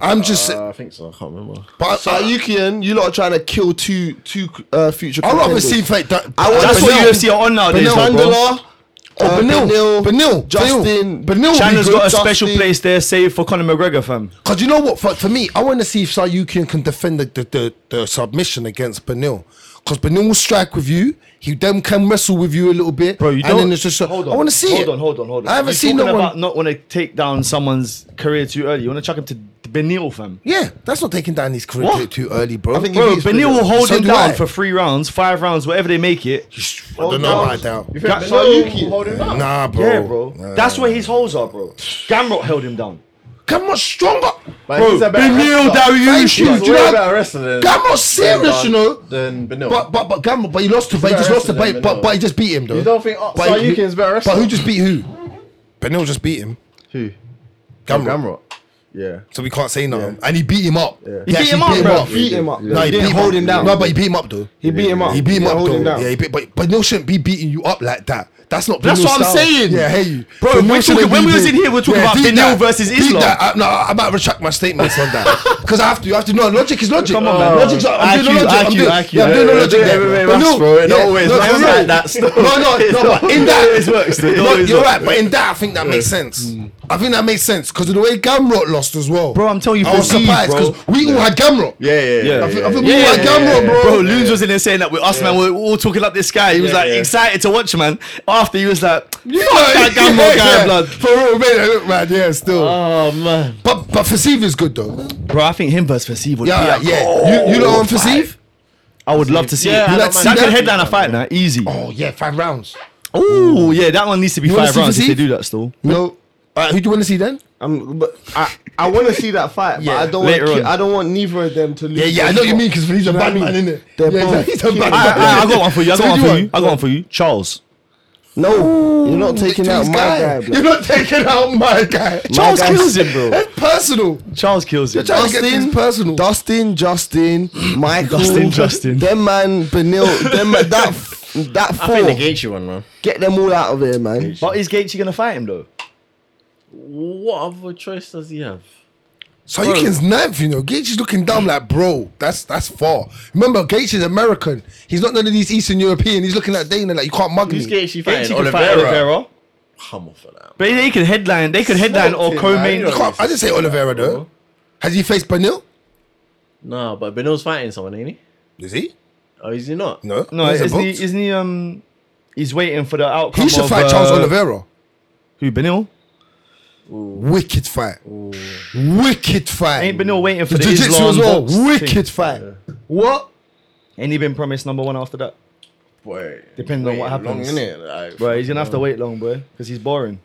Speaker 5: I'm just-
Speaker 4: Uh, I think so. I can't remember.
Speaker 5: But
Speaker 6: So Yukian, uh, you lot are trying to kill two two uh, future.
Speaker 5: I'd rather
Speaker 6: contenders.
Speaker 5: see fight. that-
Speaker 6: I want
Speaker 2: That's
Speaker 6: Benil-
Speaker 2: what UFC are on nowadays,
Speaker 6: Benil
Speaker 2: though, bro.
Speaker 6: Mandela,
Speaker 5: Oh,
Speaker 6: uh,
Speaker 5: Benil,
Speaker 6: Benil,
Speaker 5: Benil,
Speaker 6: Justin,
Speaker 5: Benil.
Speaker 2: China's got a special place there saved for Conor McGregor, fam.
Speaker 5: Because you know what? For, for me, I want to see if Sayukian can defend the, the, the, the submission against Benil. Because Benil will strike with you. He then can wrestle with you a little bit.
Speaker 2: Bro, you
Speaker 5: and
Speaker 2: don't.
Speaker 5: Then it's just, I want to see
Speaker 2: hold
Speaker 5: it.
Speaker 2: on, hold on, hold on.
Speaker 5: I haven't
Speaker 2: You're
Speaker 5: seen
Speaker 2: talking
Speaker 5: no one.
Speaker 2: about not want to take down someone's career too early. You want to chuck him to Benil, fam.
Speaker 5: Yeah, that's not taking down his career
Speaker 2: What?
Speaker 5: too, too early, bro.
Speaker 6: I think
Speaker 2: Bro,
Speaker 6: he's
Speaker 2: Benil will hold
Speaker 5: So
Speaker 2: him
Speaker 5: do
Speaker 2: down
Speaker 5: I.
Speaker 2: for three rounds, five rounds, whatever they make it.
Speaker 5: I don't know about
Speaker 4: You
Speaker 5: that.
Speaker 4: think
Speaker 2: That's-
Speaker 4: Sayuki holding up?
Speaker 5: Nah, bro.
Speaker 2: Yeah, bro. That's where his holes are, bro. Gamrot held him down.
Speaker 5: Gamrot's stronger.
Speaker 4: But he's a better
Speaker 2: Benil
Speaker 4: wrestler.
Speaker 5: Thank
Speaker 2: Dariush,
Speaker 5: you.
Speaker 4: He's
Speaker 5: Do you know
Speaker 4: way
Speaker 5: how-
Speaker 4: better wrestler than
Speaker 5: Gamrot's serious, you know.
Speaker 4: Than Benil.
Speaker 5: But but but Gamrot, but he lost to, but he
Speaker 4: better
Speaker 5: just lost to,
Speaker 4: wrestler
Speaker 5: but,
Speaker 4: than
Speaker 5: but
Speaker 4: Benil.
Speaker 5: but he just beat him though.
Speaker 4: You don't think, uh,
Speaker 5: But he-
Speaker 4: Sayukian's better wrestler?
Speaker 5: But who just beat who? Benil just beat him.
Speaker 4: who?
Speaker 5: Gamrot.
Speaker 4: Gamrot. Yeah.
Speaker 5: So we can't say nothing. And he beat him up.
Speaker 2: He beat him
Speaker 5: actually
Speaker 2: up, bro.
Speaker 6: beat him up.
Speaker 5: No, he didn't hold him down. No, but he beat him up though.
Speaker 6: He beat him up.
Speaker 5: He beat him
Speaker 6: Yeah,
Speaker 5: up
Speaker 6: hold
Speaker 5: though.
Speaker 6: him down.
Speaker 5: Yeah, he beat, but but Neil shouldn't be beating you up like that. That's not.
Speaker 2: That's
Speaker 5: Benil's
Speaker 2: what I'm
Speaker 5: style.
Speaker 2: saying.
Speaker 5: Yeah, I hear you.
Speaker 2: Bro,
Speaker 5: But
Speaker 2: we're
Speaker 5: Neil shouldn't
Speaker 2: talking- when
Speaker 5: be
Speaker 2: we was in
Speaker 5: being-
Speaker 2: here, we're talking about
Speaker 5: beat
Speaker 2: Benil
Speaker 5: that.
Speaker 2: versus
Speaker 5: Beat
Speaker 2: Islam.
Speaker 5: that. I, no, I might retract my statements on that because I have to. I have to. No, logic is logic.
Speaker 2: Come on, man.
Speaker 5: Logic's. I'm doing the
Speaker 4: IQ,
Speaker 5: logic. I'm
Speaker 4: IQ,
Speaker 5: doing-
Speaker 4: IQ.
Speaker 5: Yeah, I'm doing the
Speaker 4: Yeah,
Speaker 5: logic.
Speaker 4: yeah, yeah,
Speaker 5: there.
Speaker 4: yeah,
Speaker 5: But
Speaker 4: yeah,
Speaker 5: Neil-
Speaker 4: bro, it
Speaker 5: yeah,
Speaker 4: always
Speaker 5: no,
Speaker 4: works
Speaker 5: you're
Speaker 4: like
Speaker 5: right.
Speaker 4: that still.
Speaker 5: No, no, no. But in that,
Speaker 4: It always works though, it
Speaker 5: No,
Speaker 4: always
Speaker 5: You're
Speaker 4: works.
Speaker 5: right, but in that, I think that makes sense. I think that makes sense because of the way Gamrot lost as well.
Speaker 2: Bro, I'm telling you,
Speaker 5: I was
Speaker 2: for me,
Speaker 5: surprised
Speaker 2: bro.
Speaker 5: because we all had Gamrot.
Speaker 4: Yeah, yeah, yeah.
Speaker 2: Yeah.
Speaker 5: I think, I
Speaker 4: yeah,
Speaker 5: think
Speaker 4: yeah.
Speaker 5: we all had Gamrot, bro.
Speaker 2: Bro, Loons was in there saying that with us, man. We were all talking up this guy. He was
Speaker 4: Yeah,
Speaker 2: like
Speaker 4: yeah.
Speaker 2: excited to watch, man. After he was like,
Speaker 5: You
Speaker 2: that Gamrot guy, blood.
Speaker 5: For real, man, look, man, yeah, still.
Speaker 4: Oh man.
Speaker 5: but but Fasiv is good though.
Speaker 2: bro, I think him versus Fasib would
Speaker 5: Yeah,
Speaker 2: be. a-
Speaker 5: yeah. you you know on Fasiv?
Speaker 2: I would love to see.
Speaker 4: Yeah,
Speaker 2: it.
Speaker 4: I
Speaker 2: That
Speaker 4: don't mind
Speaker 2: could
Speaker 5: that.
Speaker 2: headline a fight now, easy.
Speaker 5: Oh yeah, five rounds.
Speaker 2: Oh yeah, that one needs to be
Speaker 5: You wanna
Speaker 2: five
Speaker 5: see
Speaker 2: rounds if they
Speaker 5: Fasib?
Speaker 2: do that still.
Speaker 5: No. Uh, who do you want to see then?
Speaker 6: I'm, but I, I want to see that fight,
Speaker 5: Yeah,
Speaker 6: but I don't want
Speaker 2: later on.
Speaker 6: ki- I don't want neither of them to lose.
Speaker 5: Yeah, yeah, I know what you mean because he's a
Speaker 6: You know what
Speaker 5: bad
Speaker 6: I mean?
Speaker 5: man, isn't it?
Speaker 6: They're
Speaker 5: yeah,
Speaker 6: both
Speaker 5: he's a
Speaker 6: killed.
Speaker 5: bad
Speaker 2: I, I, I
Speaker 5: man.
Speaker 2: got one for you. I
Speaker 5: So
Speaker 2: got one
Speaker 5: who do
Speaker 2: for
Speaker 5: you
Speaker 2: you. I got one for you. Charles.
Speaker 6: No, you're not taking out
Speaker 5: This
Speaker 6: my guy, bro.
Speaker 5: You're not taking out my guy.
Speaker 2: Charles
Speaker 6: guy's-
Speaker 2: kills him, bro.
Speaker 5: That's personal.
Speaker 2: Charles kills him.
Speaker 5: Trying to get
Speaker 6: Dustin-
Speaker 5: things personal.
Speaker 6: Dustin, Justin, Michael,
Speaker 2: Dustin, Justin.
Speaker 6: them man, Benil, them man, that f- that
Speaker 4: I think the
Speaker 6: four,
Speaker 4: Gaethje one, man.
Speaker 6: get them all out of there, man.
Speaker 2: But is Gaethje gonna fight him though?
Speaker 4: What other choice does he have?
Speaker 5: So you can nerve, you know. Gage is looking dumb like, bro, that's that's far. Remember, Gage is American. He's not none of these Eastern European. He's looking at Dana like you can't mug me.
Speaker 4: Who's Gaethje
Speaker 2: Gaethje
Speaker 4: fighting?
Speaker 2: could fight
Speaker 4: Oliveira.
Speaker 2: Oliveira.
Speaker 4: Come off of that.
Speaker 2: But they could headline. They could headline or
Speaker 4: Smoked him,
Speaker 2: co-main.
Speaker 4: man.
Speaker 5: You can't- I didn't say Oliveira though. Has he faced Benil?
Speaker 4: No, but Benil's fighting someone, ain't he?
Speaker 5: Is he?
Speaker 4: Or is he not?
Speaker 5: No.
Speaker 2: No,
Speaker 5: He's a
Speaker 2: isn't he,
Speaker 5: boxer.
Speaker 2: isn't he? Um, he's waiting for the outcome.
Speaker 5: He should
Speaker 2: of,
Speaker 5: fight Charles
Speaker 2: uh,
Speaker 5: Oliveira.
Speaker 2: Who Benil?
Speaker 5: Wicked fight. Wicked fight.
Speaker 2: Ain't Benil waiting for
Speaker 5: The
Speaker 2: the,
Speaker 5: jiu-jitsu
Speaker 2: Islam
Speaker 5: as well.
Speaker 2: box thing?
Speaker 5: Wicked fight. What?
Speaker 2: Ain't he been promised number one after that?
Speaker 4: Boy,
Speaker 2: Depends on what happens.
Speaker 4: Long, innit? Like,
Speaker 2: Bro, he's gonna have to wait long, boy, because he's boring.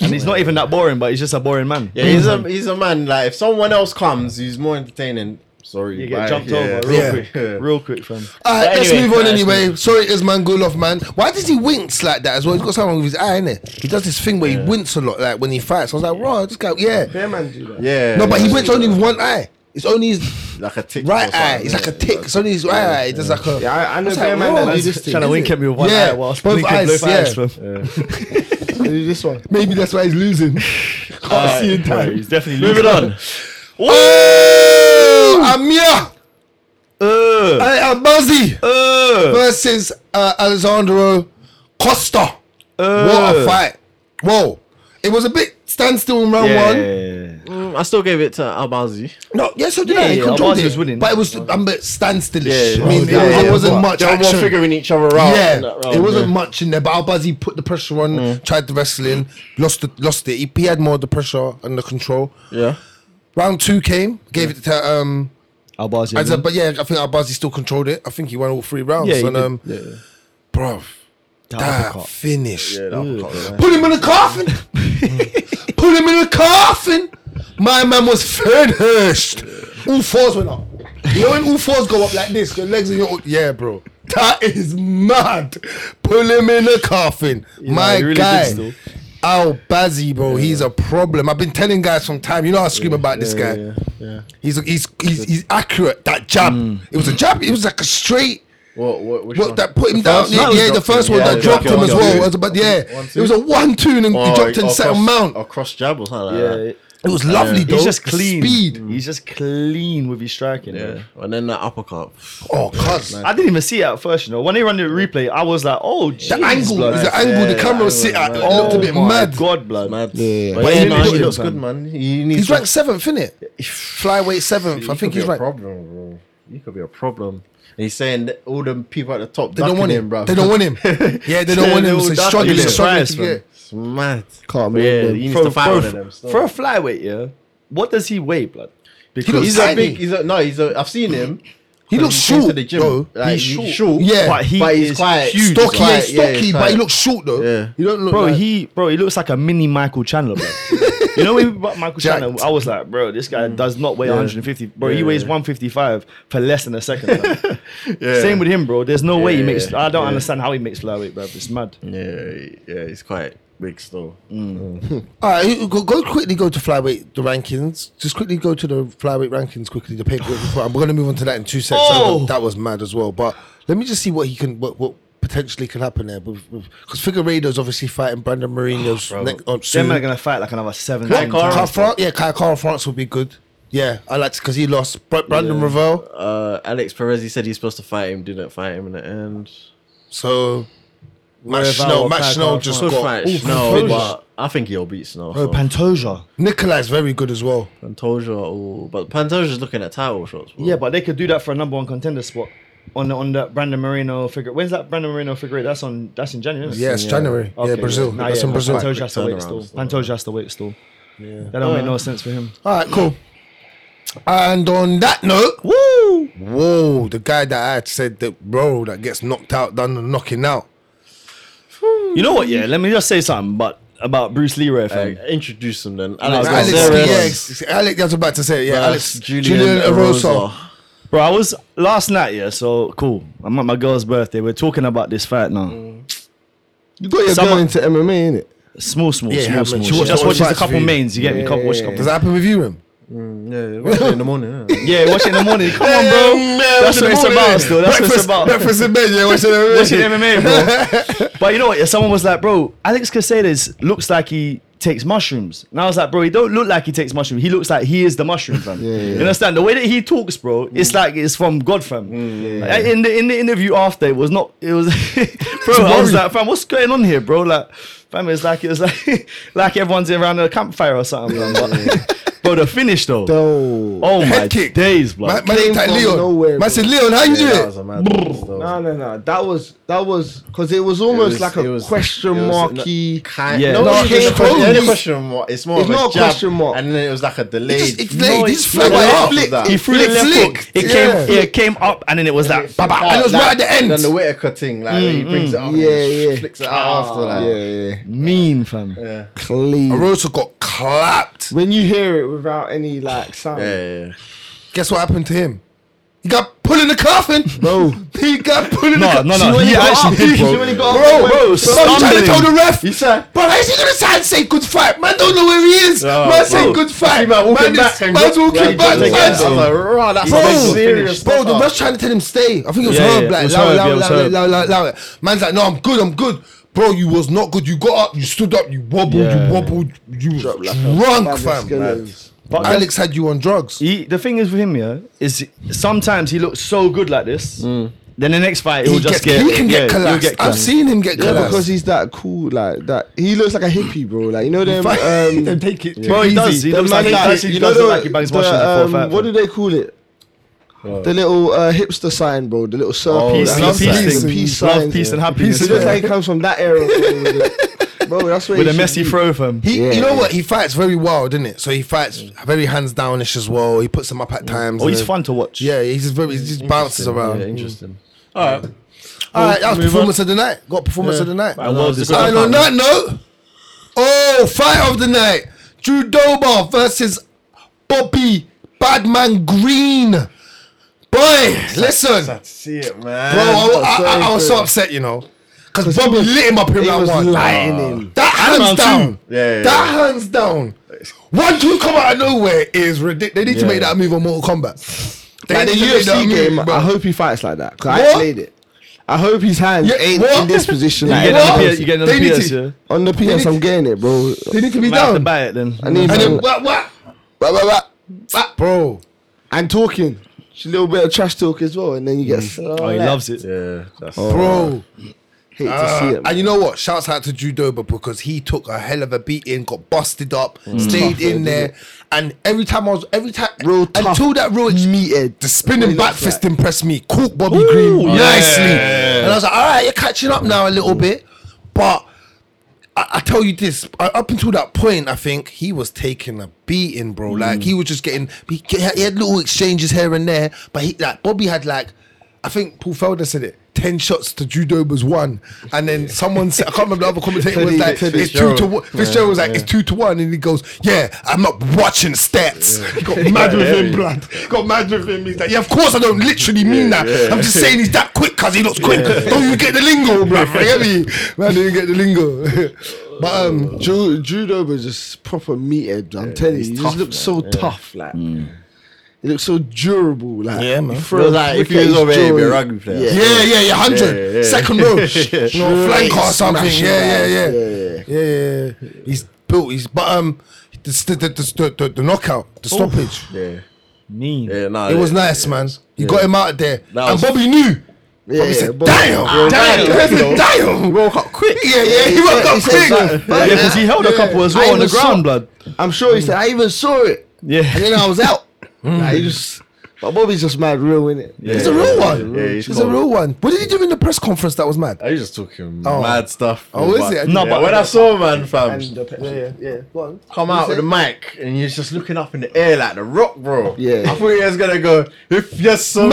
Speaker 2: And he's not even that boring, but he's just a boring man.
Speaker 4: Yeah, he's a he's a man. Like if someone else comes, he's more entertaining. Sorry,
Speaker 2: You get
Speaker 4: bye.
Speaker 2: jumped
Speaker 4: Yeah.
Speaker 2: over real
Speaker 5: Yeah.
Speaker 2: quick, real quick, fam.
Speaker 5: Alright,
Speaker 4: But
Speaker 5: let's
Speaker 4: anyway,
Speaker 5: move on
Speaker 4: guys,
Speaker 5: anyway. Sorry, it's Mangulov, man. Why does he wince like that as well? He's got something with his eye, innit? He does this thing where he winces a lot, like when he fights. I was like, raw, this guy, yeah.
Speaker 6: Them man do that.
Speaker 4: Yeah,
Speaker 5: No, but he
Speaker 4: yeah.
Speaker 5: winces only with one eye. It's only his
Speaker 4: like a tick.
Speaker 5: right
Speaker 4: or
Speaker 5: eye.
Speaker 4: something,
Speaker 5: It's like a
Speaker 4: innit?
Speaker 5: tick. It's only his right eye. It's like a.
Speaker 6: Yeah, I, I know
Speaker 5: What's
Speaker 6: them
Speaker 5: that
Speaker 6: man that
Speaker 5: wrong?
Speaker 6: do this thing.
Speaker 2: Trying to wink at me with one
Speaker 5: Yeah,
Speaker 2: eye whilst
Speaker 5: both
Speaker 2: blinking
Speaker 5: eyes,
Speaker 2: both eyes,
Speaker 5: yeah.
Speaker 2: fam.
Speaker 6: Do this one.
Speaker 5: Maybe that's why he's losing. Can't see in
Speaker 2: Bro,
Speaker 5: time.
Speaker 2: he's definitely moving on.
Speaker 5: Oh, Amir
Speaker 2: Uh,
Speaker 5: Al Bazzi
Speaker 2: uh.
Speaker 5: versus uh, Alessandro Costa. what a fight! Whoa, it was a bit standstill in round one.
Speaker 2: Yeah.
Speaker 4: Mm, I still gave it to Albazi.
Speaker 5: No, yeah, so did
Speaker 2: Yeah,
Speaker 5: I. He
Speaker 2: yeah,
Speaker 5: controlled
Speaker 2: Albazi
Speaker 5: it,
Speaker 2: was winning.
Speaker 5: but it was I'm bit standstillish.
Speaker 4: Yeah,
Speaker 5: I mean,
Speaker 4: yeah,
Speaker 5: it,
Speaker 4: yeah,
Speaker 5: it wasn't
Speaker 4: but
Speaker 5: much
Speaker 4: They were more
Speaker 5: action.
Speaker 4: figuring each other out. in that
Speaker 5: Yeah,
Speaker 4: round,
Speaker 5: it wasn't much in there. But Albazi put the pressure on,
Speaker 2: Mm.
Speaker 5: tried the wrestling, lost the, lost it. He, he had more of the pressure and the control.
Speaker 4: Yeah.
Speaker 5: Round two came, gave it to um.
Speaker 2: Albazi.
Speaker 5: As a, but yeah, I think Albazi still controlled it. I think he won all three rounds.
Speaker 2: Mm. Yeah, he
Speaker 5: and
Speaker 2: did.
Speaker 5: um, bro,
Speaker 2: That
Speaker 5: that
Speaker 2: uppercut.
Speaker 5: finish.
Speaker 4: Yeah, that uppercut, yeah.
Speaker 5: Put him in a coffin. Put him in a coffin. My man was finished. All fours went up. You know when all fours go up like this, your legs and your yeah, bro. That is mad. Put him in a coffin, my
Speaker 2: he really did
Speaker 5: guy.
Speaker 2: still.
Speaker 5: Al Bazzi, bro, he's a problem. I've been telling guys from time. You know I scream about this guy. He's, he's he's he's accurate. That jab,
Speaker 2: Mm.
Speaker 5: it was a jab. It was like a straight.
Speaker 4: What, what, which
Speaker 5: What
Speaker 4: one?
Speaker 5: that put him
Speaker 4: The
Speaker 5: down?
Speaker 4: first
Speaker 5: Yeah,
Speaker 4: one?
Speaker 5: yeah, the first one
Speaker 4: Yeah,
Speaker 5: that
Speaker 4: yeah,
Speaker 5: dropped
Speaker 4: okay,
Speaker 5: him as
Speaker 4: okay,
Speaker 5: well.
Speaker 4: okay.
Speaker 5: It was- But yeah,
Speaker 4: One, two. Oh,
Speaker 5: it was a one-two and he dropped and
Speaker 4: or
Speaker 5: set
Speaker 4: cross-
Speaker 5: him mount.
Speaker 4: Or cross jab or something like
Speaker 2: yeah.
Speaker 4: that.
Speaker 5: It was lovely though.
Speaker 2: Uh, He's just
Speaker 5: The
Speaker 2: clean. Mm.
Speaker 5: Speed.
Speaker 2: He's just clean with his striking. Yeah.
Speaker 4: Yeah. And then that uppercut.
Speaker 5: Oh, cuz.
Speaker 2: I didn't even see it at first, you know. When they ran the replay, I was like, "Oh, jeez,
Speaker 5: The angle,
Speaker 2: blood.
Speaker 5: the angle
Speaker 4: Yeah,
Speaker 5: the
Speaker 4: yeah,
Speaker 5: camera
Speaker 4: yeah,
Speaker 5: was sit
Speaker 4: yeah,
Speaker 5: at, it
Speaker 4: yeah.
Speaker 5: looked a
Speaker 2: oh
Speaker 5: bit
Speaker 2: my
Speaker 5: mad.
Speaker 2: God, blood.
Speaker 4: Mad.
Speaker 5: Yeah.
Speaker 4: But
Speaker 5: But
Speaker 4: yeah,
Speaker 5: he
Speaker 4: no,
Speaker 5: did
Speaker 4: he
Speaker 5: it,
Speaker 4: looks
Speaker 5: man.
Speaker 4: good, man. He needs
Speaker 5: He's
Speaker 4: to-
Speaker 5: ranked seventh, innit? Flyweight seventh. I
Speaker 4: He
Speaker 5: think
Speaker 4: could be
Speaker 5: he's
Speaker 4: a
Speaker 5: ranked.
Speaker 4: problem, bro. He could be a problem. And he's saying that all them people at the top
Speaker 5: They don't want him,
Speaker 4: bro.
Speaker 5: They don't want him. Yeah, they don't want him. So
Speaker 4: They
Speaker 5: he's
Speaker 4: all
Speaker 5: struggling.
Speaker 4: ducking him.
Speaker 5: He's struggling to
Speaker 2: Surprise, man.
Speaker 5: get.
Speaker 4: It's mad.
Speaker 6: Can't
Speaker 4: But yeah,
Speaker 6: move them.
Speaker 4: he needs
Speaker 2: for,
Speaker 4: to fight
Speaker 2: for,
Speaker 4: one of them. Still.
Speaker 2: for a flyweight, yeah. What does he weigh, blood? Because
Speaker 5: looks
Speaker 4: he's
Speaker 5: tiny.
Speaker 4: a big. He's a no. He's a. I've seen him.
Speaker 5: He
Speaker 4: when
Speaker 5: looks
Speaker 4: came
Speaker 5: short,
Speaker 4: To the gym.
Speaker 5: though.
Speaker 4: Like,
Speaker 2: He's
Speaker 4: he's,
Speaker 2: short.
Speaker 4: short.
Speaker 5: Yeah,
Speaker 2: but he
Speaker 4: but he's
Speaker 2: is
Speaker 4: quite
Speaker 5: Stocky,
Speaker 2: huge.
Speaker 5: yeah,
Speaker 4: He's quite- yeah,
Speaker 5: stocky,
Speaker 4: he's
Speaker 5: but he
Speaker 4: quite-
Speaker 5: looks short though.
Speaker 4: Yeah.
Speaker 5: He don't look
Speaker 2: bro,
Speaker 5: like-
Speaker 2: he bro, he looks like a mini Michael Chandler. Bro. you know when we brought Michael Chandler, I was like, bro, this guy does not weigh 150. Bro, he
Speaker 4: Mm. Yeah,
Speaker 2: weighs
Speaker 4: yeah.
Speaker 2: 155 for less than a second. man. Same with him, bro. There's no way he
Speaker 4: Yeah,
Speaker 2: makes.
Speaker 4: yeah,
Speaker 2: I don't
Speaker 4: yeah.
Speaker 2: understand how he makes flyweight, bro. It's mad.
Speaker 4: Yeah, yeah. He's quite big still.
Speaker 5: All right, go, go quickly go to flyweight the rankings. Just quickly go to the flyweight rankings quickly. The paperwork report. I'm going to move on to that in two seconds.
Speaker 2: Oh!
Speaker 5: That was mad as well. But let me just see what he can what, what potentially can happen there. Because Figueredo's obviously fighting Brandon Moreno's next on
Speaker 2: Them
Speaker 5: soon.
Speaker 2: men are gonna fight like another seven.
Speaker 5: Kyle
Speaker 2: ten times.
Speaker 5: Kyle Fran- yeah, Kyle, Kyle France would be good. Yeah, I like because he lost Bra- Brandon Ravel.
Speaker 4: Uh, Alex Perez. He said he's supposed to fight him. Didn't fight him in the end.
Speaker 5: So Matt
Speaker 2: Ravel
Speaker 5: Snow,
Speaker 2: or
Speaker 5: Matt
Speaker 2: Kyle
Speaker 5: Snow
Speaker 2: Kyle
Speaker 5: just
Speaker 4: Could
Speaker 5: got
Speaker 4: fight Snow, but I think he'll beat Snow.
Speaker 2: Bro,
Speaker 4: so.
Speaker 2: Pantoja.
Speaker 5: Nikolai's very good as well.
Speaker 4: Pantoja. Oh, but Pantoja's looking at title shots. Bro.
Speaker 2: Yeah, but they could do that for a number one contender spot on the, on that Brandon Moreno figure. When's that Brandon Moreno figure? That's on that's in January. isn't it?
Speaker 5: Yeah, it's January. yeah,
Speaker 2: Okay,
Speaker 5: Brazil.
Speaker 2: Nah,
Speaker 5: That's
Speaker 2: yeah,
Speaker 5: in Brazil.
Speaker 2: Pantoja has to
Speaker 4: Quick
Speaker 2: wait still.
Speaker 4: turnaround, so.
Speaker 2: Pantoja has to wait still. That don't make no sense for him.
Speaker 5: All right, cool. And on that note,
Speaker 2: Woo!
Speaker 5: whoa, the guy that I had said that bro that gets knocked out, done the knocking out.
Speaker 2: You know what? Yeah, let me just say something, but about Bruce Leroy. Fam.
Speaker 4: Uh, introduce him then.
Speaker 2: Alex
Speaker 5: Alex,
Speaker 2: Gonzalez.
Speaker 5: yeah, ex- Alex, that's about to say, it, yeah, Alex, Julian, Eroso.
Speaker 2: Bro, I was last night. Yeah, so cool. I'm at my girl's birthday. We're talking about this fight now.
Speaker 6: You got your
Speaker 2: Someone-
Speaker 6: girl into MMA, innit?
Speaker 2: Small, small,
Speaker 5: Yeah,
Speaker 2: small,
Speaker 5: man,
Speaker 2: small.
Speaker 5: she
Speaker 2: She
Speaker 5: watched all
Speaker 2: just
Speaker 5: the
Speaker 2: watches a
Speaker 5: fights
Speaker 2: couple
Speaker 5: for you.
Speaker 2: mains. You get me? Couple watch a
Speaker 5: Does
Speaker 2: couple.
Speaker 5: that happen with you, him?
Speaker 4: Yeah, watch it in the morning. yeah.
Speaker 2: Yeah, watch it in the morning. Come on, bro. That's what it's about. Still, that's what it's
Speaker 5: breakfast,
Speaker 2: about.
Speaker 5: Breakfast in bed, yeah, watching MMA.
Speaker 2: Watching MMA, bro. but you know what? Yeah, someone was like, bro, Alex Casares looks like he takes mushrooms. And I was like, bro, he don't look like he takes mushrooms. He looks like he is the mushroom, fam. You understand? The way that he talks, bro, it's like it's from God, fam. Uh, In the in the interview after, it was not. It was, bro. I was like, fam, what's going on here, bro? Like, fam, it's like it was like like everyone's around a campfire or something, fam. But, bro, the finish though.
Speaker 6: No.
Speaker 2: oh my
Speaker 5: Head kick.
Speaker 2: days, bro.
Speaker 5: Man, man,
Speaker 6: Came
Speaker 5: like
Speaker 6: from
Speaker 5: Leon.
Speaker 6: nowhere,
Speaker 5: man
Speaker 6: bro.
Speaker 5: said, Leon, how you do
Speaker 4: that was
Speaker 5: it?
Speaker 4: a mad one, still.
Speaker 6: No, no, no. That was that was because it was almost
Speaker 4: was-
Speaker 6: like
Speaker 4: it
Speaker 6: a
Speaker 4: was- it
Speaker 6: question
Speaker 4: was
Speaker 6: marky.
Speaker 4: Kind
Speaker 2: Yeah.
Speaker 4: no,
Speaker 2: No,
Speaker 4: it's
Speaker 6: it came
Speaker 4: just a question-
Speaker 6: from-
Speaker 4: yeah, the question mark. It's more
Speaker 6: It's
Speaker 4: of
Speaker 6: not a
Speaker 4: jab,
Speaker 6: question mark.
Speaker 4: And then it was like a delayed.
Speaker 5: Just, it's late.
Speaker 6: No,
Speaker 5: He's
Speaker 6: it's
Speaker 5: flicked
Speaker 6: not.
Speaker 5: it up.
Speaker 4: Flicked.
Speaker 5: That.
Speaker 2: he threw the
Speaker 5: Flicked,
Speaker 2: left hook.
Speaker 5: flicked.
Speaker 2: It
Speaker 5: Yeah.
Speaker 2: came, it came up, and then it was that.
Speaker 5: ba- and it was right at the end.
Speaker 4: Then the Mm, Whitaker thing, like he brings it up, and
Speaker 6: Yeah,
Speaker 4: he
Speaker 6: yeah.
Speaker 4: flicks it out after that.
Speaker 6: Yeah, yeah.
Speaker 2: Mean fam.
Speaker 4: yeah,
Speaker 6: Clean.
Speaker 5: Eroso got clapped.
Speaker 6: When you hear it without any like sound,
Speaker 4: yeah, yeah.
Speaker 5: Guess what happened to him? He got put in the coffin.
Speaker 6: bro.
Speaker 5: He got put in the
Speaker 2: No,
Speaker 5: coffin.
Speaker 2: no, no. He actually did,
Speaker 6: She really
Speaker 2: bro.
Speaker 6: got
Speaker 2: Bro,
Speaker 6: up.
Speaker 2: bro,
Speaker 5: So I'm trying to tell the
Speaker 2: stumbling.
Speaker 5: ref.
Speaker 4: He said,
Speaker 5: Bro, how is he gonna sign say good fight? Man don't know where he is.
Speaker 4: Oh,
Speaker 5: man say
Speaker 4: bro.
Speaker 5: good fight.
Speaker 4: man walking
Speaker 5: Man
Speaker 4: back
Speaker 5: is-
Speaker 4: and
Speaker 5: man's
Speaker 4: go-
Speaker 5: walking
Speaker 4: like,
Speaker 5: back.
Speaker 4: like,
Speaker 5: Man's-
Speaker 4: I was like, raw, that's
Speaker 5: Bro,
Speaker 4: some serious
Speaker 5: bro,
Speaker 4: stuff.
Speaker 5: the ref's trying to tell him stay. I think it was
Speaker 2: Yeah,
Speaker 5: Herb.
Speaker 2: yeah,
Speaker 5: Like,
Speaker 2: it was
Speaker 5: loud,
Speaker 2: Herb,
Speaker 5: loud,
Speaker 2: yeah, it was
Speaker 5: loud,
Speaker 2: Herb.
Speaker 5: loud, loud, loud. Man's like, no, I'm good, I'm good. Bro, you was not good. You got up, you stood up, you wobbled,
Speaker 2: Yeah.
Speaker 5: you wobbled, you was drunk, fam.
Speaker 2: But
Speaker 5: Alex had you on drugs.
Speaker 2: he, the thing is with him, yeah, is sometimes he looks so good like this, Then the next fight,
Speaker 5: He,
Speaker 2: he'll just
Speaker 5: gets- he
Speaker 2: get.
Speaker 5: can
Speaker 2: yeah,
Speaker 5: get
Speaker 2: he'll
Speaker 5: collapsed. I've
Speaker 2: collapsed.
Speaker 5: seen him get
Speaker 6: Yeah,
Speaker 5: collapsed.
Speaker 6: because he's that cool, like that. He looks like a hippie, bro. Like you know them. Um,
Speaker 5: Then take it.
Speaker 2: Bro, he
Speaker 5: Easy.
Speaker 2: does. He
Speaker 6: them
Speaker 2: looks like
Speaker 6: man
Speaker 2: he
Speaker 6: that-
Speaker 2: does. He
Speaker 6: you
Speaker 2: does
Speaker 6: know
Speaker 2: look like
Speaker 6: the-
Speaker 2: he bangs
Speaker 6: the,
Speaker 2: mushrooms before a
Speaker 6: um,
Speaker 2: fight.
Speaker 6: What do
Speaker 2: bro.
Speaker 6: they call it? The little uh, hipster sign, bro. The little circle.
Speaker 2: Peace,
Speaker 6: that
Speaker 2: love,
Speaker 6: has
Speaker 2: peace,
Speaker 6: like
Speaker 2: thing.
Speaker 6: the peace
Speaker 2: love,
Speaker 6: signs,
Speaker 2: peace,
Speaker 6: yeah.
Speaker 2: and happiness.
Speaker 6: So it looks
Speaker 2: yeah.
Speaker 6: like he comes from that era, bro. bro that's where
Speaker 2: With
Speaker 6: he
Speaker 2: a
Speaker 6: should
Speaker 2: messy
Speaker 6: be.
Speaker 2: throw from.
Speaker 5: He,
Speaker 6: Yeah.
Speaker 5: you know what? He fights very wild, isn't it? So he fights very hands downish as well. He puts them up at times.
Speaker 2: Oh,
Speaker 5: and
Speaker 2: he's
Speaker 5: then-
Speaker 2: fun to watch.
Speaker 5: Yeah, he's just very. He just bounces around.
Speaker 4: Yeah, interesting. All right.
Speaker 5: All right, that was
Speaker 4: Move
Speaker 5: performance of the night. Got performance
Speaker 4: Yeah.
Speaker 5: of the night.
Speaker 2: Right, well, this is
Speaker 5: And on that note, oh, fight of the night: Drew Dober versus Bobby Badman Green. Boy, listen, bro,
Speaker 4: See it, man.
Speaker 5: I, I- I- I was so upset, you know, because Bobby lit him up in
Speaker 6: He
Speaker 5: round
Speaker 6: was
Speaker 5: one.
Speaker 6: lighting him.
Speaker 5: That hands
Speaker 2: round two.
Speaker 5: down.
Speaker 4: Yeah, yeah,
Speaker 5: that hands down. One two come out of nowhere is ridiculous. They need to
Speaker 4: Yeah.
Speaker 5: make that move on Mortal Kombat. They
Speaker 6: Like the
Speaker 5: need to make that
Speaker 6: UFC
Speaker 5: move,
Speaker 6: game,
Speaker 5: bro.
Speaker 6: I hope he fights like that. Cause I
Speaker 5: What?
Speaker 6: played it. I hope his hands
Speaker 5: Yeah,
Speaker 6: ain't
Speaker 5: what?
Speaker 6: in this position.
Speaker 2: You
Speaker 6: Like,
Speaker 2: get
Speaker 5: What?
Speaker 2: another PS. You get
Speaker 5: They
Speaker 2: another
Speaker 5: need
Speaker 2: PS.
Speaker 5: to-
Speaker 2: Yeah.
Speaker 6: on the PS, I'm getting it, bro.
Speaker 5: they need to be
Speaker 2: Might have to
Speaker 5: down.
Speaker 2: buy it then.
Speaker 6: I need
Speaker 5: And then
Speaker 6: man,
Speaker 5: what? What?
Speaker 6: blah, blah, blah.
Speaker 5: what? Bro,
Speaker 6: and talking. Mm. She's a little bit of trash talk as well, and then you get. slapped.
Speaker 2: Oh, he loves it.
Speaker 4: Yeah, that's
Speaker 5: bro.
Speaker 6: Hate to
Speaker 5: Uh,
Speaker 6: see um, it. man.
Speaker 5: and you know what? Shouts out to Judoba because he took a hell of a beating, got busted up,
Speaker 6: Mm.
Speaker 5: stayed in there, and every time I was every time
Speaker 6: Real tough.
Speaker 5: until that real ex-
Speaker 6: meated.
Speaker 5: the spinning
Speaker 6: Really
Speaker 5: back
Speaker 6: looks
Speaker 5: fist
Speaker 6: like-
Speaker 5: impressed me. Cook Bobby Green nicely, and I was like, all right, you're catching up now a little bit, but. I, I tell you this, uh, up until that point, I think he was taking a beating, bro. Like he was just getting, he, ge- he had little exchanges here and there, but he like Bobby had like, I think Paul Felder said it. Ten shots to Judoba's one, and then someone said, I can't remember the other commentator was
Speaker 6: Teddy-
Speaker 5: like,
Speaker 6: Teddy
Speaker 5: it's two to
Speaker 4: Fitzgerald.
Speaker 5: one. Fitzgerald was like, it's two to one, and he goes, yeah, I'm not watching stats. He got mad with him, blood. He got mad with him. He's like, yeah, of course I don't literally mean that. I'm just saying he's that quick because he looks quick. Don't you get the lingo, bruv? You get me? Man, do you get the lingo? but um,
Speaker 6: Drew, Drew Dober just proper meated. I'm telling you, he just looks so tough. Like he looks so durable. Like
Speaker 5: Yeah, man.
Speaker 6: you throw
Speaker 4: Well,
Speaker 6: a
Speaker 4: like, if
Speaker 6: brick
Speaker 4: he
Speaker 6: at
Speaker 4: was
Speaker 6: his
Speaker 4: over here, he'd be a
Speaker 6: jaw,
Speaker 4: rugby player.
Speaker 6: Yeah,
Speaker 5: yeah, yeah, yeah, hundred
Speaker 4: Yeah, yeah.
Speaker 5: second row, no flank or something.
Speaker 6: Smash it,
Speaker 5: Yeah, yeah,
Speaker 6: man.
Speaker 5: yeah,
Speaker 6: Yeah,
Speaker 5: yeah, yeah, yeah. He's built. He's but um, the the the, the, the, the knockout, the stoppage.
Speaker 4: Yeah,
Speaker 2: Mean.
Speaker 4: yeah, nah,
Speaker 5: It was
Speaker 4: yeah.
Speaker 5: nice, man. He got him out of there,
Speaker 4: That
Speaker 5: and
Speaker 4: was-
Speaker 5: Bobby knew.
Speaker 6: yeah,
Speaker 5: Bobby said,
Speaker 6: but-
Speaker 5: "Damn, damn, damn, damn!" Woke up quick. Yeah, yeah, he
Speaker 6: he
Speaker 5: woke
Speaker 6: said-
Speaker 5: up
Speaker 6: he said
Speaker 5: quick.
Speaker 6: something.
Speaker 2: Yeah, because he held a couple as well
Speaker 6: I
Speaker 2: on the
Speaker 6: even saw-
Speaker 2: ground, blood.
Speaker 6: I'm sure he said I even saw it, and
Speaker 2: Yeah.
Speaker 6: then I was out. Like, he just, but Bobby's just mad real, isn't it?
Speaker 5: It's a real one.
Speaker 4: Yeah, he's
Speaker 5: It's a
Speaker 4: cold. Uh,
Speaker 5: real one. What did he do in the press conference that was mad?
Speaker 4: I was just talking
Speaker 5: Oh.
Speaker 4: mad stuff.
Speaker 5: Oh, is it?
Speaker 4: No,
Speaker 2: No,
Speaker 4: but
Speaker 2: but-
Speaker 4: when I saw man, fam,
Speaker 6: yeah, yeah. Go on.
Speaker 4: come out with the mic and he's just looking up in the air like the rock, bro.
Speaker 6: Yeah.
Speaker 4: I thought he was gonna go, if yes, so.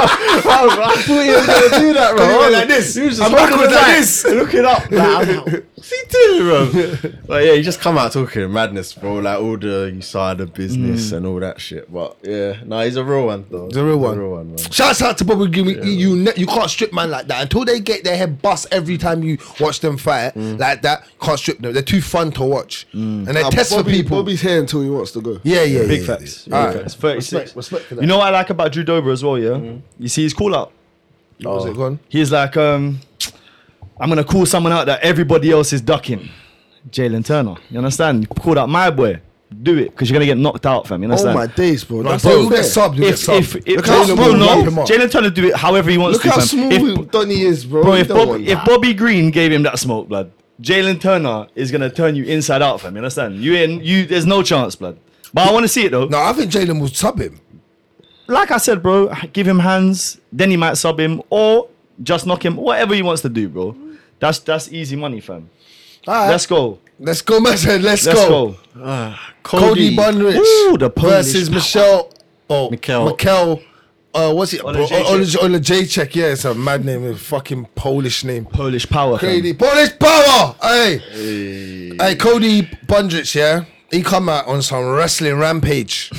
Speaker 4: I thought he was gonna do that, bro. He went like this. He was just
Speaker 5: I'm back
Speaker 4: holding
Speaker 5: with
Speaker 4: the
Speaker 5: like
Speaker 4: mic,
Speaker 5: this.
Speaker 4: looking up. Like, I'm like, what's he doing, bro? but yeah, he just come out talking madness, bro. Like all the you saw the business and all that shit. But yeah, no, he's a real one though. He's
Speaker 5: Mm. a real one.
Speaker 4: real one, man.
Speaker 5: Shouts out to Bobby Green. You- you ne- you can't strip man like that until they get their head bust every time you watch them fight like that. Can't strip them. They're too fun to watch, and they
Speaker 6: Nah,
Speaker 5: test
Speaker 6: Bobby,
Speaker 5: for people.
Speaker 6: Bobby's here until he wants to go.
Speaker 5: yeah, yeah,
Speaker 2: Big
Speaker 5: yeah,
Speaker 2: facts.
Speaker 5: yeah. All
Speaker 2: Big
Speaker 5: right.
Speaker 2: facts. 36.
Speaker 5: Respect for that.
Speaker 2: You know what I like about Drew Dober as well, yeah? You see his call out.
Speaker 5: What was it gone?
Speaker 2: He's like, um, I'm gonna call someone out that everybody else is ducking. Jalen Turner. You understand? Call out my boy. Do it, because you're gonna get knocked out, fam. You
Speaker 6: Oh
Speaker 2: understand?
Speaker 6: my days, bro.
Speaker 5: Like,
Speaker 6: That's
Speaker 5: bro,
Speaker 6: so
Speaker 5: you get
Speaker 6: fair.
Speaker 5: subbed. You get
Speaker 2: If
Speaker 5: subbed.
Speaker 2: if if
Speaker 5: Look how
Speaker 2: Jalen-
Speaker 5: small
Speaker 2: bro,
Speaker 5: you
Speaker 2: no,
Speaker 5: wrap him up.
Speaker 2: Jalen Turner do it however he wants
Speaker 6: Look
Speaker 2: to.
Speaker 6: how
Speaker 2: fam.
Speaker 6: small
Speaker 2: If-
Speaker 6: Donny is, bro.
Speaker 2: Bro,
Speaker 6: You
Speaker 2: if,
Speaker 6: don't
Speaker 2: Bob,
Speaker 6: want
Speaker 2: if
Speaker 6: that.
Speaker 2: Bobby Green gave him that smoke, blood, Jalen Turner is gonna turn you inside out, fam. You understand? You in you. There's no chance, blood. But I want to see it though.
Speaker 5: No, I think Jalen will sub him.
Speaker 2: Like I said, bro, give him hands. Then he might sub him or just knock him. Whatever he wants to do, bro. That's that's easy money, fam.
Speaker 5: All right.
Speaker 2: Let's go.
Speaker 5: Let's go, man. Uh, Let's,
Speaker 2: Let's
Speaker 5: go.
Speaker 2: go.
Speaker 5: Cody, Bunrich
Speaker 2: Ooh, the Polish
Speaker 5: versus
Speaker 2: power.
Speaker 5: Michelle. Oh,
Speaker 4: Mikel.
Speaker 5: Mikel. Uh, what's it?
Speaker 2: Olajeczek.
Speaker 5: Ola J check. Yeah, it's a mad name. A fucking Polish name.
Speaker 2: Polish power. fam.
Speaker 5: Crazy Polish power. Hey, hey, Cody Bunrich. Yeah, he come out on some wrestling rampage.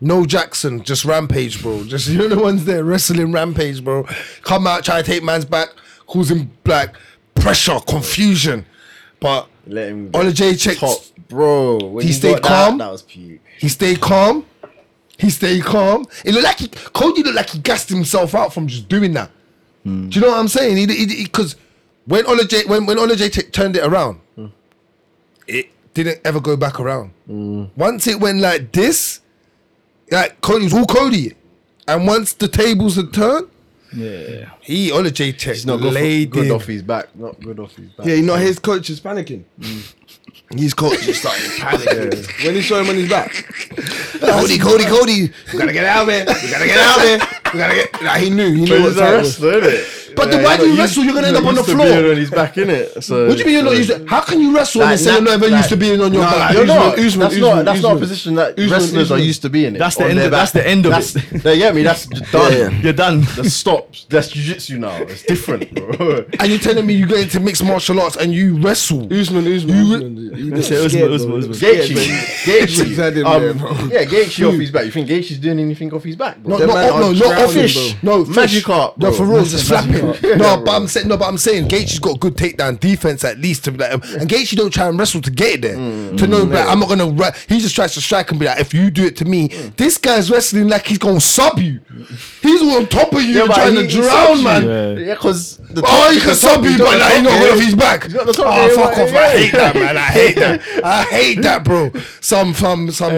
Speaker 5: No Jackson, just rampage, bro. Just you know the ones there wrestling rampage, bro. Come out, try to take man's back, causing like pressure, confusion, but.
Speaker 4: Let him
Speaker 5: Ola J check
Speaker 4: top, bro. When
Speaker 5: He
Speaker 4: you
Speaker 5: stayed
Speaker 4: got that,
Speaker 5: calm.
Speaker 4: That was puke.
Speaker 5: He stayed calm. He stayed calm. It looked like he, Cody looked like he gassed himself out from just doing that. Do you know what I'm saying? He because when Ola J when when Ola J t- turned it around, it didn't ever go back around. Once it went like this, like Cody was all Cody, and once the tables had turned,
Speaker 2: Yeah.
Speaker 5: He Olajay
Speaker 4: He's
Speaker 5: Tech
Speaker 4: not good,
Speaker 5: laid
Speaker 4: good
Speaker 5: in.
Speaker 4: off his back. Not good off his back.
Speaker 6: Yeah, you know his coach is panicking.
Speaker 5: His coach is starting to panic.
Speaker 6: When he saw him on his back,
Speaker 5: Cody, Cody, Cody, we gotta get out of here. We gotta get out of here. We gotta get. Nah, he knew. He knew
Speaker 4: But
Speaker 5: what
Speaker 4: he's
Speaker 5: time
Speaker 4: a
Speaker 5: it was.
Speaker 4: wrestler, is
Speaker 5: But then why do you wrestle? You're gonna end up on the floor.
Speaker 4: on his back, innit? So,
Speaker 5: What do you mean you're not
Speaker 4: so-
Speaker 5: used? To, how can you wrestle and
Speaker 4: Like,
Speaker 5: say you're
Speaker 4: nah,
Speaker 5: not ever
Speaker 4: like-
Speaker 5: used to being on your
Speaker 4: Nah,
Speaker 5: back?
Speaker 4: you're
Speaker 5: Usman,
Speaker 4: not.
Speaker 5: Usman,
Speaker 4: that's
Speaker 5: Usman,
Speaker 4: not. That's not a
Speaker 5: Usman.
Speaker 4: position that
Speaker 5: Usman,
Speaker 4: wrestlers
Speaker 5: Usman.
Speaker 4: are used to be in. It
Speaker 2: That's the
Speaker 4: on
Speaker 2: end
Speaker 4: their
Speaker 2: of- that's
Speaker 4: back.
Speaker 2: the end of
Speaker 4: that's,
Speaker 2: it.
Speaker 4: They get me. That's done.
Speaker 2: You're done.
Speaker 4: That's stopped. That's jiu-jitsu now. It's different, bro.
Speaker 5: And you're telling me you go into mixed martial arts and you wrestle?
Speaker 6: Usman, Usman, Usman, he got
Speaker 2: Say,
Speaker 6: scared,
Speaker 2: Usman, Usman,
Speaker 6: bro.
Speaker 2: Usman.
Speaker 4: Gaethje,
Speaker 6: He's had
Speaker 4: Gaethje,
Speaker 6: him there, bro.
Speaker 4: um, yeah, Gaethje off his back. You think Gaethje's doing anything off his back? Bro?
Speaker 5: No, not,
Speaker 6: man
Speaker 5: oh, no,
Speaker 6: are
Speaker 5: not
Speaker 6: drowning,
Speaker 5: off fish. No, fish.
Speaker 4: Magic art,
Speaker 5: No,
Speaker 4: bro.
Speaker 5: for real, just slap him. No, but I'm saying, no, but I'm saying, Gaethje's got good takedown defense at least to be like, um, and Gaethje don't try and wrestle to get it there.
Speaker 4: Mm.
Speaker 5: to know, that I'm not gonna. Ra- he just tries to strike and be like, if you do it to me,
Speaker 4: Mm.
Speaker 5: this guy's wrestling like he's gonna sub you. He's on top of you,
Speaker 4: Yeah,
Speaker 5: and
Speaker 4: but
Speaker 5: trying
Speaker 4: he-
Speaker 5: to
Speaker 4: he subs
Speaker 5: drown,
Speaker 4: you.
Speaker 5: man.
Speaker 2: Yeah.
Speaker 4: Yeah, because the
Speaker 5: Oh,
Speaker 4: top-
Speaker 5: he can
Speaker 4: the top-
Speaker 5: sub
Speaker 4: got
Speaker 5: you, but
Speaker 4: the
Speaker 5: like, he's
Speaker 4: top
Speaker 5: not
Speaker 4: here.
Speaker 5: good off his back.
Speaker 4: got the top
Speaker 5: oh,
Speaker 4: here,
Speaker 5: fuck
Speaker 4: right?
Speaker 5: off! I hate that, man. I hate that. I hate that, bro. Some, some, some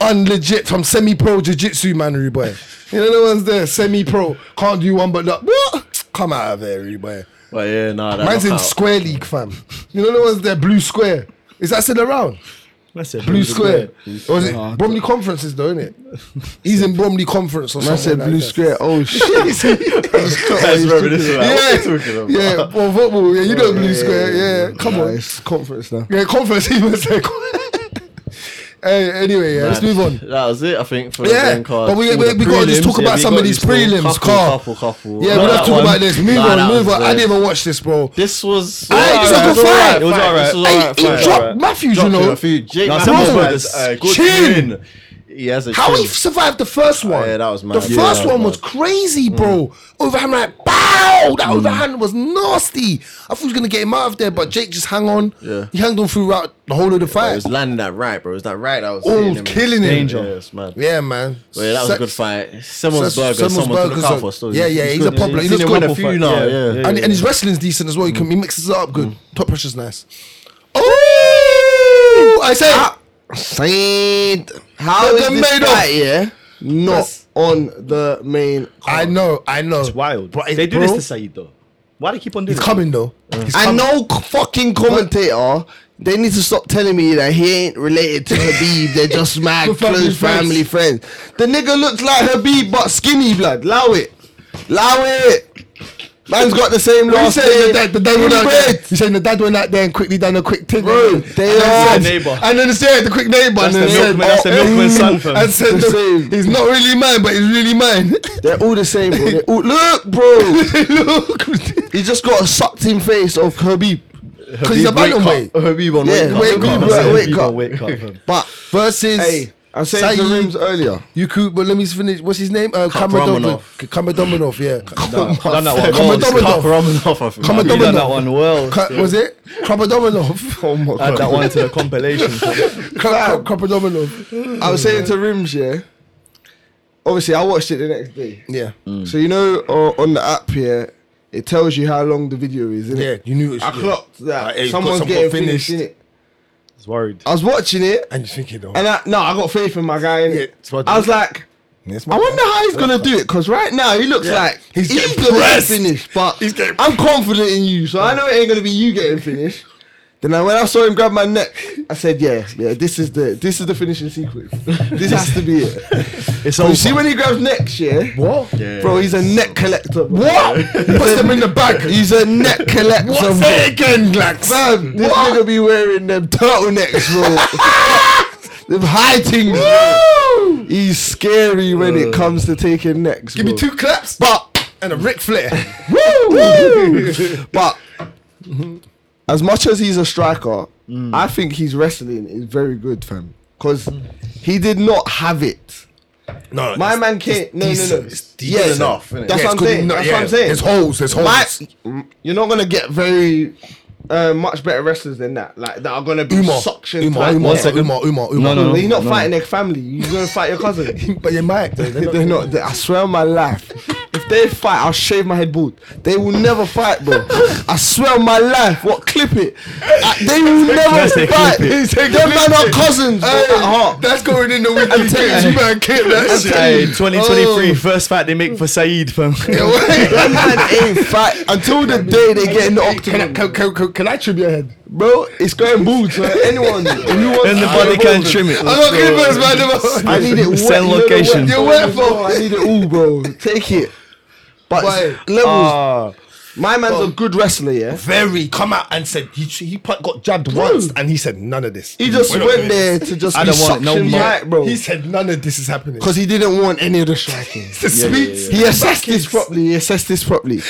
Speaker 5: unlegit, some semi-pro jiu-jitsu man, Rude boy. You know the ones there, semi-pro, can't do one but that. What? Come out of there, Rude boy.
Speaker 4: But yeah, nah, that
Speaker 5: Mine's in
Speaker 4: knockout.
Speaker 5: Square League, fam. You know the ones there, Blue Square. Is that still around?
Speaker 2: That's it.
Speaker 5: Blue Square. Or is it Bromley Conferences though, isn't it? He's in Bromley Conference or
Speaker 6: Man
Speaker 5: something.
Speaker 6: said
Speaker 5: like
Speaker 6: Blue
Speaker 5: that.
Speaker 6: Square. Oh shit!
Speaker 4: That's rubbish, this is like, what are you talking
Speaker 5: Yeah,
Speaker 4: about?
Speaker 5: yeah, well, football, yeah, you know Blue Square, yeah, come
Speaker 6: Nah,
Speaker 5: on.
Speaker 6: it's conference now.
Speaker 5: Yeah, conference he was like. hey, anyway, yeah, let's
Speaker 4: Man,
Speaker 5: move on.
Speaker 4: That was it, I think, for
Speaker 5: Yeah,
Speaker 4: the main card.
Speaker 5: but we-
Speaker 4: All
Speaker 5: we-
Speaker 4: the
Speaker 5: we gotta just
Speaker 4: prelims,
Speaker 5: talk about
Speaker 4: we
Speaker 5: some of
Speaker 4: gotta
Speaker 5: these
Speaker 4: just talk
Speaker 5: prelims,
Speaker 4: couple,
Speaker 5: Carl.
Speaker 4: Couple, couple.
Speaker 5: Yeah,
Speaker 4: Nah,
Speaker 5: we'll
Speaker 4: that
Speaker 5: have to talk
Speaker 4: one-
Speaker 5: about this. Move
Speaker 4: nah, that
Speaker 5: on, move
Speaker 4: was
Speaker 5: on. I
Speaker 4: weird.
Speaker 5: didn't even watch this, bro.
Speaker 4: This was.
Speaker 5: Hey,
Speaker 4: Alright,
Speaker 5: took a
Speaker 4: it was alright,
Speaker 5: fight.
Speaker 2: It was alright.
Speaker 4: This was
Speaker 5: Hey,
Speaker 4: alright,
Speaker 5: he
Speaker 4: fight,
Speaker 5: dropped
Speaker 4: alright.
Speaker 5: Matthews, you
Speaker 4: Dropped him
Speaker 5: know.
Speaker 4: a few. Jake
Speaker 2: Now,
Speaker 5: Samuel
Speaker 4: Matthews
Speaker 5: Butler's
Speaker 4: has a good
Speaker 5: chin.
Speaker 4: He has a
Speaker 5: How
Speaker 4: chin.
Speaker 5: he survived the first one?
Speaker 4: yeah, that was mad.
Speaker 5: The
Speaker 4: Yeah,
Speaker 5: first
Speaker 4: that was
Speaker 5: one
Speaker 4: mad.
Speaker 5: was crazy,
Speaker 4: Mm.
Speaker 5: bro. Overhand like bow. That overhand was nasty. I thought he was gonna get him out of there, but Jake just hung on.
Speaker 4: Yeah.
Speaker 5: He hung on throughout the whole of the
Speaker 4: It
Speaker 5: fight.
Speaker 4: was landing that right, bro. It was that right that was
Speaker 5: Oh,
Speaker 4: hitting
Speaker 5: was killing him.
Speaker 4: Yeah,
Speaker 2: Danger.
Speaker 4: it's mad.
Speaker 5: Yeah, man.
Speaker 4: But yeah, that was a
Speaker 5: Sex-
Speaker 4: good fight. Someone's
Speaker 5: Seth-
Speaker 4: burger,
Speaker 5: Seth's
Speaker 4: someone to
Speaker 5: Burger's
Speaker 4: look out
Speaker 5: a-
Speaker 4: for. Still,
Speaker 5: Yeah, yeah, he's a popular-
Speaker 4: He's,
Speaker 5: he's
Speaker 4: good.
Speaker 5: a
Speaker 4: won a
Speaker 5: couple
Speaker 4: few
Speaker 5: fight.
Speaker 4: now.
Speaker 2: Yeah,
Speaker 4: Yeah, Mm.
Speaker 2: yeah.
Speaker 5: and, and his wrestling's decent as well. He, can, he mixes it up good. Top pressure's nice. Oh, I say.
Speaker 4: Ah!
Speaker 6: Saint, how
Speaker 5: The-
Speaker 6: is
Speaker 5: the
Speaker 6: this
Speaker 5: made
Speaker 6: guy yeah not
Speaker 5: That's-
Speaker 6: on the main?
Speaker 5: I know, I know.
Speaker 2: It's wild.
Speaker 5: Bro,
Speaker 2: they do this
Speaker 5: bro.
Speaker 2: to Saeed though. Why do they keep on doing
Speaker 5: He's
Speaker 2: it?
Speaker 5: coming though.
Speaker 4: Mm.
Speaker 5: He's
Speaker 6: I
Speaker 5: coming.
Speaker 6: know, fucking commentator. They need to stop telling me that he ain't related to Habib. They're just mad
Speaker 5: Good family
Speaker 6: close family friends. The nigga looks like Habib but skinny, blood. Low it, low it. Man's got the same
Speaker 5: What you
Speaker 6: last
Speaker 5: saying? The
Speaker 6: name.
Speaker 5: dad, the dad
Speaker 6: Inbred.
Speaker 5: went out there. You saying the dad went out there and quickly done a quick thing.
Speaker 6: Bro,
Speaker 5: and
Speaker 6: they
Speaker 5: then
Speaker 6: are-
Speaker 5: said-
Speaker 2: The neighbour.
Speaker 5: And then said the quick neighbour.
Speaker 2: That's
Speaker 5: and
Speaker 2: the
Speaker 5: then said, "Oh, eh,"
Speaker 2: milkman- that's the milkman's son, fam.
Speaker 5: And said
Speaker 6: The
Speaker 5: "Look,
Speaker 6: same.
Speaker 5: he's not really mine, but he's really mine.
Speaker 6: They're all the same, bro. They're all- look, bro.
Speaker 5: Look,
Speaker 6: He just got a sucked in face of Habib.
Speaker 5: because he's a bantamweight.
Speaker 4: Habib on
Speaker 6: Yeah,
Speaker 4: weight
Speaker 6: wake
Speaker 4: cut.
Speaker 6: up,
Speaker 2: That's it,
Speaker 6: wake
Speaker 2: people
Speaker 6: up.
Speaker 2: Wake up. fam.
Speaker 6: But
Speaker 5: Versus.
Speaker 6: hey, I said the
Speaker 5: Saeed-
Speaker 6: rims earlier.
Speaker 5: You could, but let me finish. What's his name? Uh,
Speaker 4: Kamramanov.
Speaker 5: Kamradominov. Kamradominov, yeah.
Speaker 2: Done that one. well.
Speaker 4: Romanov,
Speaker 5: Kamradominov.
Speaker 4: I think.
Speaker 5: Come on,
Speaker 2: You done
Speaker 5: Domino.
Speaker 2: that one well.
Speaker 5: Ka- Was it? Kamradominov. Oh my
Speaker 2: Add that one to the compilation.
Speaker 5: Kamradominov.
Speaker 6: I was saying to rims, yeah. Obviously, I watched it the next day.
Speaker 5: Yeah.
Speaker 6: So you know, uh, on the app here, it tells you how long the video is, isn't
Speaker 5: Yeah,
Speaker 6: it?
Speaker 5: you knew it.
Speaker 6: I
Speaker 5: yeah.
Speaker 6: clocked that
Speaker 5: Like, hey,
Speaker 6: someone's
Speaker 5: someone
Speaker 6: getting
Speaker 5: got
Speaker 6: finished. innit?
Speaker 2: He's
Speaker 5: Oh.
Speaker 2: worried.
Speaker 6: I was watching it,
Speaker 5: And you're thinking, oh,
Speaker 6: and I, no, I got faith in my guy.
Speaker 5: Yeah,
Speaker 6: Innit?
Speaker 5: it's what-
Speaker 6: I was like,
Speaker 5: it's my
Speaker 6: I wonder
Speaker 5: guy.
Speaker 6: how he's gonna do it, cause right now he looks like
Speaker 5: He's
Speaker 6: he's,
Speaker 5: getting
Speaker 6: gonna get
Speaker 5: pressed.
Speaker 6: finished. But
Speaker 5: He's getting-
Speaker 6: I'm confident in you, so I know it ain't gonna be you getting finished. Then I, when I saw him grab my neck, I said, "Yeah, yeah, this is the this is the finishing sequence. This has to be it."
Speaker 2: It's
Speaker 6: So
Speaker 2: over.
Speaker 6: you see when he grabs necks, yeah,
Speaker 5: What?
Speaker 6: bro, he's a neck collector. Bro.
Speaker 5: What? Puts them in the bag.
Speaker 6: He's a neck collector.
Speaker 5: What?
Speaker 6: bro.
Speaker 5: Say it again, Glax.
Speaker 6: Fam, this nigga be wearing them turtlenecks, bro. them high things. bro.
Speaker 5: Woo! Uh.
Speaker 6: He's scary when it comes to taking necks.
Speaker 5: Give me
Speaker 6: bro.
Speaker 5: two claps
Speaker 6: But
Speaker 5: and a Ric Flair.
Speaker 6: Woo! but as much as he's a striker,
Speaker 5: Mm.
Speaker 6: I think his wrestling is very good, fam. Because he did not have it.
Speaker 5: no,
Speaker 6: My man came. No, no, no.
Speaker 5: decent. It's decent
Speaker 6: Yeah,
Speaker 4: enough, innit?
Speaker 6: That's
Speaker 5: Yeah,
Speaker 6: what
Speaker 5: it's
Speaker 6: I'm
Speaker 5: good
Speaker 6: saying.
Speaker 5: enough,
Speaker 6: That's
Speaker 5: yeah.
Speaker 6: what I'm saying.
Speaker 5: There's holes. There's holes.
Speaker 6: My- you're not gonna get very uh, much better wrestlers than that. Like that are gonna be
Speaker 5: Umar,
Speaker 6: suctioned.
Speaker 5: Umar,
Speaker 6: to-
Speaker 5: Umar,
Speaker 6: Yeah.
Speaker 5: Umar, Umar, Umar, Umar.
Speaker 2: no, no.
Speaker 6: You're not
Speaker 2: no.
Speaker 6: fighting their family. You're gonna fight your cousin.
Speaker 5: But you might. though. They're not-
Speaker 6: They're not. They, I swear on my life. If they fight, I'll shave my head bald. They will never fight, bro. I swear on my life. What clip it? I- they will never
Speaker 2: That's a
Speaker 6: fight.
Speaker 2: clip
Speaker 6: Them man are cousins bro, at heart.
Speaker 5: That's going in the weekly games. You better keep that shit.
Speaker 2: Hey, 2023, first fight they make for Saeed, fam.
Speaker 6: Them man ain't fight until the day they get in the octagon,
Speaker 5: Can I, can, can, can, can I trim your head?
Speaker 6: bro. It's going bald. So anyone, anyone
Speaker 2: Anybody can trim it.
Speaker 5: I'm not creepers, man.
Speaker 6: I need it wet.
Speaker 2: Send
Speaker 6: you know the
Speaker 2: location.
Speaker 6: wet-
Speaker 5: You're
Speaker 6: You're
Speaker 5: wet,
Speaker 6: wet,
Speaker 5: bro.
Speaker 6: bro. I need it all, bro. Take it. But
Speaker 5: Why?
Speaker 6: levels.
Speaker 2: Ah,
Speaker 6: my man's a good wrestler, yeah.
Speaker 5: Very come out and said he he put- got jabbed once and he said none of this.
Speaker 6: He just
Speaker 5: We're not
Speaker 6: went
Speaker 5: doing this.
Speaker 6: there to just
Speaker 2: I
Speaker 6: be
Speaker 2: don't want it no
Speaker 6: suctioned
Speaker 2: more.
Speaker 6: right, bro.
Speaker 5: He said none of this is happening.
Speaker 6: Because he didn't want any of the striking.
Speaker 5: the speech.
Speaker 6: He assessed this properly. He assessed this properly,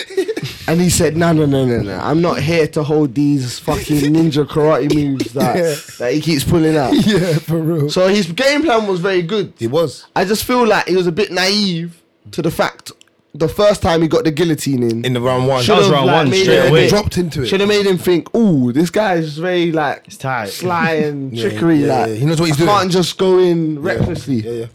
Speaker 6: and he said, "No, no, no, no, no. I'm not here to hold these fucking ninja karate moves that that he keeps pulling out."
Speaker 5: Yeah, for real.
Speaker 6: So his game plan was very good.
Speaker 5: He was
Speaker 6: I just feel like he was a bit naive to the fact the first time he got the guillotine in.
Speaker 5: in the round one.
Speaker 2: That was round one, straight
Speaker 5: Yeah,
Speaker 2: away.
Speaker 5: he dropped into it.
Speaker 6: Should have made him think, ooh, this guy is very like
Speaker 2: it's tight.
Speaker 6: sly and
Speaker 5: Yeah,
Speaker 6: trickery.
Speaker 5: yeah,
Speaker 6: like
Speaker 5: yeah, he knows what he's
Speaker 6: I
Speaker 5: doing.
Speaker 6: Can't just go in recklessly.
Speaker 5: Yeah, yeah.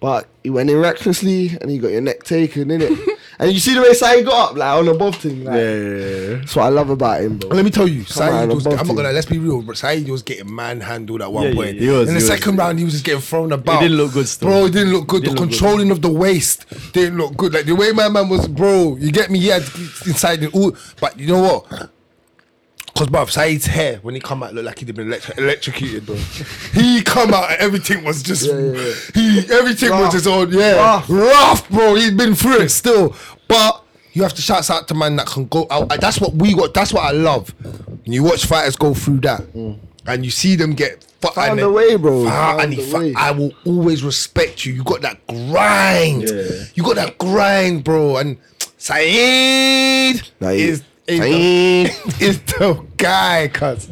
Speaker 6: But he went in recklessly and he got your neck taken, innit? and you see the way Sai got up like on the bob thing. Like, That's what I love about him, bro.
Speaker 5: Let me tell you,
Speaker 6: on,
Speaker 5: Saeed was,
Speaker 6: I'm
Speaker 5: I'm
Speaker 6: above
Speaker 5: not
Speaker 6: you.
Speaker 5: gonna. Let's be real. Saeed was getting manhandled at one
Speaker 2: Yeah, yeah,
Speaker 5: point.
Speaker 2: yeah. He was,
Speaker 5: in the
Speaker 2: he was.
Speaker 5: second round, he was just getting thrown about.
Speaker 2: didn't look good still.
Speaker 5: bro. It didn't look good.
Speaker 2: Didn't
Speaker 5: the
Speaker 2: look good.
Speaker 5: controlling of the waist didn't look good. Like the way my man was, bro. You get me? Yeah, inside the all. But you know what? Cause bruv, Saeed's hair when he come out looked like he'd been electri- electrocuted, bro. he come out and everything was just, he everything was
Speaker 6: Rough.
Speaker 5: just on, yeah, rough. bro. He's been through it still, but you have to shout out to man that can go out. And That's what we got. That's what I love. When you watch fighters go through that, and you see them get fu-
Speaker 6: Mm. Found
Speaker 5: and
Speaker 6: a
Speaker 5: then-
Speaker 6: way, bro.
Speaker 5: Fu-
Speaker 6: Found
Speaker 5: and he
Speaker 6: a
Speaker 5: fu-
Speaker 6: way.
Speaker 5: I will always respect you. You got that grind. You got that grind, bro. And Saeed
Speaker 6: Nah, he-
Speaker 5: is is the, is the guy, cuz.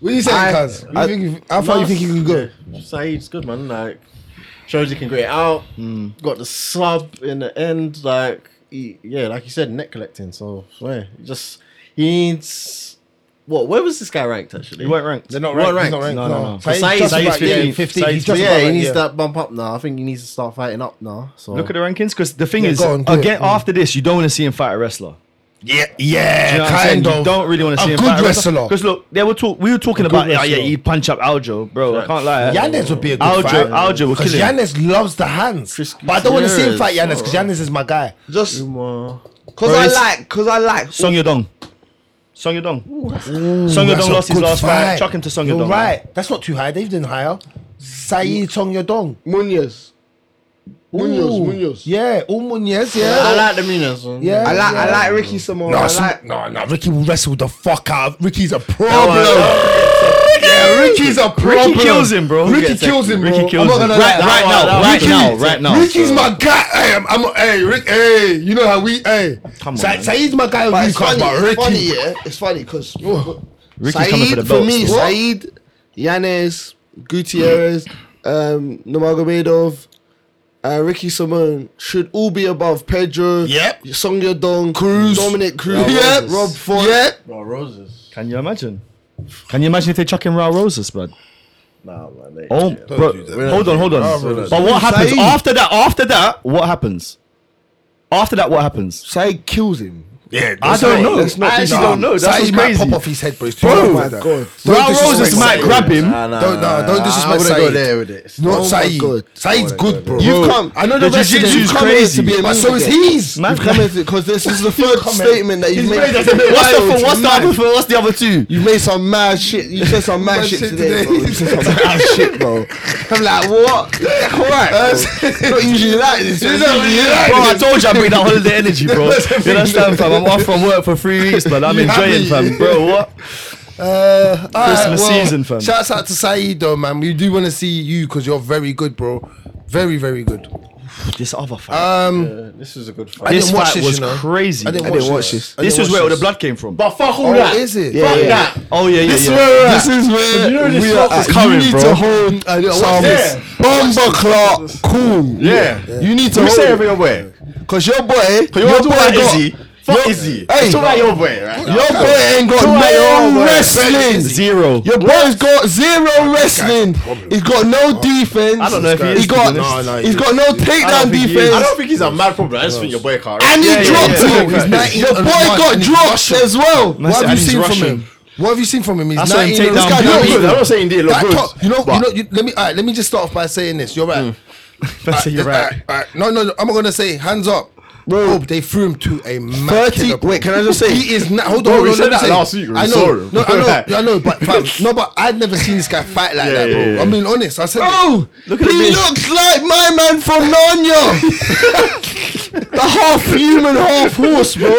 Speaker 5: What you
Speaker 6: I-
Speaker 5: saying, cuz? You
Speaker 6: I-
Speaker 5: think you- How far you think you can go?
Speaker 4: Yeah. Saeed's good, man. Like, shows he can get it out. Hmm. Got the sub in the end. Like, he, yeah, like you said, net collecting. So, swear. He just, he needs. What? Where was this guy ranked, actually?
Speaker 2: He weren't ranked. They're
Speaker 5: not
Speaker 4: He weren't
Speaker 5: ranked, he's not ranked,
Speaker 2: No,
Speaker 5: no.
Speaker 2: no, no.
Speaker 5: So he's
Speaker 4: Saeed's
Speaker 5: just
Speaker 4: like,
Speaker 5: about- yeah,
Speaker 4: yeah,
Speaker 5: 15, he's
Speaker 4: So,
Speaker 5: just
Speaker 4: yeah,
Speaker 5: about
Speaker 4: he
Speaker 5: right,
Speaker 4: needs
Speaker 5: yeah.
Speaker 4: that bump up now. I think he needs to start fighting up now. So
Speaker 2: Look at the rankings, because the thing
Speaker 5: Yeah,
Speaker 2: is,
Speaker 5: go on, do it.
Speaker 2: again, after this, you don't want to see him fight a wrestler.
Speaker 5: Yeah,
Speaker 2: You know
Speaker 5: yeah,
Speaker 2: what I'm saying?
Speaker 5: kind
Speaker 2: You
Speaker 5: of.
Speaker 2: don't really want to see
Speaker 5: a
Speaker 2: him
Speaker 5: good
Speaker 2: fight
Speaker 5: wrestler.
Speaker 2: Because look, they were talk, we were talking
Speaker 5: good
Speaker 2: about, yeah, yeah,
Speaker 5: wrestler.
Speaker 2: he punch up Aljo, bro. I can't lie.
Speaker 5: Yanez would be a good
Speaker 2: Aljo,
Speaker 5: fight.
Speaker 2: Aljo would
Speaker 5: Because
Speaker 2: kill him.
Speaker 5: Yanez loves the hands.
Speaker 4: Frisky
Speaker 5: But I don't want to see him
Speaker 4: Yanez.
Speaker 5: fight Yanez because Yanez is my guy.
Speaker 6: Just
Speaker 4: Uma.
Speaker 6: cause
Speaker 2: Bro,
Speaker 6: I
Speaker 2: it's-
Speaker 6: like, cause I like.
Speaker 2: Song Yadong. Song Yadong. Song
Speaker 5: Ooh,
Speaker 2: Yadong
Speaker 5: that's a
Speaker 2: lost his
Speaker 5: good
Speaker 2: last fight. Chuck him to Song
Speaker 5: You're
Speaker 2: Yadong.
Speaker 5: right. That's not too high. They've done higher. Saeed Song Yodong.
Speaker 6: Munoz. Mm. Munoz, Munoz.
Speaker 5: Yeah, all Munoz, yeah.
Speaker 4: I like the Munoz one.
Speaker 5: Yeah.
Speaker 6: I like, I like Ricky Samoa.
Speaker 5: No,
Speaker 6: I
Speaker 5: some-
Speaker 6: like.
Speaker 5: no, no. Ricky will wrestle the fuck out. of- Ricky's a problem.
Speaker 2: Problem.
Speaker 5: Yeah, Ricky's a problem.
Speaker 2: Ricky kills him, bro.
Speaker 5: Ricky kills him, bro.
Speaker 2: Ricky kills
Speaker 5: I'm not
Speaker 2: him. Oh,
Speaker 5: gonna
Speaker 2: Right,
Speaker 5: lie.
Speaker 2: right
Speaker 5: That
Speaker 2: now,
Speaker 5: one-
Speaker 2: right
Speaker 5: Ricky-
Speaker 2: now, right now.
Speaker 5: Ricky's my guy. Hey, I'm, I'm, hey, Rick, hey, you know how we, hey.
Speaker 2: Come on,
Speaker 5: Sa-
Speaker 2: man.
Speaker 5: Saeed's my guy.
Speaker 6: But
Speaker 5: But
Speaker 6: it's funny,
Speaker 5: but Ricky,
Speaker 6: it's funny, yeah. It's funny because
Speaker 2: Ricky's coming for the
Speaker 6: for
Speaker 2: belt.
Speaker 6: me,
Speaker 2: still.
Speaker 6: Saeed, Yanes, Gutierrez, um, Nomagomedov, uh, Ricky Simone should all be above Pedro,
Speaker 5: Yep.
Speaker 6: Song Yadong,
Speaker 5: Cruz.
Speaker 6: Dominic Cruz,
Speaker 5: Yep.
Speaker 6: Rob Ford.
Speaker 5: Yep.
Speaker 4: Raw roses.
Speaker 2: Can you imagine? Can you imagine if they chuck him Raw Roses, bud?
Speaker 4: Nah, man. they-
Speaker 2: Oh,
Speaker 4: yeah.
Speaker 2: bro, hold on, hold on. But what happens
Speaker 6: Saeed.
Speaker 2: after that? After that, what happens? After that, what happens?
Speaker 6: Saeed kills him.
Speaker 5: Yeah,
Speaker 2: I
Speaker 5: that's
Speaker 2: don't
Speaker 5: right.
Speaker 2: know.
Speaker 5: That's not-
Speaker 2: I actually
Speaker 5: nah.
Speaker 2: don't know. That's
Speaker 5: Saeed
Speaker 2: what's
Speaker 5: might
Speaker 2: crazy.
Speaker 5: Pop off his head, bro. It's too
Speaker 6: Bro,
Speaker 5: long
Speaker 6: Oh my
Speaker 5: like that.
Speaker 6: God.
Speaker 5: Don't
Speaker 2: Raw
Speaker 5: disrespect
Speaker 2: Roses might
Speaker 5: Saeed.
Speaker 2: grab him.
Speaker 4: Nah, nah,
Speaker 5: Don't- nah,
Speaker 4: nah,
Speaker 5: don't
Speaker 4: nah.
Speaker 5: disrespect
Speaker 4: I wouldn't go
Speaker 5: Saeed.
Speaker 4: there with it.
Speaker 2: Oh
Speaker 5: Not
Speaker 6: my God.
Speaker 5: Saeed. Saeed's
Speaker 4: Oh my
Speaker 5: good,
Speaker 4: God.
Speaker 5: bro.
Speaker 6: You've come. I know the,
Speaker 2: The
Speaker 6: rest of
Speaker 2: jiu-jitsu's
Speaker 6: you come here
Speaker 2: crazy.
Speaker 6: to be a
Speaker 5: But so is
Speaker 6: he.
Speaker 5: he's.
Speaker 2: Man,
Speaker 6: You've come here because this is the third
Speaker 5: come here.
Speaker 6: statement that you've
Speaker 5: He's
Speaker 6: made.
Speaker 5: made us a bit
Speaker 6: What's the
Speaker 5: wild,
Speaker 6: what's the
Speaker 5: man.
Speaker 6: other what's the other two? You made some mad shit. You said some mad
Speaker 5: Mad
Speaker 6: shit
Speaker 5: shit
Speaker 6: today.
Speaker 5: today.
Speaker 6: Bro. You said some mad shit, bro. I'm like, what? Alright. bro. Not usually like this.
Speaker 5: It's
Speaker 6: bro.
Speaker 5: not usually like
Speaker 2: Bro, I told you I bring that holiday energy, bro. You understand, fam? I'm off from work for three weeks, but I'm
Speaker 5: You
Speaker 2: enjoying,
Speaker 5: happy?
Speaker 2: fam. Bro, what?
Speaker 5: Uh, all right,
Speaker 2: Christmas season, fam.
Speaker 5: Shouts out to Saeed, though, man. We do want to see you because you're very good, bro. Very, very good.
Speaker 2: This other fight.
Speaker 5: Um,
Speaker 4: Yeah, This was a good
Speaker 5: I
Speaker 4: fight.
Speaker 2: this
Speaker 5: didn't watch
Speaker 2: fight
Speaker 5: this,
Speaker 2: was
Speaker 5: you know.
Speaker 2: crazy.
Speaker 5: I didn't
Speaker 2: I
Speaker 5: watch,
Speaker 2: didn't
Speaker 6: watch
Speaker 5: this. I
Speaker 2: This
Speaker 5: didn't
Speaker 2: was
Speaker 5: watch
Speaker 2: where all the
Speaker 5: this.
Speaker 2: blood came from.
Speaker 4: But fuck all
Speaker 5: Oh,
Speaker 4: that.
Speaker 5: is it?
Speaker 6: Yeah,
Speaker 4: Fuck
Speaker 6: yeah.
Speaker 4: that.
Speaker 2: Oh yeah, yeah,
Speaker 5: This
Speaker 2: yeah.
Speaker 5: where
Speaker 6: This is where
Speaker 5: You know this
Speaker 6: we
Speaker 5: fuck
Speaker 6: are
Speaker 5: is
Speaker 6: at.
Speaker 2: coming,
Speaker 6: you need
Speaker 2: bro.
Speaker 6: to hold I don't
Speaker 5: Watch
Speaker 6: some
Speaker 5: this.
Speaker 6: bomber clock cool.
Speaker 5: Yeah.
Speaker 6: You need to
Speaker 5: You
Speaker 6: hold
Speaker 5: say
Speaker 6: it.
Speaker 5: every other way.
Speaker 6: Cause your boy,
Speaker 2: you
Speaker 6: your
Speaker 2: wanna do
Speaker 6: boy
Speaker 2: what,
Speaker 6: got,
Speaker 2: Izzy? Fuck is he?
Speaker 6: Hey.
Speaker 2: It's all right your way, right?
Speaker 6: Your boy ain't got no wrestling.
Speaker 2: Zero.
Speaker 6: Your boy's got zero wrestling.
Speaker 5: problem.
Speaker 6: He's got no defense.
Speaker 2: I don't know if he
Speaker 5: This
Speaker 2: is.
Speaker 6: He
Speaker 2: to be
Speaker 6: got,
Speaker 2: honest.
Speaker 5: No, no,
Speaker 6: he's
Speaker 5: he-
Speaker 6: got no
Speaker 2: don't
Speaker 6: takedown
Speaker 2: think he is.
Speaker 6: defense.
Speaker 4: I don't think he's a mad problem. I just think your boy can't.
Speaker 6: and he
Speaker 2: Yeah, yeah,
Speaker 6: dropped
Speaker 2: yeah.
Speaker 6: him.
Speaker 2: He's
Speaker 6: He's
Speaker 5: 19
Speaker 6: Your
Speaker 5: and
Speaker 6: boy
Speaker 5: he's
Speaker 6: got
Speaker 5: Russian.
Speaker 6: dropped as well.
Speaker 2: That's
Speaker 5: What
Speaker 2: it,
Speaker 5: have
Speaker 2: and
Speaker 5: you
Speaker 2: he's
Speaker 5: seen from
Speaker 2: Russian.
Speaker 5: him? What have you seen from him? He's
Speaker 2: I saw him
Speaker 5: 19.
Speaker 2: take
Speaker 5: this
Speaker 2: down
Speaker 5: guy
Speaker 2: Bill
Speaker 5: don't
Speaker 2: Clinton.
Speaker 5: even-
Speaker 2: I'm not saying he didn't look
Speaker 5: That
Speaker 2: good,
Speaker 5: top- You know, you
Speaker 2: but-
Speaker 5: know. you- Let me. All right. Let me just start off by saying this. You're right.
Speaker 2: That's it, you're
Speaker 5: Alright,
Speaker 2: right.
Speaker 5: alright, No, no, no. I'm not gonna say hands up. Bro, they threw him to a man.
Speaker 6: 30 wait, can I just say-
Speaker 5: he is not? Hold
Speaker 4: Bro,
Speaker 5: on,
Speaker 4: we
Speaker 5: hold on.
Speaker 4: said
Speaker 5: let me
Speaker 4: that
Speaker 5: say-
Speaker 4: last week, we
Speaker 5: I
Speaker 4: saw
Speaker 5: know,
Speaker 4: him.
Speaker 5: no, I know, I know, but fam, no, but I'd never seen this guy fight like that, bro.
Speaker 4: yeah, yeah.
Speaker 5: I mean, honest, I said,
Speaker 6: Bro,
Speaker 2: Look at
Speaker 6: he
Speaker 2: him.
Speaker 6: looks like my man from Narnia. the half human, half horse, bro.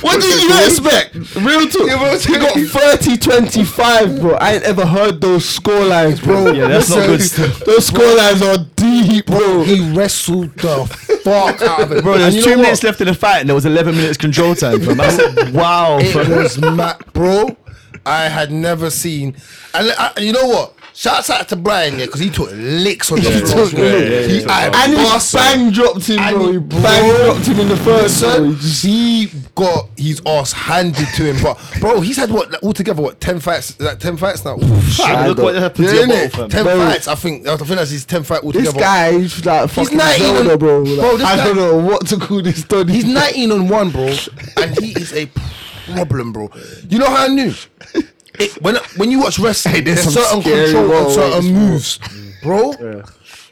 Speaker 6: What did you expect? Real talk. He got 30 25, bro. I ain't ever heard those score lines, bro.
Speaker 2: Yeah, that's not good
Speaker 6: Listen,
Speaker 2: stuff.
Speaker 6: Those score lines are deep, bro.
Speaker 5: he wrestled the fuck out of it,
Speaker 2: Bro,
Speaker 5: And
Speaker 2: there's
Speaker 5: you
Speaker 2: two
Speaker 5: know what?
Speaker 2: minutes left in the fight and there was 11 minutes control time. fam. I said, wow.
Speaker 5: It
Speaker 2: fam.
Speaker 5: was mad, bro. I had never seen, and I, you know what? Shouts out to Brian, yeah, because he took licks on the floor.
Speaker 6: took licks. Yeah, yeah,
Speaker 5: He- I
Speaker 6: And he
Speaker 5: bust-
Speaker 6: bang dropped him,
Speaker 5: And
Speaker 6: bro.
Speaker 5: he
Speaker 6: He bang
Speaker 5: broke-
Speaker 6: dropped him in the first
Speaker 5: Son,
Speaker 6: one.
Speaker 5: he got his ass handed to him, but bro, he's had what like, altogether what ten fights? Like ten fights now. Ooh, shit.
Speaker 2: Fam, Look what happened to
Speaker 5: Yeah,
Speaker 2: your
Speaker 5: innit?
Speaker 2: bottle, fam.
Speaker 5: ten
Speaker 6: Bro.
Speaker 5: fights. I think I think that's his ten fight altogether.
Speaker 6: This guy is like fucking
Speaker 5: 19 and-
Speaker 6: Zelda, bro. Like,
Speaker 5: Bro, this
Speaker 6: I
Speaker 5: guy-
Speaker 6: don't know what to call this dude.
Speaker 5: he's nineteen on one, bro, and he is a problem, bro. You know how I knew? It, when when you watch wrestling, there's
Speaker 6: some
Speaker 5: certain
Speaker 6: scary
Speaker 5: control and
Speaker 6: roll
Speaker 5: certain
Speaker 6: rates,
Speaker 5: moves, bro.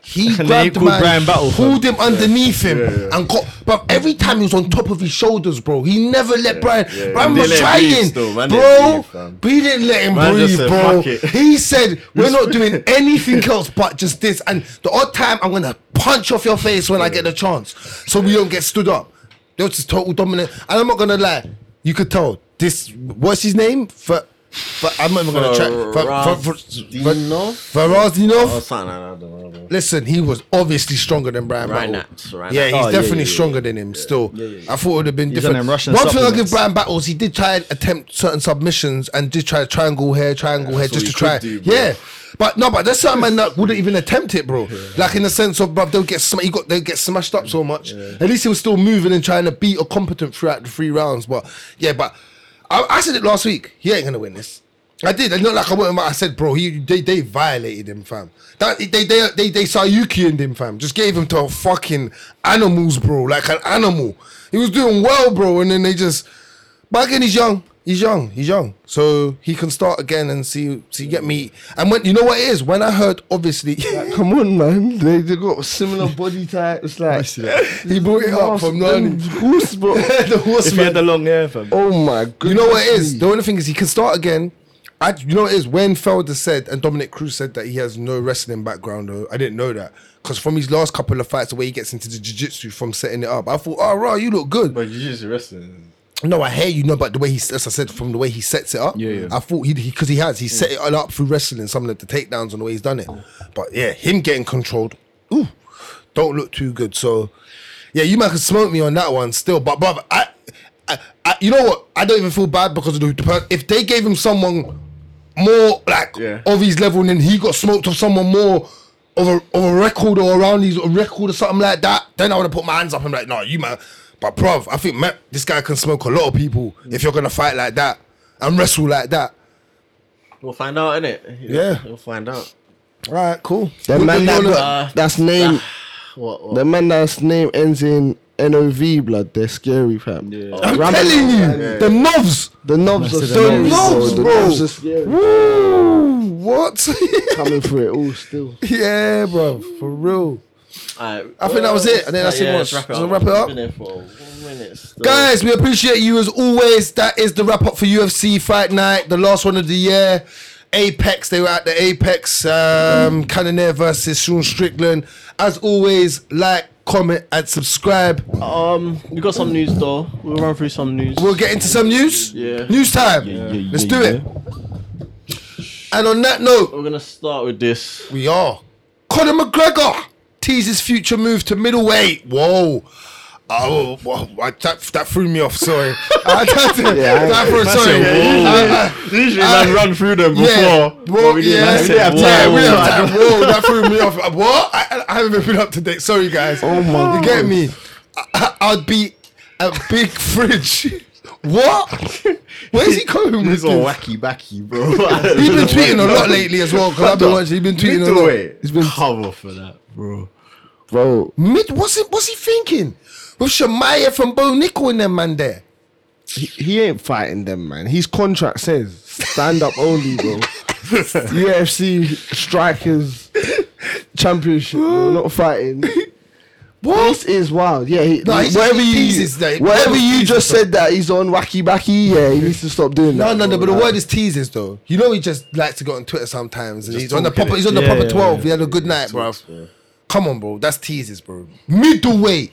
Speaker 5: He
Speaker 2: then he
Speaker 5: grabbed the
Speaker 2: called
Speaker 5: man,
Speaker 2: Brian Battle, fam.
Speaker 5: pulled him underneath him, and got. But every time he was on top of his shoulders, bro. He never let Brian. Brian
Speaker 4: And they
Speaker 5: was
Speaker 4: let him
Speaker 5: trying,
Speaker 4: breathe still, man. They let him
Speaker 5: bro.
Speaker 4: breathe, fam.
Speaker 5: but he didn't let him
Speaker 4: Man just said,
Speaker 5: breathe, bro.
Speaker 4: "Fuck it."
Speaker 5: He said, "We're not doing anything else but just this." And the odd time, I'm gonna punch off your face when I get the chance, so we don't get stood up. That was just total dominant. And I'm not gonna lie, you could tell this. What's his name? For, for I'm not even gonna check. For, for, for, for,
Speaker 4: Ferrazino?
Speaker 5: Varazinov?
Speaker 4: Or something like that, I don't know.
Speaker 5: Mm. Listen, he was obviously stronger than Brian
Speaker 4: Right
Speaker 5: Battle.
Speaker 4: now, right
Speaker 5: yeah,
Speaker 4: now.
Speaker 5: he's
Speaker 2: Oh, yeah,
Speaker 5: definitely
Speaker 2: yeah, yeah,
Speaker 5: stronger than him still. I thought it would have been
Speaker 2: He's on
Speaker 5: different.
Speaker 2: them Russian
Speaker 5: One thing I'll give
Speaker 2: supplements.
Speaker 5: Brian Battles, he did try and attempt certain submissions and did try triangle hair, triangle hair, just to
Speaker 4: what
Speaker 5: try.
Speaker 4: he could do, bro.
Speaker 5: yeah. But no, but there's certain man that wouldn't even attempt it, bro. Like in the sense of, bro, they'll get sm- he got they'll get smashed up so much. At least he was still moving and trying to beat or competent throughout the three rounds. But yeah, but I, I said it last week. He ain't gonna win this. I did. It's not like I went. and I said, bro, he they, they violated him, fam. That they they they they Sayuki him, fam. Just gave him to fucking animals, bro, like an animal. He was doing well, bro, and then they just. But again, he's young. He's young. He's young. So he can start again and see see get me. And when you know what it is, when I heard obviously
Speaker 6: Come on, man. They, they got similar body types. Like,
Speaker 5: he brought it up from
Speaker 6: them
Speaker 5: Nani.
Speaker 6: horse, bro.
Speaker 5: the
Speaker 2: If he had
Speaker 5: horseman.
Speaker 2: the long hair, fam.
Speaker 6: Oh my god.
Speaker 5: You know what it is? The only thing is he can start again. I, you know what it is? When Felder said and Dominic Cruz said that he has no wrestling background, though, I didn't know that. Because from his last couple of fights, the way he gets into the jiu-jitsu from setting it up, I thought, oh, right, you look good.
Speaker 4: But you just wrestling.
Speaker 5: No, I hear you. No, but the way he, as I said, from the way he sets it up, yeah, yeah. I thought he because he, has he set it all up through wrestling, some of the takedowns and the way he's done it. But yeah, him getting controlled, ooh, don't look too good. So yeah, you might can smoke me on that one still. But brother, I, I, I you know what? I don't even feel bad because of the, the per- if they gave him someone more like
Speaker 4: Yeah.
Speaker 5: of his level, and then he got smoked of someone more. Of a, of a record or around his record or something like that, then I would have put my hands up and be like, no, you man. But bruv, I think Matt, this guy can smoke a lot of people if you're gonna fight like that and wrestle like that.
Speaker 4: We'll find out, innit?
Speaker 5: Yeah.
Speaker 4: We'll find out.
Speaker 5: All right, cool.
Speaker 6: The
Speaker 5: What-
Speaker 6: man
Speaker 5: what
Speaker 6: that
Speaker 5: you wanna-
Speaker 6: got, that's name,
Speaker 4: What? what?
Speaker 6: the man that's name ends in NOV, blood. They're scary, fam.
Speaker 5: I'm
Speaker 6: Ram-
Speaker 5: telling you, the knobs.
Speaker 6: The knobs are
Speaker 2: That's
Speaker 6: scary.
Speaker 2: the
Speaker 5: knobs,
Speaker 6: The
Speaker 5: bro.
Speaker 6: knobs are scary.
Speaker 5: Woo, what?
Speaker 6: Coming for it all still.
Speaker 5: yeah, bro, for real.
Speaker 4: Alright,
Speaker 5: I think that was it, and then that's it,
Speaker 4: yeah,
Speaker 5: boss.
Speaker 4: let's Wrap it
Speaker 5: Let's
Speaker 4: up.
Speaker 5: wrap it up.
Speaker 4: Been here for one minute still.
Speaker 5: Guys, we appreciate you as always. That is the wrap up for UFC Fight Night, the last one of the year. Apex, they were at the Apex. Um, Cannonier versus Sean Strickland. As always, like, comment, and subscribe.
Speaker 4: Um, we got some news though. We'll run through some news.
Speaker 5: We'll get into some news.
Speaker 4: Yeah.
Speaker 5: News time. Let's do it. And on that note,
Speaker 4: We're gonna start with this.
Speaker 5: we are. Conor McGregor teases future move to middleweight. Whoa. Oh, whoa, I- that, that threw me off. Sorry. I had to-
Speaker 6: Yeah, I-
Speaker 5: that threw- sorry. I- I-
Speaker 4: Usually,
Speaker 5: man I-
Speaker 4: run through them
Speaker 5: Yeah, well, yeah,
Speaker 2: have
Speaker 5: yeah,
Speaker 2: time.
Speaker 5: yeah,
Speaker 2: Whoa.
Speaker 5: we have time. Whoa, that threw me off. Uh, What? I, I- I haven't been up to date. Sorry, guys. Oh my, you get me? I, I- I'd be. a big fridge. What? Where's he coming with
Speaker 4: He's all
Speaker 5: this?
Speaker 4: wacky backy, bro. He's
Speaker 5: He's been tweeting a lot lately as well. Because I've been watching. He's been tweeting a lot.
Speaker 4: He's been cover for that, bro.
Speaker 6: bro.
Speaker 5: Mid, what's he, what's he thinking? With Shamaya from Bo Nickel in them man there.
Speaker 6: He, he ain't fighting them, man. His contract says stand up only, bro. UFC strikers championship, bro, not fighting. This is wild. Yeah, he,
Speaker 5: No, he's-
Speaker 6: whatever
Speaker 5: he
Speaker 6: you,
Speaker 5: teases that-
Speaker 6: whatever you
Speaker 5: teases
Speaker 6: just said that he's on wacky backy. Yeah, he needs to stop doing
Speaker 5: No,
Speaker 6: that.
Speaker 5: no, no.
Speaker 6: bro,
Speaker 5: But the
Speaker 6: like-
Speaker 5: word is teases, though. You know, he just likes to go on Twitter sometimes, and he's on the
Speaker 4: talking
Speaker 5: proper.
Speaker 4: it.
Speaker 5: He's on the
Speaker 2: Yeah,
Speaker 5: proper
Speaker 2: yeah,
Speaker 5: twelve.
Speaker 2: yeah.
Speaker 5: he had a good night, bro.
Speaker 4: Yeah.
Speaker 5: Come on, bro. That's teases, bro. Middleweight.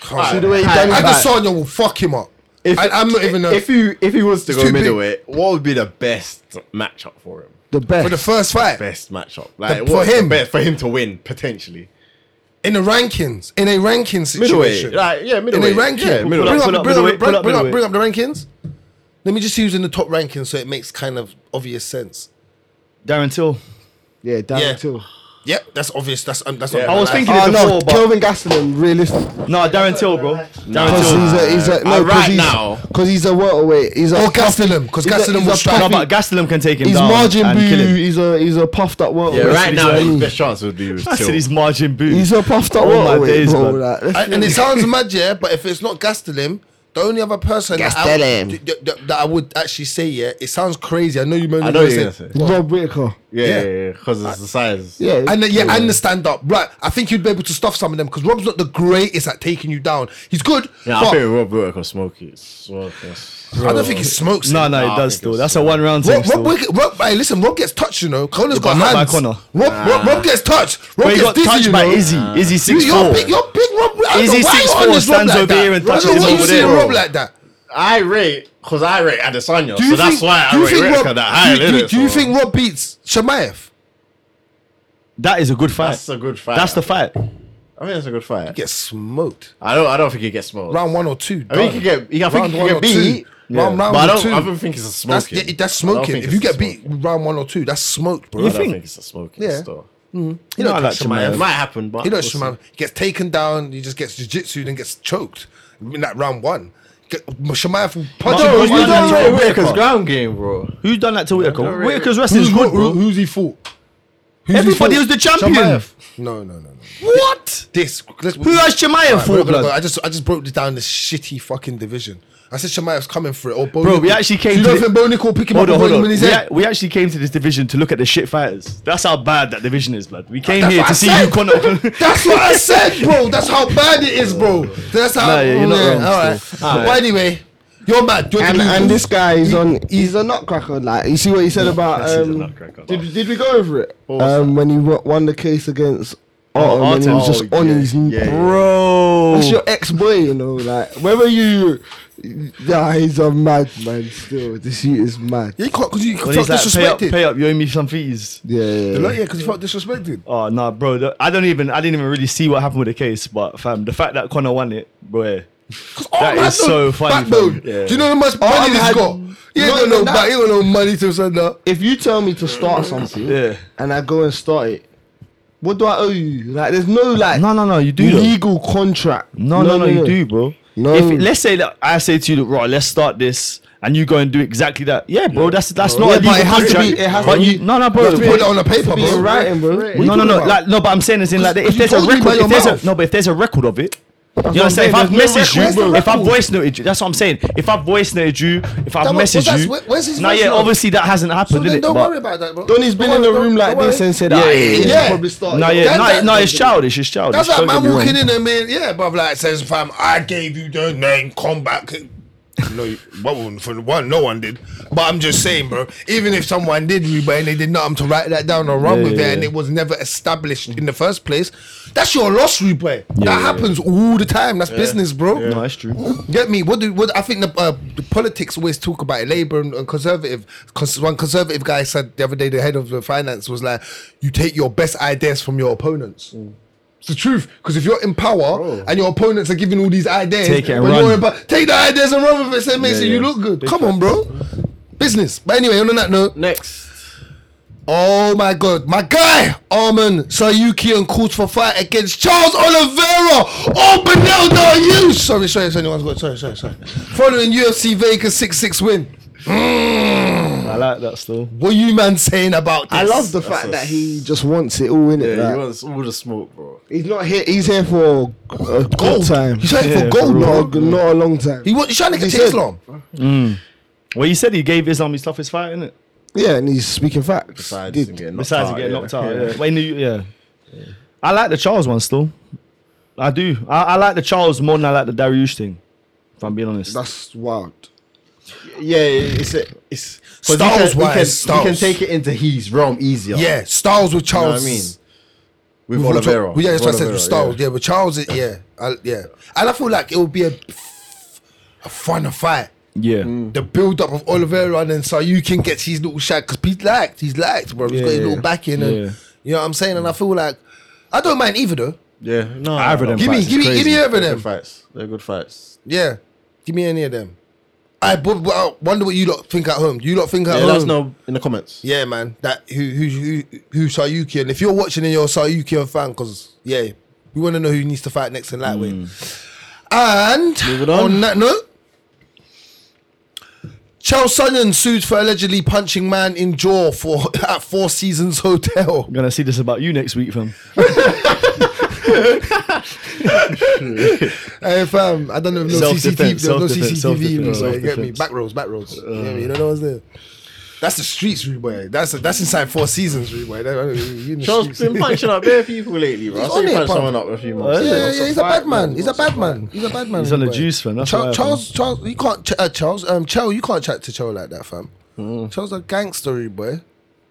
Speaker 5: Come
Speaker 6: See
Speaker 5: on.
Speaker 6: the way he
Speaker 4: Hi,
Speaker 6: done it back?
Speaker 5: Adesanya will fuck him up. I, I'm not even. A,
Speaker 4: If you if he was to
Speaker 5: It's
Speaker 4: go
Speaker 5: too big.
Speaker 4: middleweight, what would be the best matchup for him?
Speaker 6: the best.
Speaker 5: for the first fight
Speaker 4: Best matchup, like
Speaker 5: for
Speaker 4: what's the
Speaker 5: him.
Speaker 4: best for him to win potentially.
Speaker 5: in the rankings, in a ranking
Speaker 4: Middleweight,
Speaker 5: situation,
Speaker 4: like yeah,
Speaker 5: in
Speaker 4: middleweight,
Speaker 5: a ranking.
Speaker 4: yeah,
Speaker 5: bring,
Speaker 4: middleweight.
Speaker 5: up,
Speaker 2: Pull
Speaker 5: bring,
Speaker 2: up
Speaker 5: up,
Speaker 2: middleweight,
Speaker 5: bring,
Speaker 2: pull
Speaker 5: up,
Speaker 2: up
Speaker 5: bring, up,
Speaker 2: middleweight.
Speaker 5: bring up the rankings. Let me just use in the top rankings so it makes kind of obvious sense.
Speaker 2: Darren Till.
Speaker 6: yeah, down
Speaker 5: Yeah.
Speaker 6: till.
Speaker 5: Yep, that's obvious. That's um, that's
Speaker 4: Yeah.
Speaker 5: not.
Speaker 2: I was
Speaker 5: like-
Speaker 2: thinking
Speaker 6: Oh
Speaker 2: it before,
Speaker 6: no,
Speaker 2: but
Speaker 6: Kelvin Gastelum, realistic.
Speaker 2: no, Darren Till, bro. Darren
Speaker 6: Because
Speaker 2: Till.
Speaker 6: he's a, he's a, no,
Speaker 4: Uh, right
Speaker 6: cause he's,
Speaker 4: now.
Speaker 6: because he's a welterweight. He's a
Speaker 5: Or Gastelum, because
Speaker 6: He's a-
Speaker 5: Gastelum
Speaker 6: he's
Speaker 5: will
Speaker 6: a
Speaker 5: strike.
Speaker 2: no, but Gastelum can take him
Speaker 6: He's
Speaker 2: down
Speaker 6: margin
Speaker 2: and kill
Speaker 6: boo.
Speaker 2: him.
Speaker 6: He's a he's a puffed up
Speaker 4: Yeah,
Speaker 6: welterweight.
Speaker 4: right now
Speaker 6: he's
Speaker 4: his
Speaker 6: a,
Speaker 4: best chance would be with
Speaker 2: I said
Speaker 4: Till.
Speaker 2: he's margin boo.
Speaker 6: he's a puffed up
Speaker 2: Oh my
Speaker 6: welterweight,
Speaker 2: days,
Speaker 6: bro.
Speaker 2: man.
Speaker 6: Like,
Speaker 5: And, and it sounds mad, yeah, but if it's not Gastelum, the only other person that I,
Speaker 7: Gastelum.
Speaker 5: th- th- th- that I would actually say, yeah, it sounds crazy. I know you meant
Speaker 4: I know you're gonna say.
Speaker 6: Rob Whitaker.
Speaker 4: Yeah,
Speaker 5: Yeah.
Speaker 4: yeah, because it's the size.
Speaker 6: Yeah,
Speaker 5: And the, yeah, and the stand up, right? I think you'd be able to stuff some of them because Rob's not the greatest at taking you down. He's good,
Speaker 4: Yeah,
Speaker 5: but
Speaker 4: I
Speaker 5: I,
Speaker 4: think Rob Whitaker smoke it. Smoke it.
Speaker 5: don't think he smokes.
Speaker 2: no,
Speaker 5: it.
Speaker 2: no,
Speaker 4: Nah, I
Speaker 2: it does
Speaker 4: think
Speaker 2: still.
Speaker 4: it's-
Speaker 2: That's a one round thing.
Speaker 5: Rob,
Speaker 2: still.
Speaker 5: Rob, Wick- Rob, hey, listen, Rob gets touched, you know. Connor's
Speaker 2: but
Speaker 5: got
Speaker 2: not by
Speaker 5: hands.
Speaker 2: Conor.
Speaker 5: Rob, Rob, Rob gets touched. Rob
Speaker 2: But he
Speaker 5: gets
Speaker 2: got
Speaker 5: dizzy,
Speaker 2: touched
Speaker 5: you
Speaker 2: by
Speaker 5: know.
Speaker 2: Izzy. Izzy
Speaker 5: You,
Speaker 2: six
Speaker 5: you're
Speaker 2: four.
Speaker 5: big, you're big, Rob. I don't
Speaker 2: Izzy
Speaker 5: know why you're
Speaker 2: 6'4"
Speaker 5: on this Rob
Speaker 2: stands
Speaker 5: like
Speaker 2: over
Speaker 5: that.
Speaker 2: here and
Speaker 5: I don't
Speaker 2: touches
Speaker 5: know
Speaker 2: him
Speaker 5: why you
Speaker 2: over
Speaker 5: see
Speaker 2: there,
Speaker 5: Rob
Speaker 2: bro.
Speaker 5: like that.
Speaker 4: I rate because I rate Adesanya,
Speaker 5: Do you
Speaker 4: so that's
Speaker 5: think-
Speaker 4: why I
Speaker 5: do you
Speaker 4: rate
Speaker 5: think
Speaker 4: Whitaker
Speaker 5: Rob-
Speaker 4: that high.
Speaker 5: Do you, do you-
Speaker 4: innit?
Speaker 5: do you
Speaker 4: So
Speaker 5: think Rob beats Shamayev?
Speaker 2: That is a good fight.
Speaker 4: that's a good fight?
Speaker 2: That's the fight.
Speaker 4: I think that's a good fight.
Speaker 5: Gets smoked.
Speaker 4: I don't. I don't think he gets smoked.
Speaker 5: Round one or two.
Speaker 4: I mean,
Speaker 5: done.
Speaker 4: he could get. He, I think
Speaker 5: Round
Speaker 4: he
Speaker 5: one
Speaker 4: could
Speaker 5: or
Speaker 4: get beat.
Speaker 5: two. Round- round
Speaker 4: but I
Speaker 5: or
Speaker 4: don't.
Speaker 5: two.
Speaker 4: I don't think it's a smoking.
Speaker 5: That's, yeah, that's
Speaker 4: I don't
Speaker 5: smoking.
Speaker 4: think
Speaker 5: If
Speaker 4: it's
Speaker 5: you
Speaker 4: a
Speaker 5: get
Speaker 4: smoking.
Speaker 5: beat round one or two, that's smoked, bro.
Speaker 4: I
Speaker 5: You
Speaker 4: don't
Speaker 5: think?
Speaker 4: think it's a smoking.
Speaker 5: Yeah.
Speaker 4: Still,
Speaker 5: You
Speaker 2: No, I
Speaker 5: know,
Speaker 2: like
Speaker 5: like
Speaker 2: Chimaev.
Speaker 4: it might happen, but
Speaker 5: You know,
Speaker 4: we'll see.
Speaker 5: Shamayev gets taken down. He just gets jiu-jitsu, then gets choked in that round one. Get, Shamayev will punch
Speaker 2: No,
Speaker 5: him.
Speaker 2: you
Speaker 5: Punch
Speaker 2: don't
Speaker 5: him.
Speaker 2: know.
Speaker 4: Whitaker's ground game, bro.
Speaker 2: Who done that to Whitaker?
Speaker 4: really.
Speaker 2: Whitaker's wrestling's good,
Speaker 5: who-
Speaker 2: bro.
Speaker 5: who's he fought? Who's he
Speaker 2: Everybody
Speaker 5: fought?
Speaker 2: was the champion.
Speaker 5: Chimaev. No, no, no, no.
Speaker 2: What?
Speaker 5: This. Let's,
Speaker 2: Who has Chimaev
Speaker 5: we're
Speaker 2: for,
Speaker 5: gonna go-
Speaker 2: blood?
Speaker 5: I just, I just broke this down. This shitty fucking division. I said Shamaev's coming for it. Oh, Bo
Speaker 2: Bro,
Speaker 5: Nickel-
Speaker 2: we actually came
Speaker 5: Do you
Speaker 2: to
Speaker 5: don't
Speaker 2: the-
Speaker 5: think Bo Nickel will pick him
Speaker 2: Hold
Speaker 5: up and
Speaker 2: on, hold
Speaker 5: put
Speaker 2: on.
Speaker 5: him in his
Speaker 2: We,
Speaker 5: head?
Speaker 2: a- we actually came to this division to look at the shit fighters. That's how bad that division is, blood. We came
Speaker 5: That's
Speaker 2: here
Speaker 5: what
Speaker 2: to
Speaker 5: I
Speaker 2: see
Speaker 5: said.
Speaker 2: who Conor.
Speaker 5: That's what I said, bro. That's how bad it is, bro. That's how.
Speaker 2: Nah, yeah, you're not wrong
Speaker 5: all right.
Speaker 2: still.
Speaker 5: But anyway, you're mad. You're
Speaker 6: And,
Speaker 5: delusional.
Speaker 6: and this guy is on. He's a nutcracker. Like you see what he said about.
Speaker 2: he's a
Speaker 6: Um,
Speaker 2: nutcracker.
Speaker 6: did, did we go over it?
Speaker 4: was
Speaker 6: Um, when he wo- won the case against
Speaker 2: Oh,
Speaker 6: Otto, and
Speaker 5: Oh,
Speaker 6: he was
Speaker 2: Artem.
Speaker 6: just on
Speaker 4: yeah,
Speaker 6: his
Speaker 4: yeah, yeah.
Speaker 2: Bro.
Speaker 6: That's your ex boy, you know. Like whether you, yeah, he's a mad man. Still, this shit is mad.
Speaker 5: Yeah, you can't because you
Speaker 2: When
Speaker 5: felt
Speaker 2: he's like, pay up,
Speaker 5: disrespected.
Speaker 2: pay up, you owe me some fees.
Speaker 6: Yeah, yeah,
Speaker 5: Like,
Speaker 6: yeah.
Speaker 5: yeah, because you felt disrespected.
Speaker 2: Oh nah, bro. the- I don't even. I didn't even really see what happened with the case, but fam, the fact that Connor won it, bro. yeah.
Speaker 6: Oh,
Speaker 5: Arm had
Speaker 2: That is
Speaker 5: no
Speaker 2: so funny,
Speaker 5: Backbone.
Speaker 2: fam. Yeah.
Speaker 5: Do you know how much money this
Speaker 6: had-
Speaker 5: got? He
Speaker 6: Not
Speaker 5: ain't got no
Speaker 6: even that.
Speaker 5: back. He ain't got no money to send up.
Speaker 6: If you tell me to start something,
Speaker 2: Yeah.
Speaker 6: and I go and start it, what do I owe you? Like, there's no like
Speaker 2: No, no, no. You do. though.
Speaker 6: legal contract.
Speaker 2: No, no, no, you do, bro.
Speaker 6: No.
Speaker 2: If let's say that I say to you, look, right, let's start this, and you go and do exactly that. Yeah, bro, that's that's not
Speaker 6: Yeah,
Speaker 2: a legal
Speaker 6: but it has to
Speaker 2: contract.
Speaker 6: be- it has
Speaker 2: but
Speaker 6: to
Speaker 2: you,
Speaker 6: be-
Speaker 2: no, no,
Speaker 5: You
Speaker 2: bro.
Speaker 5: have to
Speaker 2: bro.
Speaker 5: put it on a paper,
Speaker 6: Be in
Speaker 5: bro.
Speaker 6: writing, bro. What you
Speaker 2: no, no,
Speaker 6: talking
Speaker 2: no,
Speaker 6: about?
Speaker 2: like, no. But I'm saying is in like
Speaker 5: Because
Speaker 2: if
Speaker 5: you
Speaker 2: there's a
Speaker 5: told me by
Speaker 2: record,
Speaker 5: your
Speaker 2: if there's
Speaker 5: mouth.
Speaker 2: a, no, but if there's a record of it. You know what I'm
Speaker 6: what
Speaker 2: saying? If
Speaker 6: I'm
Speaker 2: I've
Speaker 6: saying, there's no
Speaker 2: messaged
Speaker 6: record.
Speaker 2: you,
Speaker 6: Where's
Speaker 2: if
Speaker 6: the
Speaker 2: I've
Speaker 6: record?
Speaker 2: voice noted you, that's what I'm saying. If I've voice noted you, if I've
Speaker 5: Yeah, but
Speaker 2: messaged
Speaker 5: that's-
Speaker 2: you,
Speaker 5: where- where's his
Speaker 2: now
Speaker 5: voice
Speaker 2: yeah,
Speaker 5: note?
Speaker 2: obviously that hasn't happened,
Speaker 5: So
Speaker 2: did
Speaker 5: then
Speaker 2: it?
Speaker 5: don't
Speaker 2: But-
Speaker 5: worry about that, bro.
Speaker 6: Donny's been in
Speaker 5: Don't
Speaker 6: a
Speaker 5: worry,
Speaker 6: room
Speaker 5: don't-
Speaker 6: like
Speaker 5: don't
Speaker 6: this
Speaker 5: worry.
Speaker 6: and said,
Speaker 2: Yeah,
Speaker 6: "Ah,
Speaker 2: yeah,
Speaker 6: it's
Speaker 5: yeah.
Speaker 6: probably started.
Speaker 2: No, yeah,
Speaker 5: That-
Speaker 2: no,
Speaker 5: that-
Speaker 2: no, it's childish, it's childish.
Speaker 5: That's like
Speaker 2: don't get
Speaker 5: man
Speaker 2: me wrong.
Speaker 5: walking in there, man. Yeah, bruv, like says, fam, I gave you the name, come back. No, you- what one for one? No one did. But I'm just saying, bro. Even if someone did rebuy and they did nothing to write that down or run
Speaker 2: Yeah,
Speaker 5: with
Speaker 2: yeah,
Speaker 5: it, and
Speaker 2: yeah.
Speaker 5: it was never established in the first place, that's your loss, replay. that
Speaker 2: yeah,
Speaker 5: happens all the time. That's business, bro.
Speaker 2: No, that's true.
Speaker 5: Get me? What do what? I think the, uh, the politics always talk about it. Labour and, and conservative. Cause one conservative guy said the other day, the head of the finance was like, "You take your best ideas from your opponents."
Speaker 2: Mm.
Speaker 5: It's the truth. Because if you're in power and your opponents are giving all these ideas,
Speaker 2: Take it and
Speaker 5: when you're
Speaker 2: run.
Speaker 5: in power, take the ideas and run with it. So it makes
Speaker 2: Yeah,
Speaker 5: you
Speaker 2: yeah.
Speaker 5: look good. Come on, bro. Business. But anyway, on that note,
Speaker 4: Next.
Speaker 5: Oh my god, my guy Armin Sayuki and calls for fight against Charles Oliveira. Oh, Benelda, you. Sorry, sorry, sorry, anyone's got. Sorry, sorry, sorry. Following UFC Vegas six six win.
Speaker 2: I like that still.
Speaker 5: What you man saying about this?
Speaker 3: I love the fact that he just wants it all in it.
Speaker 4: Yeah, you want all the smoke, bro.
Speaker 3: he's not here. He's here for a good
Speaker 5: gold
Speaker 3: time.
Speaker 5: He's trying
Speaker 2: Yeah,
Speaker 5: for gold,
Speaker 3: Not a,
Speaker 5: dog.
Speaker 3: good- not a long time.
Speaker 5: He what? He's trying to get
Speaker 3: He
Speaker 5: to
Speaker 3: said-
Speaker 5: Islam.
Speaker 2: Well, you said he gave Islam his toughest fight, innit?
Speaker 3: yeah, and he's speaking facts. Did-
Speaker 2: Besides, he getting knocked out. Yeah. Wait, no, you- yeah. I like the Charles one still. I do. I, I like the Charles more than I like the Darius thing. If I'm being honest.
Speaker 3: That's wild.
Speaker 4: Yeah, it's a, it's 'cause
Speaker 5: Styles
Speaker 4: he can,
Speaker 5: wise,
Speaker 4: he can,
Speaker 5: styles.
Speaker 4: He can take it into his realm easier.
Speaker 5: Yeah, Styles with
Speaker 4: you know what
Speaker 5: Charles.
Speaker 4: I mean. With,
Speaker 5: With
Speaker 4: Oliveira,
Speaker 5: Well, yeah, that's what I said.
Speaker 4: Oliveira,
Speaker 5: With Styles, yeah. with Charles, it- yeah, I, yeah. And I feel like it would be a, a fun fight.
Speaker 2: yeah.
Speaker 5: The build up of Oliveira and then Sayukin gets his little shot because he's liked, he's liked, bro. He's got his
Speaker 4: Yeah.
Speaker 5: little back in, and
Speaker 2: Yeah.
Speaker 5: you know what I'm saying. And I feel like I don't mind either though.
Speaker 4: Yeah, no,
Speaker 2: Either of them
Speaker 5: Give me,
Speaker 2: fights is
Speaker 5: give me, give me
Speaker 2: crazy.
Speaker 5: either of
Speaker 4: They're good
Speaker 5: them.
Speaker 4: fights. They're good fights.
Speaker 5: Yeah, give me any of them. I but, but I wonder what you lot think at home. Do you lot think at
Speaker 4: Yeah,
Speaker 5: home?
Speaker 4: let us know in the comments.
Speaker 5: Yeah, man. That who who who who Sayuki and if you're watching and you're a Sayuki fan, because yeah, we want to know who needs to fight next in lightweight.
Speaker 2: Hmm.
Speaker 5: And
Speaker 4: it on.
Speaker 5: on. that note, Chael Sonnen sued for allegedly punching man in jaw for at Four Seasons Hotel.
Speaker 2: I'm gonna see this about you next week, fam.
Speaker 5: Hey fam, I don't know if no CCTV,
Speaker 2: Self-defense,
Speaker 5: there's no
Speaker 2: self-defense,
Speaker 5: CCTV, you know, you
Speaker 2: self-defense,
Speaker 5: get me?
Speaker 2: self-defense. Uh.
Speaker 5: Back rows, back rows. You know what I mean? You don't know what's there. That's the streets, rude boy. That's that's inside Four Seasons, rude boy. That- you in the
Speaker 4: Charles
Speaker 5: streets.
Speaker 4: been punching up bare people lately, bro. I
Speaker 5: He's
Speaker 4: saw
Speaker 5: on
Speaker 4: you
Speaker 5: it,
Speaker 4: punch
Speaker 5: bro.
Speaker 4: someone up a few months
Speaker 2: Yeah,
Speaker 5: Yeah,
Speaker 4: ago.
Speaker 5: yeah, he's a bad man. He's a bad man. He's a bad man.
Speaker 2: He's on the
Speaker 5: boy.
Speaker 2: juice, fam. That's
Speaker 5: Charles,
Speaker 2: why,
Speaker 5: Charles, Charles, you can't, ch- uh, Charles, um, Chel, you can't chat to Chel like that, fam. Charles a gangster, boy.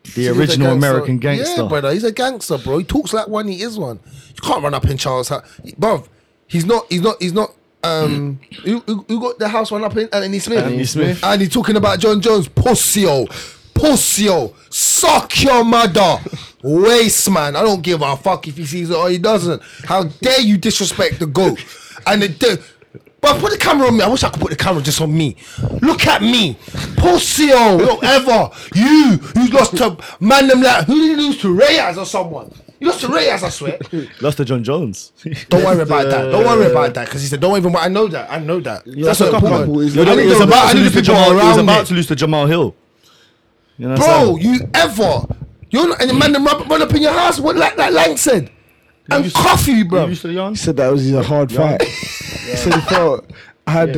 Speaker 2: Mm. The original American
Speaker 5: Yeah,
Speaker 2: gangster.
Speaker 5: brother, he's a gangster, bro. He talks like one, he is one. You can't run up in Charles' house, bruv. He's not, he's not, he's not. Um, who, who, who got the house run up in Anthony Smith?
Speaker 2: Anthony Smith.
Speaker 5: And he talking about John Jones, pussyo, pussyo, suck your mother, waste man. I don't give a fuck if he sees it or he doesn't. How dare you disrespect the goat? And the, the but put the camera on me. I wish I could put the camera just on me. Look at me, pussyo, whatever. You who lost to man them like who did you lose to Reyes or someone? You lost to Reyes, I swear.
Speaker 2: Lost to John Jones.
Speaker 5: Don't worry about that. Don't worry about that because he said, "Don't even." wo- I know that. I know that. That's
Speaker 3: a
Speaker 5: what
Speaker 3: couple
Speaker 5: important.
Speaker 3: is-
Speaker 5: I
Speaker 2: No, no,
Speaker 5: need
Speaker 2: he was
Speaker 5: to-
Speaker 2: about
Speaker 5: I
Speaker 2: to
Speaker 5: need
Speaker 2: lose
Speaker 5: the
Speaker 2: to Jamal. He was
Speaker 5: around
Speaker 2: about
Speaker 5: it.
Speaker 2: to lose to Jamal Hill. You know what I'm
Speaker 5: Bro,
Speaker 2: saying?
Speaker 5: you ever. You're not, and the man them run, run up in your house, what, like that Lang said. And cuff you, bro.
Speaker 2: You used to the yarn?
Speaker 3: He said that was a hard fight. He said he felt I had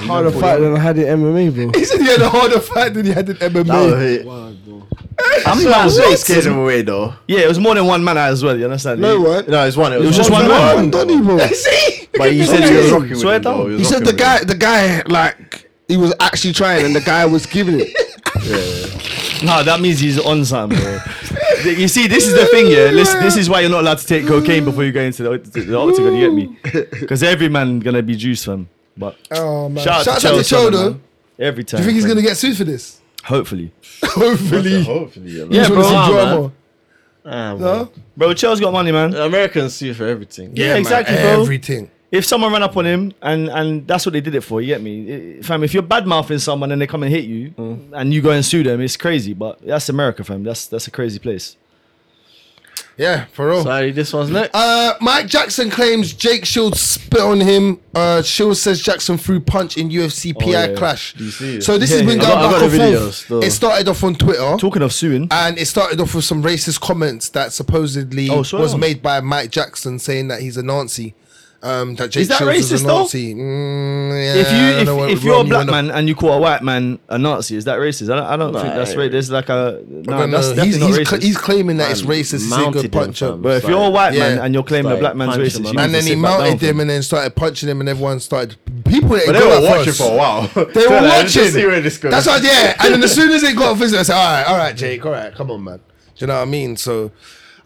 Speaker 3: harder fight than I had in MMA, bro.
Speaker 5: He said he had a harder fight than he had in MMA.
Speaker 2: I'm not
Speaker 4: scared him away though.
Speaker 2: Yeah, it was more than one man out as well. You understand?
Speaker 3: No
Speaker 2: He-
Speaker 3: one.
Speaker 4: No, it's one. It was,
Speaker 2: just one man.
Speaker 3: Come on, Donny, bro.
Speaker 5: See?
Speaker 4: But you said he was rocking with
Speaker 2: Swear
Speaker 4: him. though.
Speaker 2: down.
Speaker 4: was
Speaker 3: He said
Speaker 4: rocking
Speaker 3: the
Speaker 4: with
Speaker 3: guy, the guy, like he was actually trying, and the guy was giving it.
Speaker 2: No, that means he's on something, bro. you see, this is the thing, yeah. Listen, this is why you're not allowed to take cocaine before you go into the, the, the octagon. You get me? Because every man gonna be juiced, fam. But
Speaker 5: Oh, man.
Speaker 2: shout, out to
Speaker 5: Chel
Speaker 2: Chelsea,
Speaker 5: Sonnen, man.
Speaker 2: man. Every time.
Speaker 5: Do you think he's
Speaker 2: fam.
Speaker 5: going to get sued for this?
Speaker 2: Hopefully.
Speaker 5: Hopefully.
Speaker 4: Hopefully, yeah,
Speaker 2: Yeah,
Speaker 5: He's
Speaker 2: bro.
Speaker 5: gonna see
Speaker 2: Nah,
Speaker 5: drama.
Speaker 2: man.
Speaker 4: Ah,
Speaker 5: No?
Speaker 4: bro.
Speaker 2: Bro, Chelsea got money, man.
Speaker 4: Americans sue for everything.
Speaker 2: Yeah,
Speaker 5: man,
Speaker 2: exactly, bro.
Speaker 5: Everything.
Speaker 2: If someone ran up on him and and that's what they did it for, you get me, I- fam. If you're bad mouthing someone and they come and hit you
Speaker 5: Mm.
Speaker 2: and you go and sue them, it's crazy. But that's America, fam. That's that's a crazy place.
Speaker 5: Yeah, for real.
Speaker 4: Sorry, this one's next.
Speaker 5: Uh, Mike Jackson claims Jake Shields spit on him. Uh, Shields says Jackson threw punch in UFC PI
Speaker 2: yeah.
Speaker 5: clash.
Speaker 4: Do you see it?
Speaker 5: So this has
Speaker 2: Yeah,
Speaker 5: been
Speaker 2: yeah.
Speaker 5: going
Speaker 4: I got- I
Speaker 5: back
Speaker 4: got
Speaker 5: and
Speaker 4: the
Speaker 5: forth.
Speaker 4: videos, though.
Speaker 5: It started off on Twitter.
Speaker 2: Talking of suing,
Speaker 5: and it started off with some racist comments that supposedly
Speaker 2: Oh, swear
Speaker 5: was
Speaker 2: on.
Speaker 5: made by Mike Jackson saying that he's a Nazi. Um, that Jake
Speaker 2: Is that
Speaker 5: Shields is
Speaker 2: racist,
Speaker 5: a
Speaker 2: though?
Speaker 5: Nazi. Mm, yeah,
Speaker 2: if
Speaker 5: I don't know
Speaker 2: you
Speaker 5: what
Speaker 2: if, if you're a
Speaker 5: wrong you
Speaker 2: black
Speaker 5: end up-
Speaker 2: man and you call a white man a Nazi, is that racist? I don't, I don't think that's
Speaker 4: Nah.
Speaker 2: right. There's like a
Speaker 5: I
Speaker 2: no,
Speaker 5: don't
Speaker 2: that's
Speaker 5: know.
Speaker 2: definitely
Speaker 5: he's,
Speaker 2: not
Speaker 5: he's,
Speaker 2: racist.
Speaker 5: cl- he's claiming that
Speaker 4: Man
Speaker 5: it's racist. He's a
Speaker 4: mounted him,
Speaker 5: good puncher.
Speaker 4: fam.
Speaker 2: but if
Speaker 4: Sorry.
Speaker 2: you're a white man
Speaker 5: Yeah.
Speaker 2: and you're claiming a
Speaker 4: Sorry.
Speaker 2: black man's
Speaker 4: Punch him
Speaker 2: racist,
Speaker 4: up.
Speaker 5: and
Speaker 2: you need
Speaker 5: then
Speaker 2: to
Speaker 5: he
Speaker 2: sit back down
Speaker 5: mounted
Speaker 2: for
Speaker 5: him and then started punching him and everyone started people that
Speaker 4: But they
Speaker 5: go
Speaker 4: were
Speaker 5: at
Speaker 4: watching
Speaker 5: first.
Speaker 4: for a while.
Speaker 5: They were
Speaker 4: Let's
Speaker 5: watching.
Speaker 4: just see where this goes.
Speaker 5: That's what, yeah. And then as soon as it got physical, I said, all right, all right, Jake, all right, come on, man. Do you know what I mean? So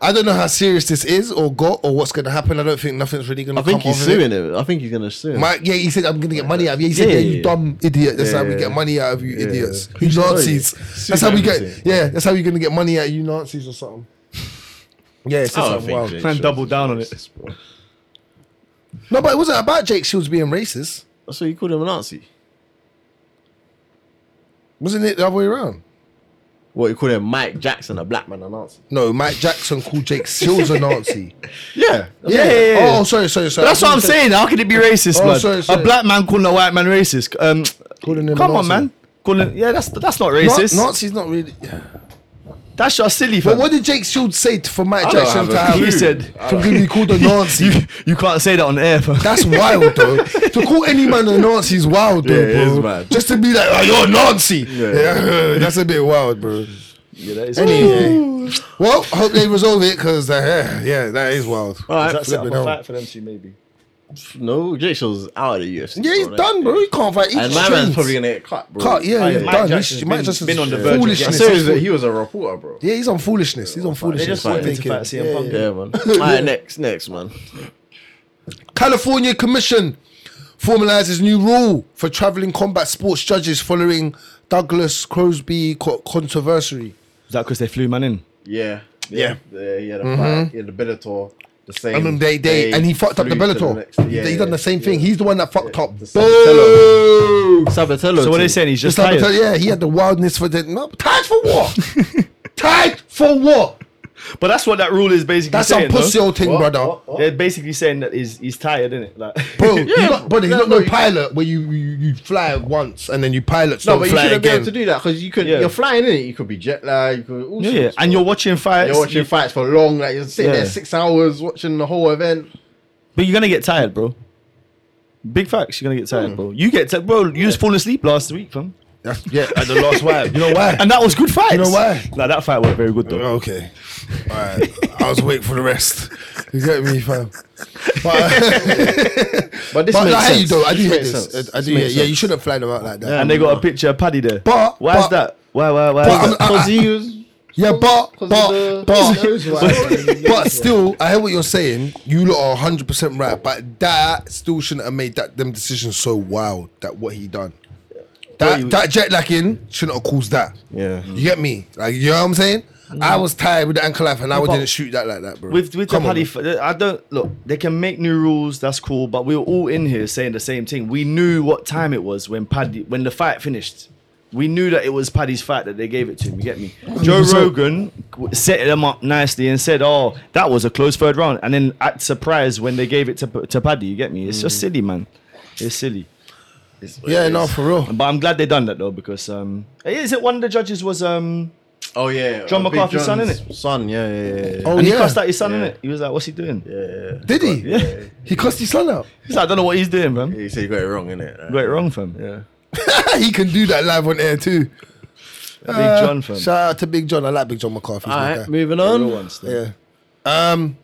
Speaker 5: I don't know how serious this is or got or what's going to happen. I don't think nothing's really going
Speaker 4: I
Speaker 5: to
Speaker 4: think
Speaker 5: come
Speaker 4: he's
Speaker 5: off of it.
Speaker 4: suing him. I think he's gonna sue him.
Speaker 5: My, yeah, he said, I'm going to get money out of you. He said,
Speaker 2: Yeah,
Speaker 5: yeah,
Speaker 2: yeah,
Speaker 5: you
Speaker 2: yeah.
Speaker 5: dumb idiot. That's how we
Speaker 4: Yeah,
Speaker 5: get
Speaker 4: yeah.
Speaker 5: money out of you
Speaker 4: Yeah.
Speaker 5: idiots. You Nazis.
Speaker 4: Sue
Speaker 5: That's how we
Speaker 4: everything.
Speaker 5: get, yeah, that's how we're going to get money out of you Nazis or something. Yeah,
Speaker 4: I
Speaker 5: it's just
Speaker 4: don't
Speaker 5: like,
Speaker 4: think
Speaker 5: wow.
Speaker 4: Jake
Speaker 2: Man,
Speaker 4: Shields
Speaker 2: double
Speaker 4: is
Speaker 2: down on
Speaker 4: racist, bro.
Speaker 5: No, but it wasn't about Jake Shields being racist.
Speaker 4: That's what you called him a Nazi.
Speaker 5: Wasn't it the other way around?
Speaker 4: what you call him, Mike Jackson, a black man, a Nazi.
Speaker 5: No, Mike Jackson called Jake Seals a Nazi.
Speaker 4: Yeah,
Speaker 2: Yeah, yeah, yeah.
Speaker 5: Oh, sorry, sorry, sorry.
Speaker 2: But that's what I'm saying. How could it be racist,
Speaker 5: Oh,
Speaker 2: man?
Speaker 5: sorry, sorry.
Speaker 2: A black man calling a white man racist. Um,
Speaker 5: Calling him a
Speaker 2: come on,
Speaker 5: Nazi.
Speaker 2: man. Calling, yeah, that's that's not
Speaker 5: Na-
Speaker 2: racist.
Speaker 5: Nazi's not really.
Speaker 2: that's just silly.
Speaker 5: But
Speaker 2: fam.
Speaker 5: what did Jake Shields say to- for Mike
Speaker 2: I don't
Speaker 5: Jackson
Speaker 2: have a
Speaker 5: to have
Speaker 2: clue. He said-
Speaker 5: to be called a Nazi?
Speaker 2: you, you can't say that on air, fam.
Speaker 5: That's wild, though. to call any man a Nazi is wild, though,
Speaker 4: Yeah, it
Speaker 5: bro.
Speaker 4: is mad.
Speaker 5: Just to be like, oh, you're a Nazi. Yeah, that's a bit wild, bro.
Speaker 2: yeah, that is
Speaker 5: Anyway, well, hope they resolve it because uh, yeah, that is wild.
Speaker 4: All right.
Speaker 2: Does that set up
Speaker 5: Flipping
Speaker 2: a
Speaker 5: hell.
Speaker 2: fight for them two, maybe?
Speaker 4: no, Jake Shaw's out of the UFC.
Speaker 5: Yeah, he's
Speaker 4: bro,
Speaker 5: done, bro. He can't fight. He's
Speaker 4: And my man's probably gonna get cut, bro.
Speaker 5: Cut, yeah,
Speaker 4: I-
Speaker 5: yeah,
Speaker 4: Mike
Speaker 5: done.
Speaker 4: Jackson's
Speaker 5: He's- Mike
Speaker 4: been-
Speaker 5: Jackson's
Speaker 4: been on the
Speaker 5: yeah.
Speaker 4: verge. of
Speaker 5: foolishness.
Speaker 4: getting- Seriously, he was a reporter, bro.
Speaker 5: Yeah, he's on foolishness. He's on foolishness.
Speaker 2: just
Speaker 5: bro.
Speaker 2: wanted to
Speaker 5: Thinking.
Speaker 2: fight CM
Speaker 5: Yeah,
Speaker 2: Punk.
Speaker 5: yeah.
Speaker 4: Yeah, man. All right, next, next, man.
Speaker 5: California Commission formalizes new rule for traveling combat sports judges following Douglas Crosby co- controversy.
Speaker 2: Is that because they flew man in?
Speaker 4: Yeah,
Speaker 5: Yeah. Mm-hmm.
Speaker 4: yeah. He had a fight. He had the Bellator. The same.
Speaker 5: And then Mm. they, they, and he fucked up the
Speaker 4: flew to
Speaker 5: Bellator.
Speaker 4: next- yeah,
Speaker 5: they done the same
Speaker 4: yeah.
Speaker 5: thing. He's the one that fucked up.
Speaker 4: The
Speaker 5: Boo!
Speaker 4: Sabatello.
Speaker 2: So what are
Speaker 4: team.
Speaker 2: they saying? He's
Speaker 5: Just
Speaker 2: just
Speaker 5: like
Speaker 2: tired.
Speaker 5: yeah, he had the wildness for the no, tied for what? tied for what?
Speaker 2: But that's what that rule is basically
Speaker 5: That's
Speaker 2: saying.
Speaker 5: some pussy old thing, brother.
Speaker 4: What? What?
Speaker 2: though. They're basically saying that he's he's tired, isn't it? Like,
Speaker 5: Bro, he's not, brother, he's
Speaker 4: No,
Speaker 5: not
Speaker 4: no,
Speaker 5: no
Speaker 4: you-
Speaker 5: pilot where you, you you fly once and then you pilots
Speaker 4: No,
Speaker 5: don't
Speaker 4: but you
Speaker 5: fly
Speaker 4: shouldn't be
Speaker 5: again.
Speaker 4: able to do that because you could.
Speaker 2: Yeah.
Speaker 4: You're flying in it. You could be jet lagged. You could all
Speaker 2: yeah, yeah.
Speaker 4: sorts,
Speaker 2: And
Speaker 4: bro.
Speaker 2: you're watching fights.
Speaker 4: You're watching fights for long. Like you're sitting there
Speaker 2: Yeah.
Speaker 4: six hours watching the whole event.
Speaker 2: But you're gonna get tired, bro. Big facts. You're gonna get
Speaker 5: Hmm.
Speaker 2: tired, bro. You get tired, bro. You just fallen asleep last week, fam.
Speaker 5: That's, yeah, at the last wipe. You know why?
Speaker 2: And that was good fight. You
Speaker 5: know why?
Speaker 2: Nah, that fight was very good though.
Speaker 5: Okay. All right. I was waiting for the rest. You get me, fam? But,
Speaker 4: But this
Speaker 5: but
Speaker 4: makes
Speaker 5: I hate
Speaker 4: sense.
Speaker 5: you, though. I do hate
Speaker 4: makes
Speaker 5: this.
Speaker 4: sense.
Speaker 5: I do hate Yeah, you shouldn't fly them out like that.
Speaker 2: And they got a picture of Paddy there.
Speaker 5: Um, But-
Speaker 2: why
Speaker 5: but-
Speaker 2: is that? Why? Why? Why?
Speaker 5: But
Speaker 2: is
Speaker 5: I'm-
Speaker 2: that?
Speaker 5: I-
Speaker 4: Because he was.
Speaker 5: Yeah, but, but,
Speaker 4: 'cause of the- his nose was
Speaker 5: but,
Speaker 4: out.
Speaker 5: but still, I hear what you're saying. You lot are 100% right. But that still shouldn't have made that them decisions so wild that what he done. That, that jet lacking shouldn't have caused that.
Speaker 4: Yeah.
Speaker 5: You get me? Like, you know what I'm saying? I was tired with the ankle life and I didn't shoot that like that, bro.
Speaker 2: With with
Speaker 5: Come
Speaker 2: the
Speaker 5: on,
Speaker 2: Paddy, f- I don't look. They can make new rules. That's cool. But we were all in here saying the same thing. We knew what time it was when Paddy when the fight finished. We knew that it was Paddy's fight that they gave it to him. You get me?
Speaker 5: Mm-hmm.
Speaker 2: Joe Rogan w- set them up nicely and said, "Oh, that was a close third round." And then at surprise when they gave it to P- to Paddy, you get me? It's
Speaker 5: Mm.
Speaker 2: just silly, man. It's silly.
Speaker 5: Yeah, no, for real.
Speaker 2: But I'm glad they done that though because um, is it one of the judges was um
Speaker 4: Oh yeah.
Speaker 2: John
Speaker 4: uh, Big
Speaker 2: McCarthy's son,
Speaker 4: John's
Speaker 2: innit?
Speaker 4: Son. Yeah, yeah, yeah, yeah.
Speaker 5: Oh,
Speaker 2: and he
Speaker 5: yeah.
Speaker 2: cussed out his son in it. He was like, "What's he doing?"
Speaker 4: yeah.
Speaker 5: Did he? Yeah. He cussed his son out.
Speaker 2: He's like, "I don't know what he's doing, man."
Speaker 4: He said you got it wrong, innit?
Speaker 2: Got it wrong, fam. Yeah.
Speaker 5: he can do that live on air too.
Speaker 2: Big John fam.
Speaker 5: Uh, Shout out to Big John. I like Big John eh? McCarthy. He's
Speaker 4: All
Speaker 5: my
Speaker 4: right,
Speaker 5: guy.
Speaker 4: moving on.
Speaker 5: Yeah. Um,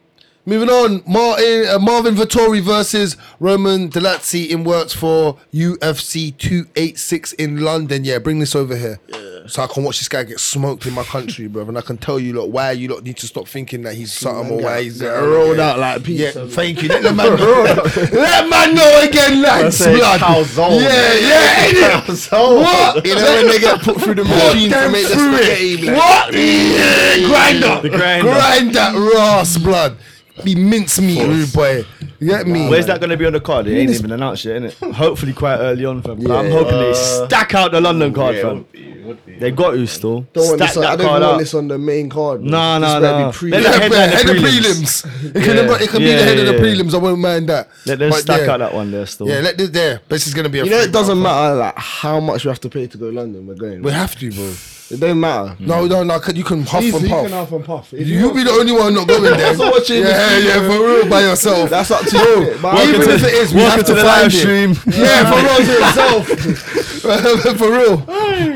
Speaker 5: moving on. Martin uh, Marvin Vittori versus Roman Delazzi in works for UFC 286 in London. Yeah, bring this over here. So I can watch this guy get smoked in my country, bro. And I can tell you, lot why you lot need to stop thinking that he's something or why he's uh, rolled out like pizza. Yeah, thank you. Let the man know. Let man know again, lads.
Speaker 4: say
Speaker 5: blood.
Speaker 4: calzone.
Speaker 5: Yeah, yeah. innit? What? You know when they get put through the machine to make the spaghetti? What? Yeah, grinder.
Speaker 2: The grinder.
Speaker 5: Grind that Ross blood. Be mince meat, rude boy. You get me?
Speaker 2: Where's that going to be on the card? It ain't even announced yet, innit? Hopefully, quite early on, fam. But I'm
Speaker 3: Yeah.
Speaker 2: hoping they
Speaker 4: Uh,
Speaker 2: stack out the London card,
Speaker 4: Yeah, it
Speaker 2: fam.
Speaker 4: would be, it would be.
Speaker 2: They got you still.
Speaker 3: Don't want
Speaker 2: Stack
Speaker 3: this on, I
Speaker 2: that
Speaker 3: don't
Speaker 2: card
Speaker 3: want
Speaker 2: out.
Speaker 3: this on the main card. bro.
Speaker 2: No,
Speaker 3: This
Speaker 2: no,
Speaker 3: better be
Speaker 2: no.
Speaker 3: pre-
Speaker 2: Let
Speaker 5: Yeah,
Speaker 2: them
Speaker 5: head,
Speaker 2: headline the
Speaker 5: of prelims.
Speaker 2: prelims.
Speaker 5: It can,
Speaker 2: Yeah.
Speaker 5: it can be
Speaker 2: Yeah,
Speaker 5: the head of
Speaker 2: yeah,
Speaker 5: the
Speaker 2: yeah.
Speaker 5: prelims. I won't mind that.
Speaker 2: Let them
Speaker 5: But
Speaker 2: stack
Speaker 5: yeah.
Speaker 2: out that one there still.
Speaker 5: Yeah, let this there. This is gonna be a.
Speaker 3: You know
Speaker 5: free
Speaker 3: it doesn't
Speaker 5: round.
Speaker 3: matter like how much we have to pay to go to London. We're going.
Speaker 5: We have to, bro.
Speaker 3: It don't matter.
Speaker 5: No, no, no. You can huff
Speaker 3: Easy,
Speaker 5: and
Speaker 3: you
Speaker 5: puff.
Speaker 3: can half and puff. If
Speaker 5: You'll
Speaker 3: want-
Speaker 5: be the only one not going there.
Speaker 3: Also watching this
Speaker 5: yeah,
Speaker 3: video.
Speaker 5: yeah, for real, by yourself.
Speaker 3: That's up to you. But
Speaker 5: Even
Speaker 2: to-
Speaker 5: if it is, we
Speaker 2: welcome
Speaker 5: have to
Speaker 2: to the
Speaker 5: find it.
Speaker 2: live stream.
Speaker 5: Yeah, for real, to yourself. for real,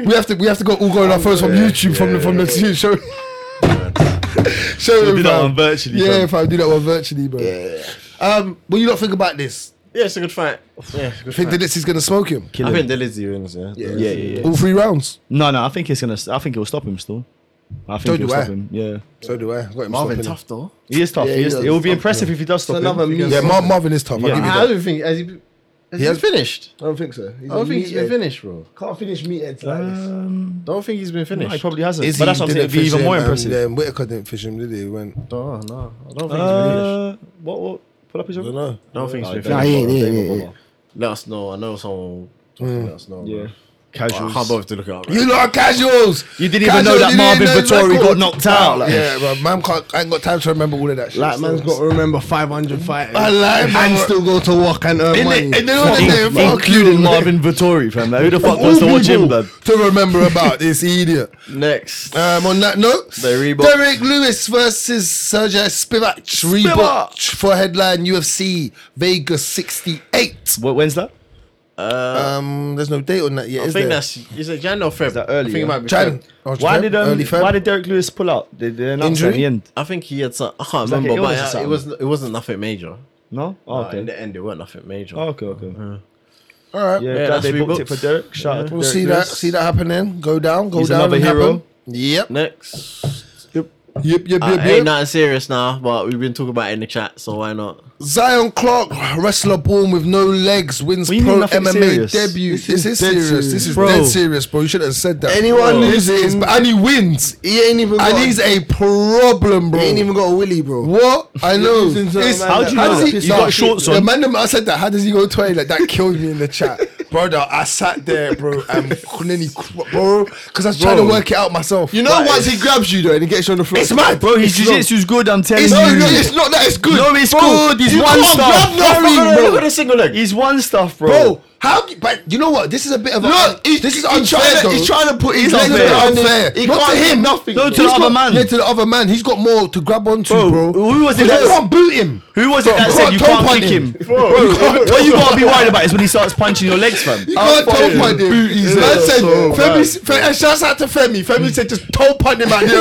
Speaker 5: we have to we have to go all go on our phones from YouTube from the from the YouTube show. show
Speaker 2: We
Speaker 5: them,
Speaker 2: did that
Speaker 5: fam.
Speaker 2: one virtually.
Speaker 5: Yeah,
Speaker 2: fam.
Speaker 5: if I do that one virtually, bro. Um, what you not think about this?
Speaker 4: Yeah, it's a good fight. Yeah, it's a good
Speaker 5: Think
Speaker 4: fight.
Speaker 5: that this is gonna smoke him?
Speaker 2: Kill
Speaker 4: I
Speaker 2: him.
Speaker 4: think Delizzi wins. Yeah.
Speaker 3: Yeah.
Speaker 2: yeah, yeah, yeah.
Speaker 5: All three rounds.
Speaker 2: No, no. I think it's gonna. I think it'll stop him still. I
Speaker 5: Don't
Speaker 2: think
Speaker 5: do
Speaker 2: it'll stop
Speaker 5: that.
Speaker 2: him. Yeah.
Speaker 5: So do I. Got him
Speaker 4: Marvin
Speaker 5: stopping.
Speaker 4: tough though.
Speaker 2: He is tough.
Speaker 3: Yeah,
Speaker 2: he
Speaker 3: he
Speaker 2: is,
Speaker 3: does.
Speaker 2: it will be impressive if he does stop
Speaker 3: It's
Speaker 2: him.
Speaker 3: another meme.
Speaker 5: Yeah, Mar- Marvin is tough. I'll
Speaker 2: Yeah.
Speaker 5: give you
Speaker 4: I
Speaker 5: that.
Speaker 4: don't think has he, has he
Speaker 5: has-
Speaker 4: finished.
Speaker 3: I don't think so. He's
Speaker 4: I don't
Speaker 3: a
Speaker 4: think he's been
Speaker 3: meathead.
Speaker 4: finished, bro.
Speaker 3: Can't finish meatheads like this.
Speaker 2: Um,
Speaker 4: Don't think he's been
Speaker 2: no, he
Speaker 4: finished.
Speaker 2: probably hasn't.
Speaker 5: Izzy
Speaker 2: but that's what I'm saying.
Speaker 5: didn't
Speaker 2: It'd be
Speaker 5: fish
Speaker 2: even
Speaker 5: him
Speaker 2: more
Speaker 5: and,
Speaker 2: impressive.
Speaker 5: um, Whitaker didn't fish him, did he? He went,
Speaker 4: No, no, I don't think
Speaker 2: Uh, what, what? Pull up his
Speaker 5: I don't
Speaker 2: record.
Speaker 5: know.
Speaker 4: I don't think he's been
Speaker 3: Nah,
Speaker 4: finished.
Speaker 3: he ain't, he ain't, he ain't.
Speaker 4: Let us know. I know someone. will Let us know.
Speaker 2: Yeah.
Speaker 4: bro. I
Speaker 2: Casuals.
Speaker 4: can't bother to look it up. Right?
Speaker 5: You lot are casuals.
Speaker 2: You didn't even know that
Speaker 5: you didn't
Speaker 2: Marvin
Speaker 5: know his
Speaker 2: Vettori
Speaker 5: record.
Speaker 2: got knocked out, like-
Speaker 5: yeah, but man can't. I ain't got time to remember all of that shit.
Speaker 3: Like, man's got to remember 500 fighters.
Speaker 5: I lie, man.
Speaker 3: and still go to work and earn
Speaker 5: In
Speaker 3: money.
Speaker 5: the, in the, in the,
Speaker 2: In- including Marvin Vittori, fam. Like, who the fuck wants to watch him, blood? Uh,
Speaker 5: to remember about this idiot.
Speaker 4: Next.
Speaker 5: Um, on that note,
Speaker 4: The Reebok.
Speaker 5: Derek Lewis versus Sergey Spivak. Reebok for headline UFC Vegas 68.
Speaker 2: What, when's that?
Speaker 5: Um, there's no date on that yet.
Speaker 4: Uh, I
Speaker 5: is
Speaker 4: think
Speaker 5: there?
Speaker 4: that's is it Jan or Feb?
Speaker 2: that early,
Speaker 4: I think
Speaker 2: yeah?
Speaker 4: it might be
Speaker 5: Jan.
Speaker 4: Feb.
Speaker 5: or
Speaker 2: Why
Speaker 5: Feb,
Speaker 2: did um,
Speaker 5: Oh, early Feb.
Speaker 2: why did Derek Lewis pull out? Did they announce it
Speaker 5: Injury?
Speaker 2: at the end?
Speaker 4: I think he had some. I can't
Speaker 2: like an
Speaker 4: remember,
Speaker 2: illness
Speaker 4: but
Speaker 2: or
Speaker 4: it,
Speaker 2: something.
Speaker 4: was it wasn't nothing major.
Speaker 2: No. Oh,
Speaker 4: Uh,
Speaker 2: okay.
Speaker 4: in the end, it weren't nothing major.
Speaker 2: Oh, okay. Okay.
Speaker 5: All right.
Speaker 2: Yeah,
Speaker 4: Yeah,
Speaker 2: glad
Speaker 4: that's
Speaker 2: they booked
Speaker 4: rebooked.
Speaker 2: it for Derek. Shout out to
Speaker 5: We'll
Speaker 2: Derek
Speaker 5: see
Speaker 2: Lewis.
Speaker 5: that. See that happening. Go down. Go
Speaker 2: He's
Speaker 5: down.
Speaker 2: another
Speaker 5: and
Speaker 2: hero.
Speaker 5: happen. Yep.
Speaker 4: Next,
Speaker 5: Yep. Yep. Yep.
Speaker 4: uh,
Speaker 5: yep.
Speaker 4: ain't nothing serious now, but we've been talking about it in the chat, so why not?
Speaker 5: Zion Clark, wrestler born with no legs, wins
Speaker 2: What do you
Speaker 5: pro
Speaker 2: mean nothing
Speaker 5: MMA
Speaker 2: serious?
Speaker 5: debut. This,
Speaker 3: is
Speaker 5: is,
Speaker 3: dead
Speaker 5: serious.
Speaker 3: serious.
Speaker 5: This is
Speaker 2: Bro.
Speaker 5: dead serious, bro. You should have said that.
Speaker 3: Anyone
Speaker 5: Bro.
Speaker 3: losing-
Speaker 5: This is- but- and he wins.
Speaker 3: he ain't even got,
Speaker 5: And he's a problem, bro.
Speaker 3: he ain't even got a willy, bro.
Speaker 5: What? I know.
Speaker 3: losing to a
Speaker 5: It's-
Speaker 3: man How do
Speaker 2: you that- know
Speaker 5: does
Speaker 2: that?
Speaker 5: he-
Speaker 2: You got shorts
Speaker 5: The
Speaker 2: on.
Speaker 5: man that I said that. How does he go twenty? Like that killed me in the chat, brother. I sat there, bro, and couldn't even, cr- bro, because I was trying to work it out myself.
Speaker 3: You know,
Speaker 5: Like,
Speaker 3: once he grabs you though and he gets you on the floor,
Speaker 5: It's mad,
Speaker 2: Bro, his
Speaker 5: It's
Speaker 2: jiu jitsu's good. I'm telling
Speaker 5: It's
Speaker 2: you.
Speaker 5: no, no, it's not that. It's good.
Speaker 2: No, it's
Speaker 5: Bro,
Speaker 2: good. He's
Speaker 5: you
Speaker 2: one
Speaker 5: can't
Speaker 2: star.
Speaker 5: grab nothing,
Speaker 2: No, no, no,
Speaker 5: bro.
Speaker 2: look at
Speaker 4: a single leg.
Speaker 2: He's one stuff, bro.
Speaker 5: Bro, how? But you know what? This is a bit of
Speaker 3: Look,
Speaker 5: a.
Speaker 3: he's,
Speaker 5: this
Speaker 3: he's,
Speaker 5: is unfair.
Speaker 3: trying to,
Speaker 5: though.
Speaker 3: he's trying to put his
Speaker 2: It's
Speaker 3: legs
Speaker 5: This is
Speaker 2: unfair.
Speaker 3: around
Speaker 5: unfair.
Speaker 3: him. He
Speaker 5: Not
Speaker 3: can't
Speaker 5: to
Speaker 3: hit
Speaker 5: him.
Speaker 3: nothing.
Speaker 2: No,
Speaker 3: bro.
Speaker 2: to
Speaker 5: He's
Speaker 2: the other
Speaker 5: got-
Speaker 2: man.
Speaker 5: Yeah, to the other man. He's got more to grab onto, bro.
Speaker 2: Bro, who was it
Speaker 5: You
Speaker 2: that-
Speaker 5: can't boot him.
Speaker 2: Who was it that
Speaker 5: Bro,
Speaker 2: said you
Speaker 5: toe
Speaker 2: can't
Speaker 5: point
Speaker 2: kick him?
Speaker 5: him.
Speaker 2: Bro, what you gotta be worried about is when he starts punching your legs, fam.
Speaker 5: You can't toe punt him.
Speaker 3: Booties
Speaker 5: Man
Speaker 3: are
Speaker 5: said,
Speaker 3: so
Speaker 5: Femi, Fe- and shouts out to Femi. Femi said, just toe punt him at the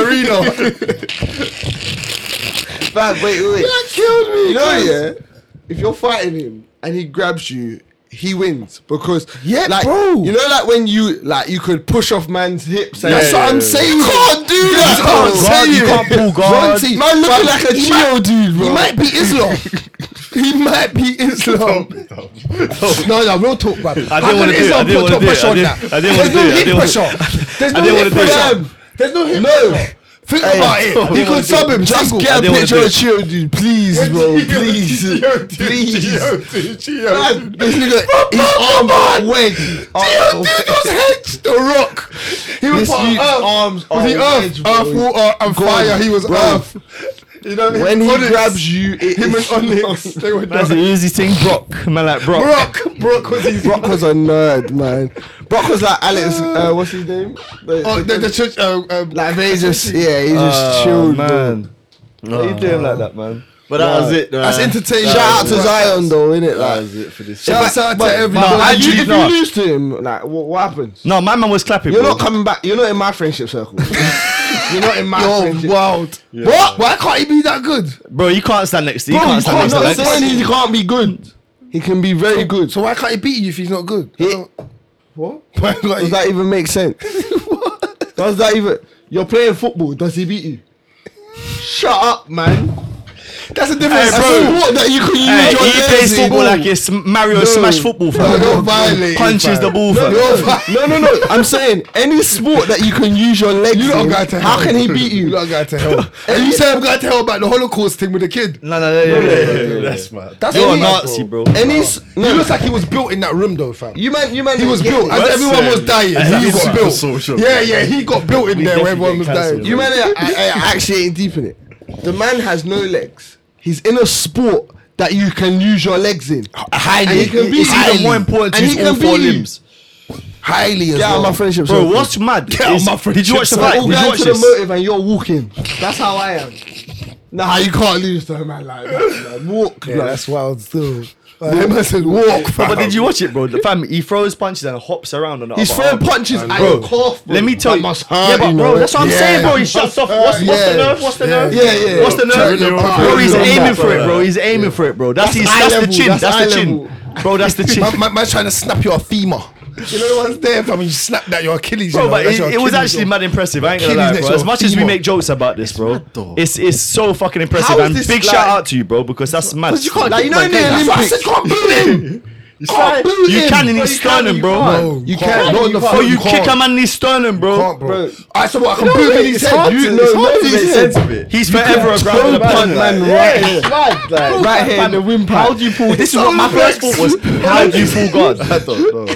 Speaker 5: arena.
Speaker 3: Fam, wait, wait, wait.
Speaker 5: That killed me.
Speaker 3: You know,
Speaker 5: cuz.
Speaker 3: yeah. If you're fighting him and he grabs you, he wins because
Speaker 5: Yeah,
Speaker 3: like
Speaker 5: bro.
Speaker 3: you know, like when you like you could push off man's hips. And
Speaker 5: That's what I'm saying. You can't do that. You can't
Speaker 2: Guard,
Speaker 5: say
Speaker 2: you
Speaker 5: it.
Speaker 2: can't pull guard.
Speaker 5: Zanti,
Speaker 3: Man looking
Speaker 5: fam,
Speaker 3: like a
Speaker 5: he
Speaker 3: Geo
Speaker 5: might-
Speaker 3: dude, bro.
Speaker 5: He might be Islam. he might be Islam. no, no, real talk, man. I
Speaker 2: didn't wanna do it. I didn't wanna do it. I didn't- I didn't wanna
Speaker 5: There's no hip
Speaker 2: do it. I didn't wanna-
Speaker 5: pressure. There's no hip
Speaker 2: didn't wanna do it.
Speaker 5: pressure. There's no hip pressure. Think about it.
Speaker 2: didn't
Speaker 5: He
Speaker 2: wanna
Speaker 5: could sub him. Just
Speaker 2: I
Speaker 5: get a
Speaker 2: didn't wanna
Speaker 5: picture
Speaker 2: do
Speaker 5: of
Speaker 2: it.
Speaker 5: Chio, dude. Please, bro. Please. Please. Man, This nigga, his arm are wedged. Chio, dude, was hedged. The rock. He was
Speaker 3: This
Speaker 5: part of
Speaker 3: dude's
Speaker 5: Earth.
Speaker 3: arms
Speaker 5: Was he
Speaker 3: are
Speaker 5: Earth?
Speaker 3: wedged,
Speaker 5: Earth,
Speaker 3: bro.
Speaker 5: water, and fire. He was
Speaker 3: bro.
Speaker 5: Earth. You know,
Speaker 3: When he
Speaker 5: Onyx.
Speaker 3: grabs you, it
Speaker 5: him
Speaker 3: is-
Speaker 5: and Onyx, they were
Speaker 2: That's
Speaker 5: done.
Speaker 2: the easy thing, Brock. Man, like Brock.
Speaker 5: Brock, Brock was his.
Speaker 3: Brock was a nerd, man. Brock was like Alex. Uh, what's his name? The-
Speaker 5: Oh, the, the church. Uh, um,
Speaker 3: like they just yeah, he just
Speaker 2: Oh,
Speaker 3: chilled, man.
Speaker 2: man. Why you doing like that, man?
Speaker 4: But that was it.
Speaker 5: that's
Speaker 4: uh,
Speaker 5: entertaining.
Speaker 3: Shout out to Zion though, innit?
Speaker 4: That
Speaker 3: Like,
Speaker 4: was it for this.
Speaker 5: Shout out to
Speaker 3: but-
Speaker 5: everyone.
Speaker 3: but
Speaker 2: No,
Speaker 3: if you,
Speaker 2: Andrew,
Speaker 3: if
Speaker 2: no.
Speaker 3: you lose to him, like what, what happens?
Speaker 2: No, my man was clapping.
Speaker 3: You're
Speaker 2: bro.
Speaker 3: not coming back. You're not in my friendship circle. you're not in my friendship.
Speaker 5: wild. What? Why can't he be that good?
Speaker 2: Bro, you can't stand next to you.
Speaker 3: Bro,
Speaker 2: can't stand
Speaker 3: not
Speaker 2: next to
Speaker 3: saying
Speaker 2: Lex.
Speaker 3: he can't be good. He can be very good.
Speaker 5: So why can't he beat you if he's not good?
Speaker 3: He-
Speaker 5: what? Why can't he-
Speaker 3: Does that even make sense? Does that even? You're playing football. Does he beat you? Shut up, man.
Speaker 5: that's a different
Speaker 2: Hey,
Speaker 5: sport.
Speaker 2: bro.
Speaker 5: that you could use
Speaker 2: Hey,
Speaker 5: your
Speaker 2: he
Speaker 5: legs
Speaker 2: plays
Speaker 5: in.
Speaker 2: football like it's Mario Smash football, fam.
Speaker 5: No, you're violating,
Speaker 2: Punches
Speaker 5: fam.
Speaker 2: the ball,
Speaker 5: No,
Speaker 2: fam.
Speaker 5: you're
Speaker 3: No, no, no. I'm saying any sport that you can use your legs.
Speaker 5: You don't
Speaker 3: in,
Speaker 5: got to hell.
Speaker 3: How can he beat
Speaker 5: You
Speaker 3: you?
Speaker 5: don't got to hell. and you said I'm got to hell about the Holocaust thing with the kid.
Speaker 2: No, no, no, no, no, no, no.
Speaker 4: That's mad.
Speaker 5: That's
Speaker 2: You're a
Speaker 5: what he-
Speaker 2: Nazi, bro.
Speaker 3: Any. s-
Speaker 5: He looks like he was built in that room though, fam.
Speaker 3: You man, you man.
Speaker 5: He was built, and
Speaker 2: That's
Speaker 5: everyone was
Speaker 2: it.
Speaker 5: dying.
Speaker 2: That's
Speaker 5: He got
Speaker 2: super
Speaker 5: built.
Speaker 4: social.
Speaker 5: Yeah, yeah, he got built in there where everyone was dying.
Speaker 3: You man, I, I, I actually ain't deep in it. The man has no legs. He's in a sport that you can use your legs in.
Speaker 5: highly,
Speaker 3: And he can be-
Speaker 2: It's even
Speaker 3: Highly.
Speaker 2: more important to
Speaker 3: And
Speaker 2: use
Speaker 3: he
Speaker 2: all
Speaker 3: can
Speaker 2: four
Speaker 3: be-
Speaker 2: limbs.
Speaker 5: highly as
Speaker 3: Get out
Speaker 5: well.
Speaker 3: of my friendship.
Speaker 2: Bro,
Speaker 3: circle.
Speaker 2: what's mad?
Speaker 5: Get out
Speaker 2: is-
Speaker 5: my friendship
Speaker 2: Did you watch the
Speaker 5: circle.
Speaker 2: fight?
Speaker 3: All
Speaker 2: Did you
Speaker 3: going
Speaker 2: watch
Speaker 3: to the
Speaker 2: this?
Speaker 3: motive and you're walking. That's how I am.
Speaker 5: Nah, you can't lose to a man like that. man. Walk, yeah, that's wild still. Like, that man said walk, fam.
Speaker 2: But did you watch it, bro? The fam, he throws punches and hops around on the
Speaker 3: He's
Speaker 2: other
Speaker 3: throwing
Speaker 2: arm.
Speaker 3: punches at
Speaker 5: bro,
Speaker 3: your calf. Bro.
Speaker 2: Let me tell you.
Speaker 5: must
Speaker 2: yeah,
Speaker 5: hurt,
Speaker 2: but
Speaker 5: you
Speaker 2: bro,
Speaker 5: know.
Speaker 2: that's what I'm
Speaker 5: Yeah.
Speaker 2: saying, bro. He shuts off. What's, what's
Speaker 5: Yeah.
Speaker 2: the nerve? What's the
Speaker 5: Yeah.
Speaker 2: nerve?
Speaker 5: Yeah, yeah.
Speaker 2: What's the
Speaker 5: Turn
Speaker 2: nerve?
Speaker 5: your
Speaker 2: Bro, he's
Speaker 5: back.
Speaker 2: aiming for it, bro. He's aiming for it, bro. That's his.
Speaker 5: eye
Speaker 2: That's the
Speaker 5: level,
Speaker 2: chin.
Speaker 5: that's
Speaker 2: That's the
Speaker 5: eye
Speaker 2: chin, bro. That's the chin.
Speaker 5: My, my, man's trying to snap your femur. You know the one's there, fam. You snap that your Achilles. you
Speaker 2: Bro,
Speaker 5: know,
Speaker 2: but
Speaker 5: that's
Speaker 2: it,
Speaker 5: your
Speaker 2: it was
Speaker 5: Achilles,
Speaker 2: actually
Speaker 5: your-
Speaker 2: mad impressive. I ain't gonna
Speaker 5: Achilles
Speaker 2: lie,
Speaker 5: next
Speaker 2: bro.
Speaker 5: to
Speaker 2: As
Speaker 5: a
Speaker 2: much as we
Speaker 5: femur.
Speaker 2: make jokes about this, bro,
Speaker 4: though.
Speaker 2: it's it's so fucking impressive.
Speaker 3: How is
Speaker 2: And
Speaker 3: this
Speaker 2: big
Speaker 3: like-
Speaker 2: shout out to you, bro, because that's mad.
Speaker 3: like you know in the
Speaker 5: That's why I
Speaker 3: Olympics.
Speaker 5: said, can't beat him.
Speaker 4: tried.
Speaker 3: boot
Speaker 2: You
Speaker 3: him.
Speaker 2: can in
Speaker 3: Bro,
Speaker 2: his
Speaker 3: you can,
Speaker 2: sternum,
Speaker 3: you
Speaker 2: bro.
Speaker 3: can't.
Speaker 5: No,
Speaker 3: you
Speaker 5: can't.
Speaker 3: can't. Not in the
Speaker 5: You
Speaker 2: Oh,
Speaker 3: front.
Speaker 2: you
Speaker 5: can't,
Speaker 2: kick a man in his sternum, bro.
Speaker 5: Can't, bro. I said what I can prove
Speaker 3: what,
Speaker 5: it. He
Speaker 3: it's
Speaker 5: said,
Speaker 3: hard
Speaker 5: you
Speaker 3: to-
Speaker 5: know,
Speaker 3: it's
Speaker 5: no,
Speaker 3: hard to
Speaker 5: he
Speaker 3: make
Speaker 5: said-
Speaker 3: sense of it.
Speaker 2: He's forever a ground
Speaker 3: Throw
Speaker 2: and a
Speaker 3: back,
Speaker 2: pun.
Speaker 3: man, right here. Right here in the windpipe.
Speaker 2: How do you pull? This is what my first thought was. How do you pull God?
Speaker 4: I don't know.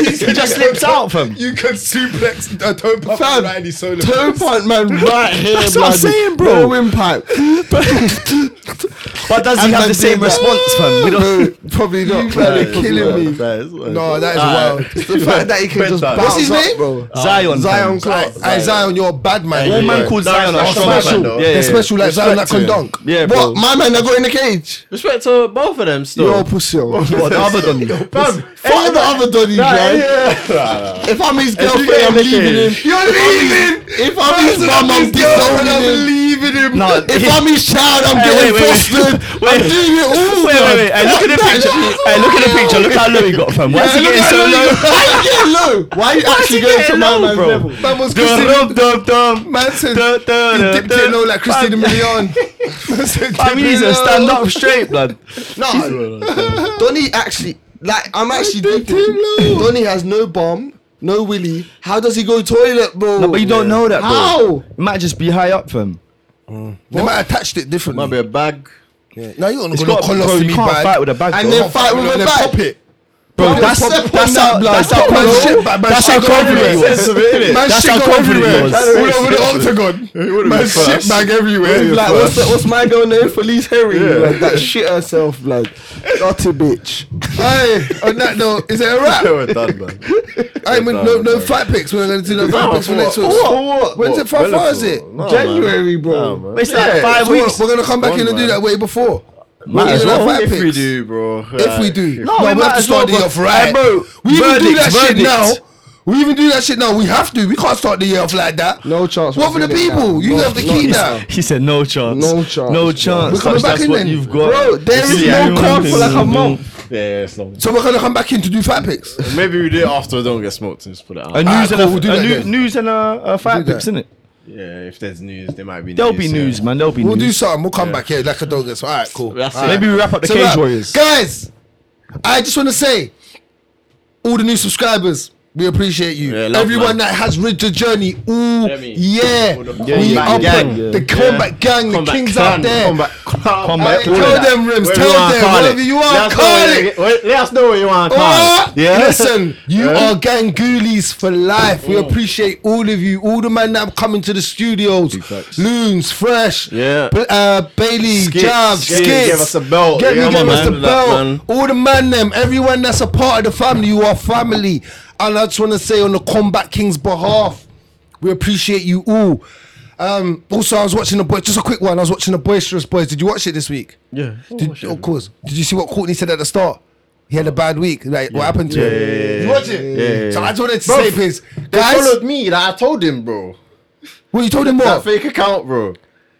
Speaker 2: He just slips out from.
Speaker 5: You can suplex a toe pump
Speaker 3: Fam,
Speaker 5: without any solar.
Speaker 3: Toe point, man, right here.
Speaker 2: That's what I'm
Speaker 3: bloody.
Speaker 2: saying, bro.
Speaker 3: No windpipe.
Speaker 2: But does he have the same response, fam? We don't.
Speaker 3: No, probably not. man, You're killing me.
Speaker 5: No, that is wild.
Speaker 3: The fact that he can just
Speaker 2: Bedtime.
Speaker 3: bounce
Speaker 5: What's his
Speaker 3: up,
Speaker 5: name?
Speaker 3: bro.
Speaker 2: Zion.
Speaker 5: Zion
Speaker 2: fam.
Speaker 5: Clark. Hey, Zion, you're a bad man.
Speaker 2: One
Speaker 5: Yeah,
Speaker 2: man
Speaker 5: yeah.
Speaker 2: called
Speaker 4: That's-
Speaker 2: Zion.
Speaker 4: that's
Speaker 2: I
Speaker 5: They're
Speaker 2: strong man,
Speaker 5: special.
Speaker 2: though. Yeah,
Speaker 5: They're
Speaker 2: yeah, yeah.
Speaker 5: special like Zion, like
Speaker 4: Respect to him.
Speaker 5: Kondonk.
Speaker 2: Yeah, bro.
Speaker 3: What? My man that got in the cage?
Speaker 4: Respect to both of them still.
Speaker 3: You're a pussy. yo.
Speaker 2: What, the other than-
Speaker 3: Fuck the other Donny, man. If I'm his girlfriend,
Speaker 2: get
Speaker 3: I'm
Speaker 2: in the
Speaker 3: leaving
Speaker 2: cage.
Speaker 3: him. You're leaving. If I'm his mum, I'm disowning him.
Speaker 5: leaving him.
Speaker 2: No,
Speaker 3: If I'm his child, I'm
Speaker 2: Hey,
Speaker 3: getting
Speaker 2: wait, wait, wait.
Speaker 3: fostered. I'm
Speaker 2: Wait.
Speaker 3: doing it all.
Speaker 2: Wait, wait, wait. Hey, look at the picture. Hey, look at the picture. Look how low he got, fam. Why is he
Speaker 3: look
Speaker 2: getting
Speaker 3: how
Speaker 2: so
Speaker 3: low
Speaker 2: low?
Speaker 3: Why are you getting low? Why are you actually going to my man's level?
Speaker 5: Man was
Speaker 2: Dum,
Speaker 5: Christina-
Speaker 2: dum, dum.
Speaker 5: Man said
Speaker 2: Dun, dun,
Speaker 5: he dipped
Speaker 2: dun,
Speaker 5: it
Speaker 2: dun.
Speaker 5: low like Christina Milian. Man said,
Speaker 2: I mean, he's a stand up straight, blood.
Speaker 3: No, Donny actually, like, I'm actually deep. Donny has no bomb, no willy. How does he go toilet, bro?
Speaker 2: No, but you don't know that, bro.
Speaker 3: How?
Speaker 2: It might just be high up, fam.
Speaker 5: They might have touched it
Speaker 4: Might
Speaker 5: differently.
Speaker 4: be a bag.
Speaker 5: Now you're not
Speaker 2: It's
Speaker 5: going to
Speaker 2: got, bro,
Speaker 5: colossal
Speaker 2: you
Speaker 5: me
Speaker 2: can't fight
Speaker 5: bad.
Speaker 2: with a bag,
Speaker 3: And
Speaker 2: bro.
Speaker 3: then fight with a
Speaker 5: Then
Speaker 3: back.
Speaker 5: pop it.
Speaker 2: Bro, that's
Speaker 3: Pop-
Speaker 2: that's
Speaker 3: pop on
Speaker 2: how
Speaker 3: that blood.
Speaker 2: that's how
Speaker 3: Pop on
Speaker 5: that
Speaker 2: confident.
Speaker 5: shit, man. Man,
Speaker 2: That's how
Speaker 5: shit go
Speaker 2: confident he
Speaker 5: everywhere.
Speaker 2: was.
Speaker 5: Man,
Speaker 2: That's
Speaker 5: shit
Speaker 2: how
Speaker 5: go
Speaker 2: confident he
Speaker 5: everywhere.
Speaker 2: was.
Speaker 5: All over the octagon. Man, shit bag everywhere.
Speaker 3: Like, what's, the, what's my girl name? Felice Henry. Like, that shit herself, like, dirty bitch.
Speaker 5: Hey, on that note, is it a wrap?
Speaker 4: We're done, man.
Speaker 5: I mean, no, no fight picks. We're going to do no fight picks for next week.
Speaker 3: what?
Speaker 5: When's it? How far is it?
Speaker 3: Oh, January, bro.
Speaker 2: But It's like five
Speaker 5: So
Speaker 2: weeks.
Speaker 5: what, we're going to come back in and do that way before.
Speaker 2: Might
Speaker 5: We're
Speaker 2: as
Speaker 5: gonna
Speaker 2: well.
Speaker 5: fight
Speaker 4: If we
Speaker 5: picks.
Speaker 4: do, bro.
Speaker 5: If we do,
Speaker 2: No, we
Speaker 5: we
Speaker 2: might
Speaker 5: have to
Speaker 2: as
Speaker 5: start
Speaker 2: well,
Speaker 5: the
Speaker 2: bro.
Speaker 5: year off right.
Speaker 2: Hey, bro,
Speaker 5: we even do that
Speaker 2: verdicts,
Speaker 5: shit now.
Speaker 2: verdicts.
Speaker 5: We even do that shit now. We have to. We can't start the year off like that.
Speaker 3: No chance
Speaker 5: What
Speaker 3: we're
Speaker 5: for the
Speaker 3: doing it
Speaker 5: people?
Speaker 3: now.
Speaker 5: You
Speaker 3: No-
Speaker 5: have to
Speaker 3: no
Speaker 5: keep
Speaker 3: chance.
Speaker 5: that.
Speaker 2: He said no chance.
Speaker 3: No chance,
Speaker 2: No
Speaker 3: bro.
Speaker 2: chance.
Speaker 5: We're coming
Speaker 2: That's
Speaker 5: back in
Speaker 2: what
Speaker 5: then.
Speaker 2: you've got.
Speaker 3: Bro, there
Speaker 2: This
Speaker 3: is
Speaker 2: yeah,
Speaker 3: no
Speaker 2: you
Speaker 3: card
Speaker 2: know
Speaker 3: for like a
Speaker 2: this.
Speaker 3: month.
Speaker 4: Yeah, it's long.
Speaker 5: So we're gonna come back in to do fight picks.
Speaker 4: Maybe we do it after. Don't get smoked. and Just put it
Speaker 2: A
Speaker 4: out.
Speaker 2: news
Speaker 5: cool, we'll
Speaker 2: and
Speaker 5: do
Speaker 2: a, a
Speaker 5: that
Speaker 2: new,
Speaker 5: then.
Speaker 2: news and a, a fight
Speaker 5: do
Speaker 2: picks,
Speaker 5: that.
Speaker 2: innit?
Speaker 4: Yeah, if there's news, there might be.
Speaker 2: There'll be
Speaker 4: yeah.
Speaker 2: news, man. There'll be
Speaker 5: We'll do
Speaker 2: news.
Speaker 5: something. We'll come back here like a dog. All right, cool.
Speaker 4: That's
Speaker 5: All
Speaker 4: it.
Speaker 5: right.
Speaker 2: Maybe we wrap up the
Speaker 5: So
Speaker 2: Cage
Speaker 5: right,
Speaker 2: Warriors.
Speaker 5: guys. I just want to say, all the new subscribers, we appreciate you.
Speaker 4: Yeah, love,
Speaker 5: Everyone
Speaker 4: man.
Speaker 5: that has ridden the journey all
Speaker 4: Yeah, me.
Speaker 5: year,
Speaker 4: All the
Speaker 5: we
Speaker 4: combat
Speaker 5: up
Speaker 4: gang.
Speaker 5: it. the combat gang, the
Speaker 4: Combat
Speaker 5: kings
Speaker 4: clan,
Speaker 5: out there.
Speaker 4: Combat clan.
Speaker 2: Combat
Speaker 5: Hey, tell them rims,
Speaker 4: Whatever
Speaker 5: tell
Speaker 4: you wanna
Speaker 5: them
Speaker 4: call it.
Speaker 5: whatever you
Speaker 4: Let
Speaker 5: want,
Speaker 4: us know
Speaker 5: call
Speaker 4: what you-
Speaker 5: it.
Speaker 4: wait, Let us know what you want. to
Speaker 5: Oh,
Speaker 4: call it. Yeah. Oh.
Speaker 5: Listen, you are gangoolies for life. We appreciate all of you, all the men that are coming to the studios.
Speaker 4: facts.
Speaker 5: Loons, Fresh,
Speaker 4: Yeah.
Speaker 5: B- uh, Bailey,
Speaker 4: Skits,
Speaker 5: Jab,
Speaker 4: Skits,
Speaker 5: Skits.
Speaker 4: give us a belt.
Speaker 5: Get,
Speaker 4: Yeah,
Speaker 5: you
Speaker 4: come on,
Speaker 5: give
Speaker 4: man.
Speaker 5: us the
Speaker 4: That,
Speaker 5: belt.
Speaker 4: man.
Speaker 5: all the man them, everyone that's a part of the family, you are family. And I just want to say on the Combat King's behalf, we appreciate you all. Um, also, I was watching the boy. Just a quick one. I was watching the Boisterous Boys. Did you watch it this week?
Speaker 4: Yeah.
Speaker 5: Did, of course. Did you see what Courtney said at the start? He had a bad week. Like what happened to him? you watch it.
Speaker 4: yeah, yeah.
Speaker 5: So I just wanted to
Speaker 4: Bro,
Speaker 5: say, please,
Speaker 4: They
Speaker 5: guys.
Speaker 4: followed me. Like I told him, bro.
Speaker 5: Well, you told him
Speaker 4: That
Speaker 5: what?
Speaker 4: fake account, bro.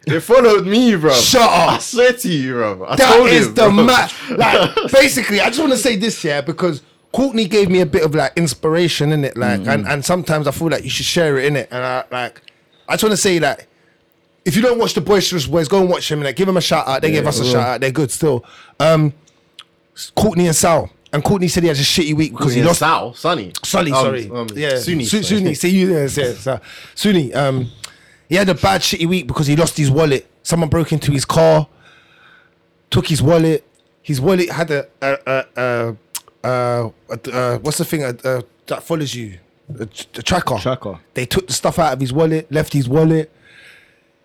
Speaker 4: They followed me, bro.
Speaker 5: Shut
Speaker 4: I
Speaker 5: up.
Speaker 4: swear to you, bro. I
Speaker 5: That
Speaker 4: told
Speaker 5: is
Speaker 4: him,
Speaker 5: the
Speaker 4: bro.
Speaker 5: match. Like basically, I just want to say this, yeah, because Courtney gave me a bit of like inspiration in it,
Speaker 4: Mm.
Speaker 5: like, and and sometimes I feel like you should share it in it, and I like, I just want to say that. If you don't watch the Boisterous Boys, go and watch them. Like, give them a shout out. They gave us a shout out. They're good still. Um, Courtney and Sal. And Courtney said he had a shitty week because he
Speaker 4: Yeah,
Speaker 5: lost
Speaker 4: Sal, Sonny.
Speaker 5: Sully,
Speaker 4: Um,
Speaker 5: sorry.
Speaker 4: um,
Speaker 5: yeah,
Speaker 4: Suni.
Speaker 5: Su- Suni. See you there. Yeah, so, Suni. Um, he had a bad shitty week because he lost his wallet. Someone broke into his car, took his wallet. His wallet had a a a, a, a, a, a what's the thing uh, uh, that follows you? A, tr- a tracker.
Speaker 2: Tracker.
Speaker 5: They took the stuff out of his wallet, left his wallet.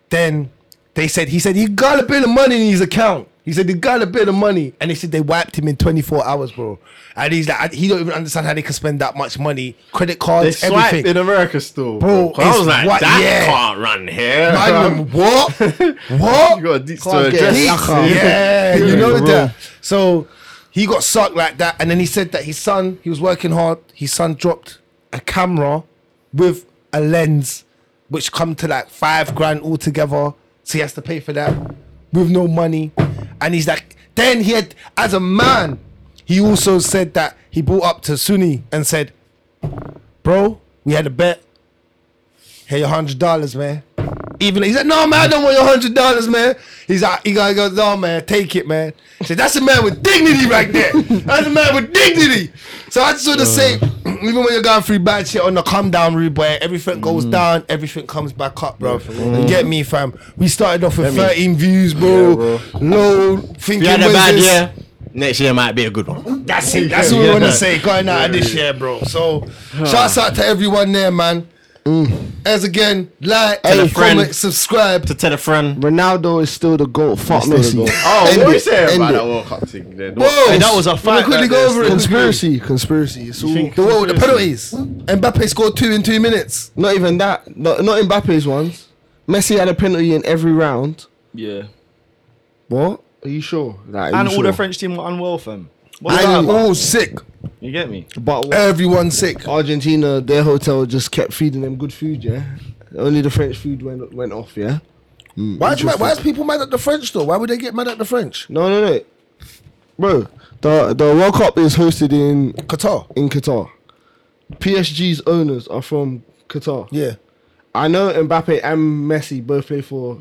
Speaker 5: Then they said he said he got a bit of money in his account. He said he got a bit of money, and they said they wiped him in 24 hours, bro. And he's like, I- he don't even understand how they can spend that much money, credit
Speaker 4: They
Speaker 5: cards,
Speaker 4: swiped
Speaker 5: everything.
Speaker 4: in America still,
Speaker 5: Bro,
Speaker 4: bro. 'Cause I
Speaker 5: it's
Speaker 4: was like,
Speaker 5: what-
Speaker 4: that
Speaker 5: yeah.
Speaker 4: can't run here.
Speaker 5: I
Speaker 4: bro.
Speaker 5: remember, what? what?
Speaker 4: You got a deep
Speaker 5: Can't
Speaker 4: to
Speaker 5: get
Speaker 4: address.
Speaker 5: deep. Yeah, you know that. So he got sucked like that, and then he said that his son, he was working hard. His son dropped a camera with a lens, which come to like five grand altogether. So he has to pay for that with no money, and he's like, then he had as a man, he also said that he brought up to Suni and said, "Bro, we had a bet. Hey, your hundred dollars, man." Even he said, "No man, I don't want your hundred dollars, man." He's like, he goes, he goes, "No man, take it, man." He said, "That's a man with dignity right there. That's a man with dignity." So I just want to say, even when you're going through bad shit on the come down, rude boy, everything goes
Speaker 4: Mm.
Speaker 5: down, everything comes back up, bro. You Get me, fam. We started off with 13 views, bro. Low thinking.
Speaker 4: You had a
Speaker 5: was
Speaker 4: bad
Speaker 5: this-
Speaker 4: year. Next year might be a good one.
Speaker 5: that's it. That's what we want to say. Going out of this year, bro. So, shouts out to everyone there, man.
Speaker 6: Mm.
Speaker 5: As again, like,
Speaker 4: a friend.
Speaker 5: comment, subscribe.
Speaker 4: To tell a friend.
Speaker 6: Ronaldo is still the goal. Fuck Messi.
Speaker 8: Oh,
Speaker 6: End
Speaker 8: what are you
Speaker 6: it,
Speaker 8: saying
Speaker 6: end
Speaker 8: about
Speaker 6: it.
Speaker 8: that World Cup thing? Then?
Speaker 5: Whoa,
Speaker 6: Oh,
Speaker 2: Hey, that was a fight
Speaker 5: Quickly
Speaker 2: back
Speaker 5: go
Speaker 2: there,
Speaker 5: over it.
Speaker 6: Conspiracy, conspiracy. It's all
Speaker 5: The world, the penalties. Mbappe scored two in two minutes.
Speaker 6: not even that. Not, not Mbappe's ones. Messi had a penalty in every round.
Speaker 2: Yeah.
Speaker 6: What? Are you sure? Like, are
Speaker 2: And
Speaker 6: you
Speaker 2: all the
Speaker 6: sure?
Speaker 2: French team were unwell, fam. What's that
Speaker 5: And
Speaker 2: about?
Speaker 5: all sick.
Speaker 2: You get me?
Speaker 6: But what?
Speaker 5: Everyone sick.
Speaker 6: Argentina, their hotel just kept feeding them good food. Yeah. Only the French food went went off. Yeah.
Speaker 5: Why, is, why is people mad at the French though? Why would they get mad at the French?
Speaker 6: No, no, no, bro. The the World Cup is hosted in
Speaker 5: Qatar.
Speaker 6: in Qatar. PSG's owners are from Qatar.
Speaker 5: Yeah.
Speaker 6: I know Mbappe and Messi both play for,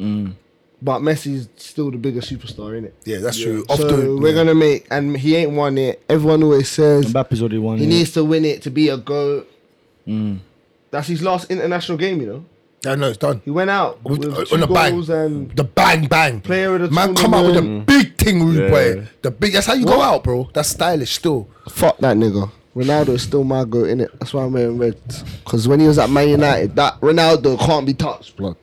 Speaker 6: but Messi's still the bigger superstar, isn't it?
Speaker 5: Yeah, that's true. Off
Speaker 6: So
Speaker 5: the,
Speaker 6: we're gonna make, and he ain't won it. Everyone always says
Speaker 2: Mbappe's already won.
Speaker 6: he needs to win it to be a goat. That's his last international game, you know.
Speaker 5: yeah, no, it's done.
Speaker 6: He went out
Speaker 5: With-
Speaker 6: with,
Speaker 5: uh, on
Speaker 6: two
Speaker 5: the bang.
Speaker 6: goals and
Speaker 5: The bang bang.
Speaker 6: Player of the
Speaker 5: Man, come out with a
Speaker 6: tournament.
Speaker 5: big thing, rude
Speaker 8: Yeah.
Speaker 5: boy. The big. That's how you go out, bro. That's stylish still.
Speaker 6: fuck that nigga. Ronaldo is still my goat, innit? That's why I'm wearing red. Because when he was at Man United, that Ronaldo can't be touched, blood.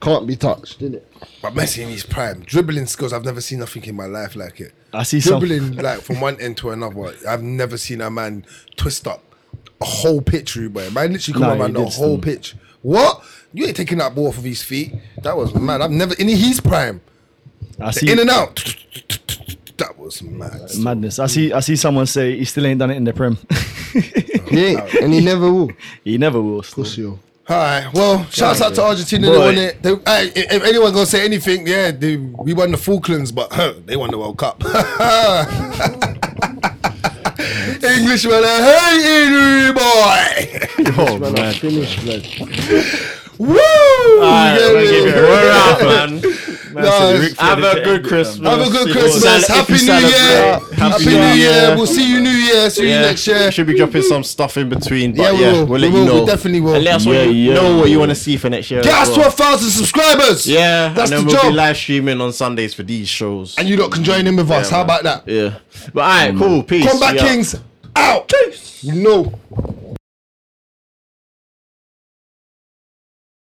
Speaker 6: Can't be touched, innit?
Speaker 5: But Messi in his prime, dribbling skills. I've never seen nothing in my life like it.
Speaker 2: I see some-
Speaker 5: dribbling like from one end to another. I've never seen a man twist up a whole pitch, Ruben. Man, literally come
Speaker 2: No,
Speaker 5: on,
Speaker 2: he
Speaker 5: man, the
Speaker 2: did
Speaker 5: whole pitch. What? You ain't taking that ball off of his feet. That was mad. I've never in his prime,
Speaker 2: I
Speaker 5: the
Speaker 2: see
Speaker 5: in and out. That was mad.
Speaker 2: madness. I see. I see someone say he still ain't done it in the prem.
Speaker 6: He ain't, and he never will.
Speaker 2: he never will. still.
Speaker 6: Pussy.
Speaker 5: All right. Well, shouts out to Argentina. They
Speaker 2: Boy.
Speaker 5: won it. They, aye, if if anyone gonna say anything, yeah, they, we won the Falklands, but huh, they won the World Cup. Englishman, are hating boy.
Speaker 2: Oh, man.
Speaker 6: Finished, blood.
Speaker 5: Woo!
Speaker 4: Alright,
Speaker 5: Yeah,
Speaker 4: we'll give it-
Speaker 5: yeah.
Speaker 4: We're out, man.
Speaker 5: No,
Speaker 4: Have a good Christmas.
Speaker 5: have a
Speaker 4: If
Speaker 5: good
Speaker 4: you
Speaker 5: Christmas.
Speaker 4: cele- if
Speaker 5: Happy
Speaker 4: you
Speaker 5: New
Speaker 4: celebrate.
Speaker 5: Year. Happy New Year. We'll see you New Year. See you
Speaker 4: Yeah,
Speaker 5: next year.
Speaker 4: we should be dropping some stuff in between.
Speaker 5: Yeah,
Speaker 4: But
Speaker 5: we
Speaker 4: yeah,
Speaker 5: will.
Speaker 4: we'll let
Speaker 5: We
Speaker 4: you
Speaker 5: will. We
Speaker 4: know.
Speaker 5: definitely will.
Speaker 4: And let us
Speaker 2: Yeah, yeah.
Speaker 4: know what you want to see for next year.
Speaker 5: Get
Speaker 4: as
Speaker 5: us to
Speaker 4: well.
Speaker 5: a thousand subscribers.
Speaker 4: Yeah,
Speaker 5: that's
Speaker 4: and then
Speaker 5: the
Speaker 4: we'll
Speaker 5: job.
Speaker 4: be live streaming on Sundays for these shows.
Speaker 5: and you lot can join in with
Speaker 4: Yeah,
Speaker 5: us. How
Speaker 4: man.
Speaker 5: about that?
Speaker 4: yeah, but alright, cool. Peace.
Speaker 5: Combat
Speaker 4: we out.
Speaker 5: Kings out.
Speaker 6: No.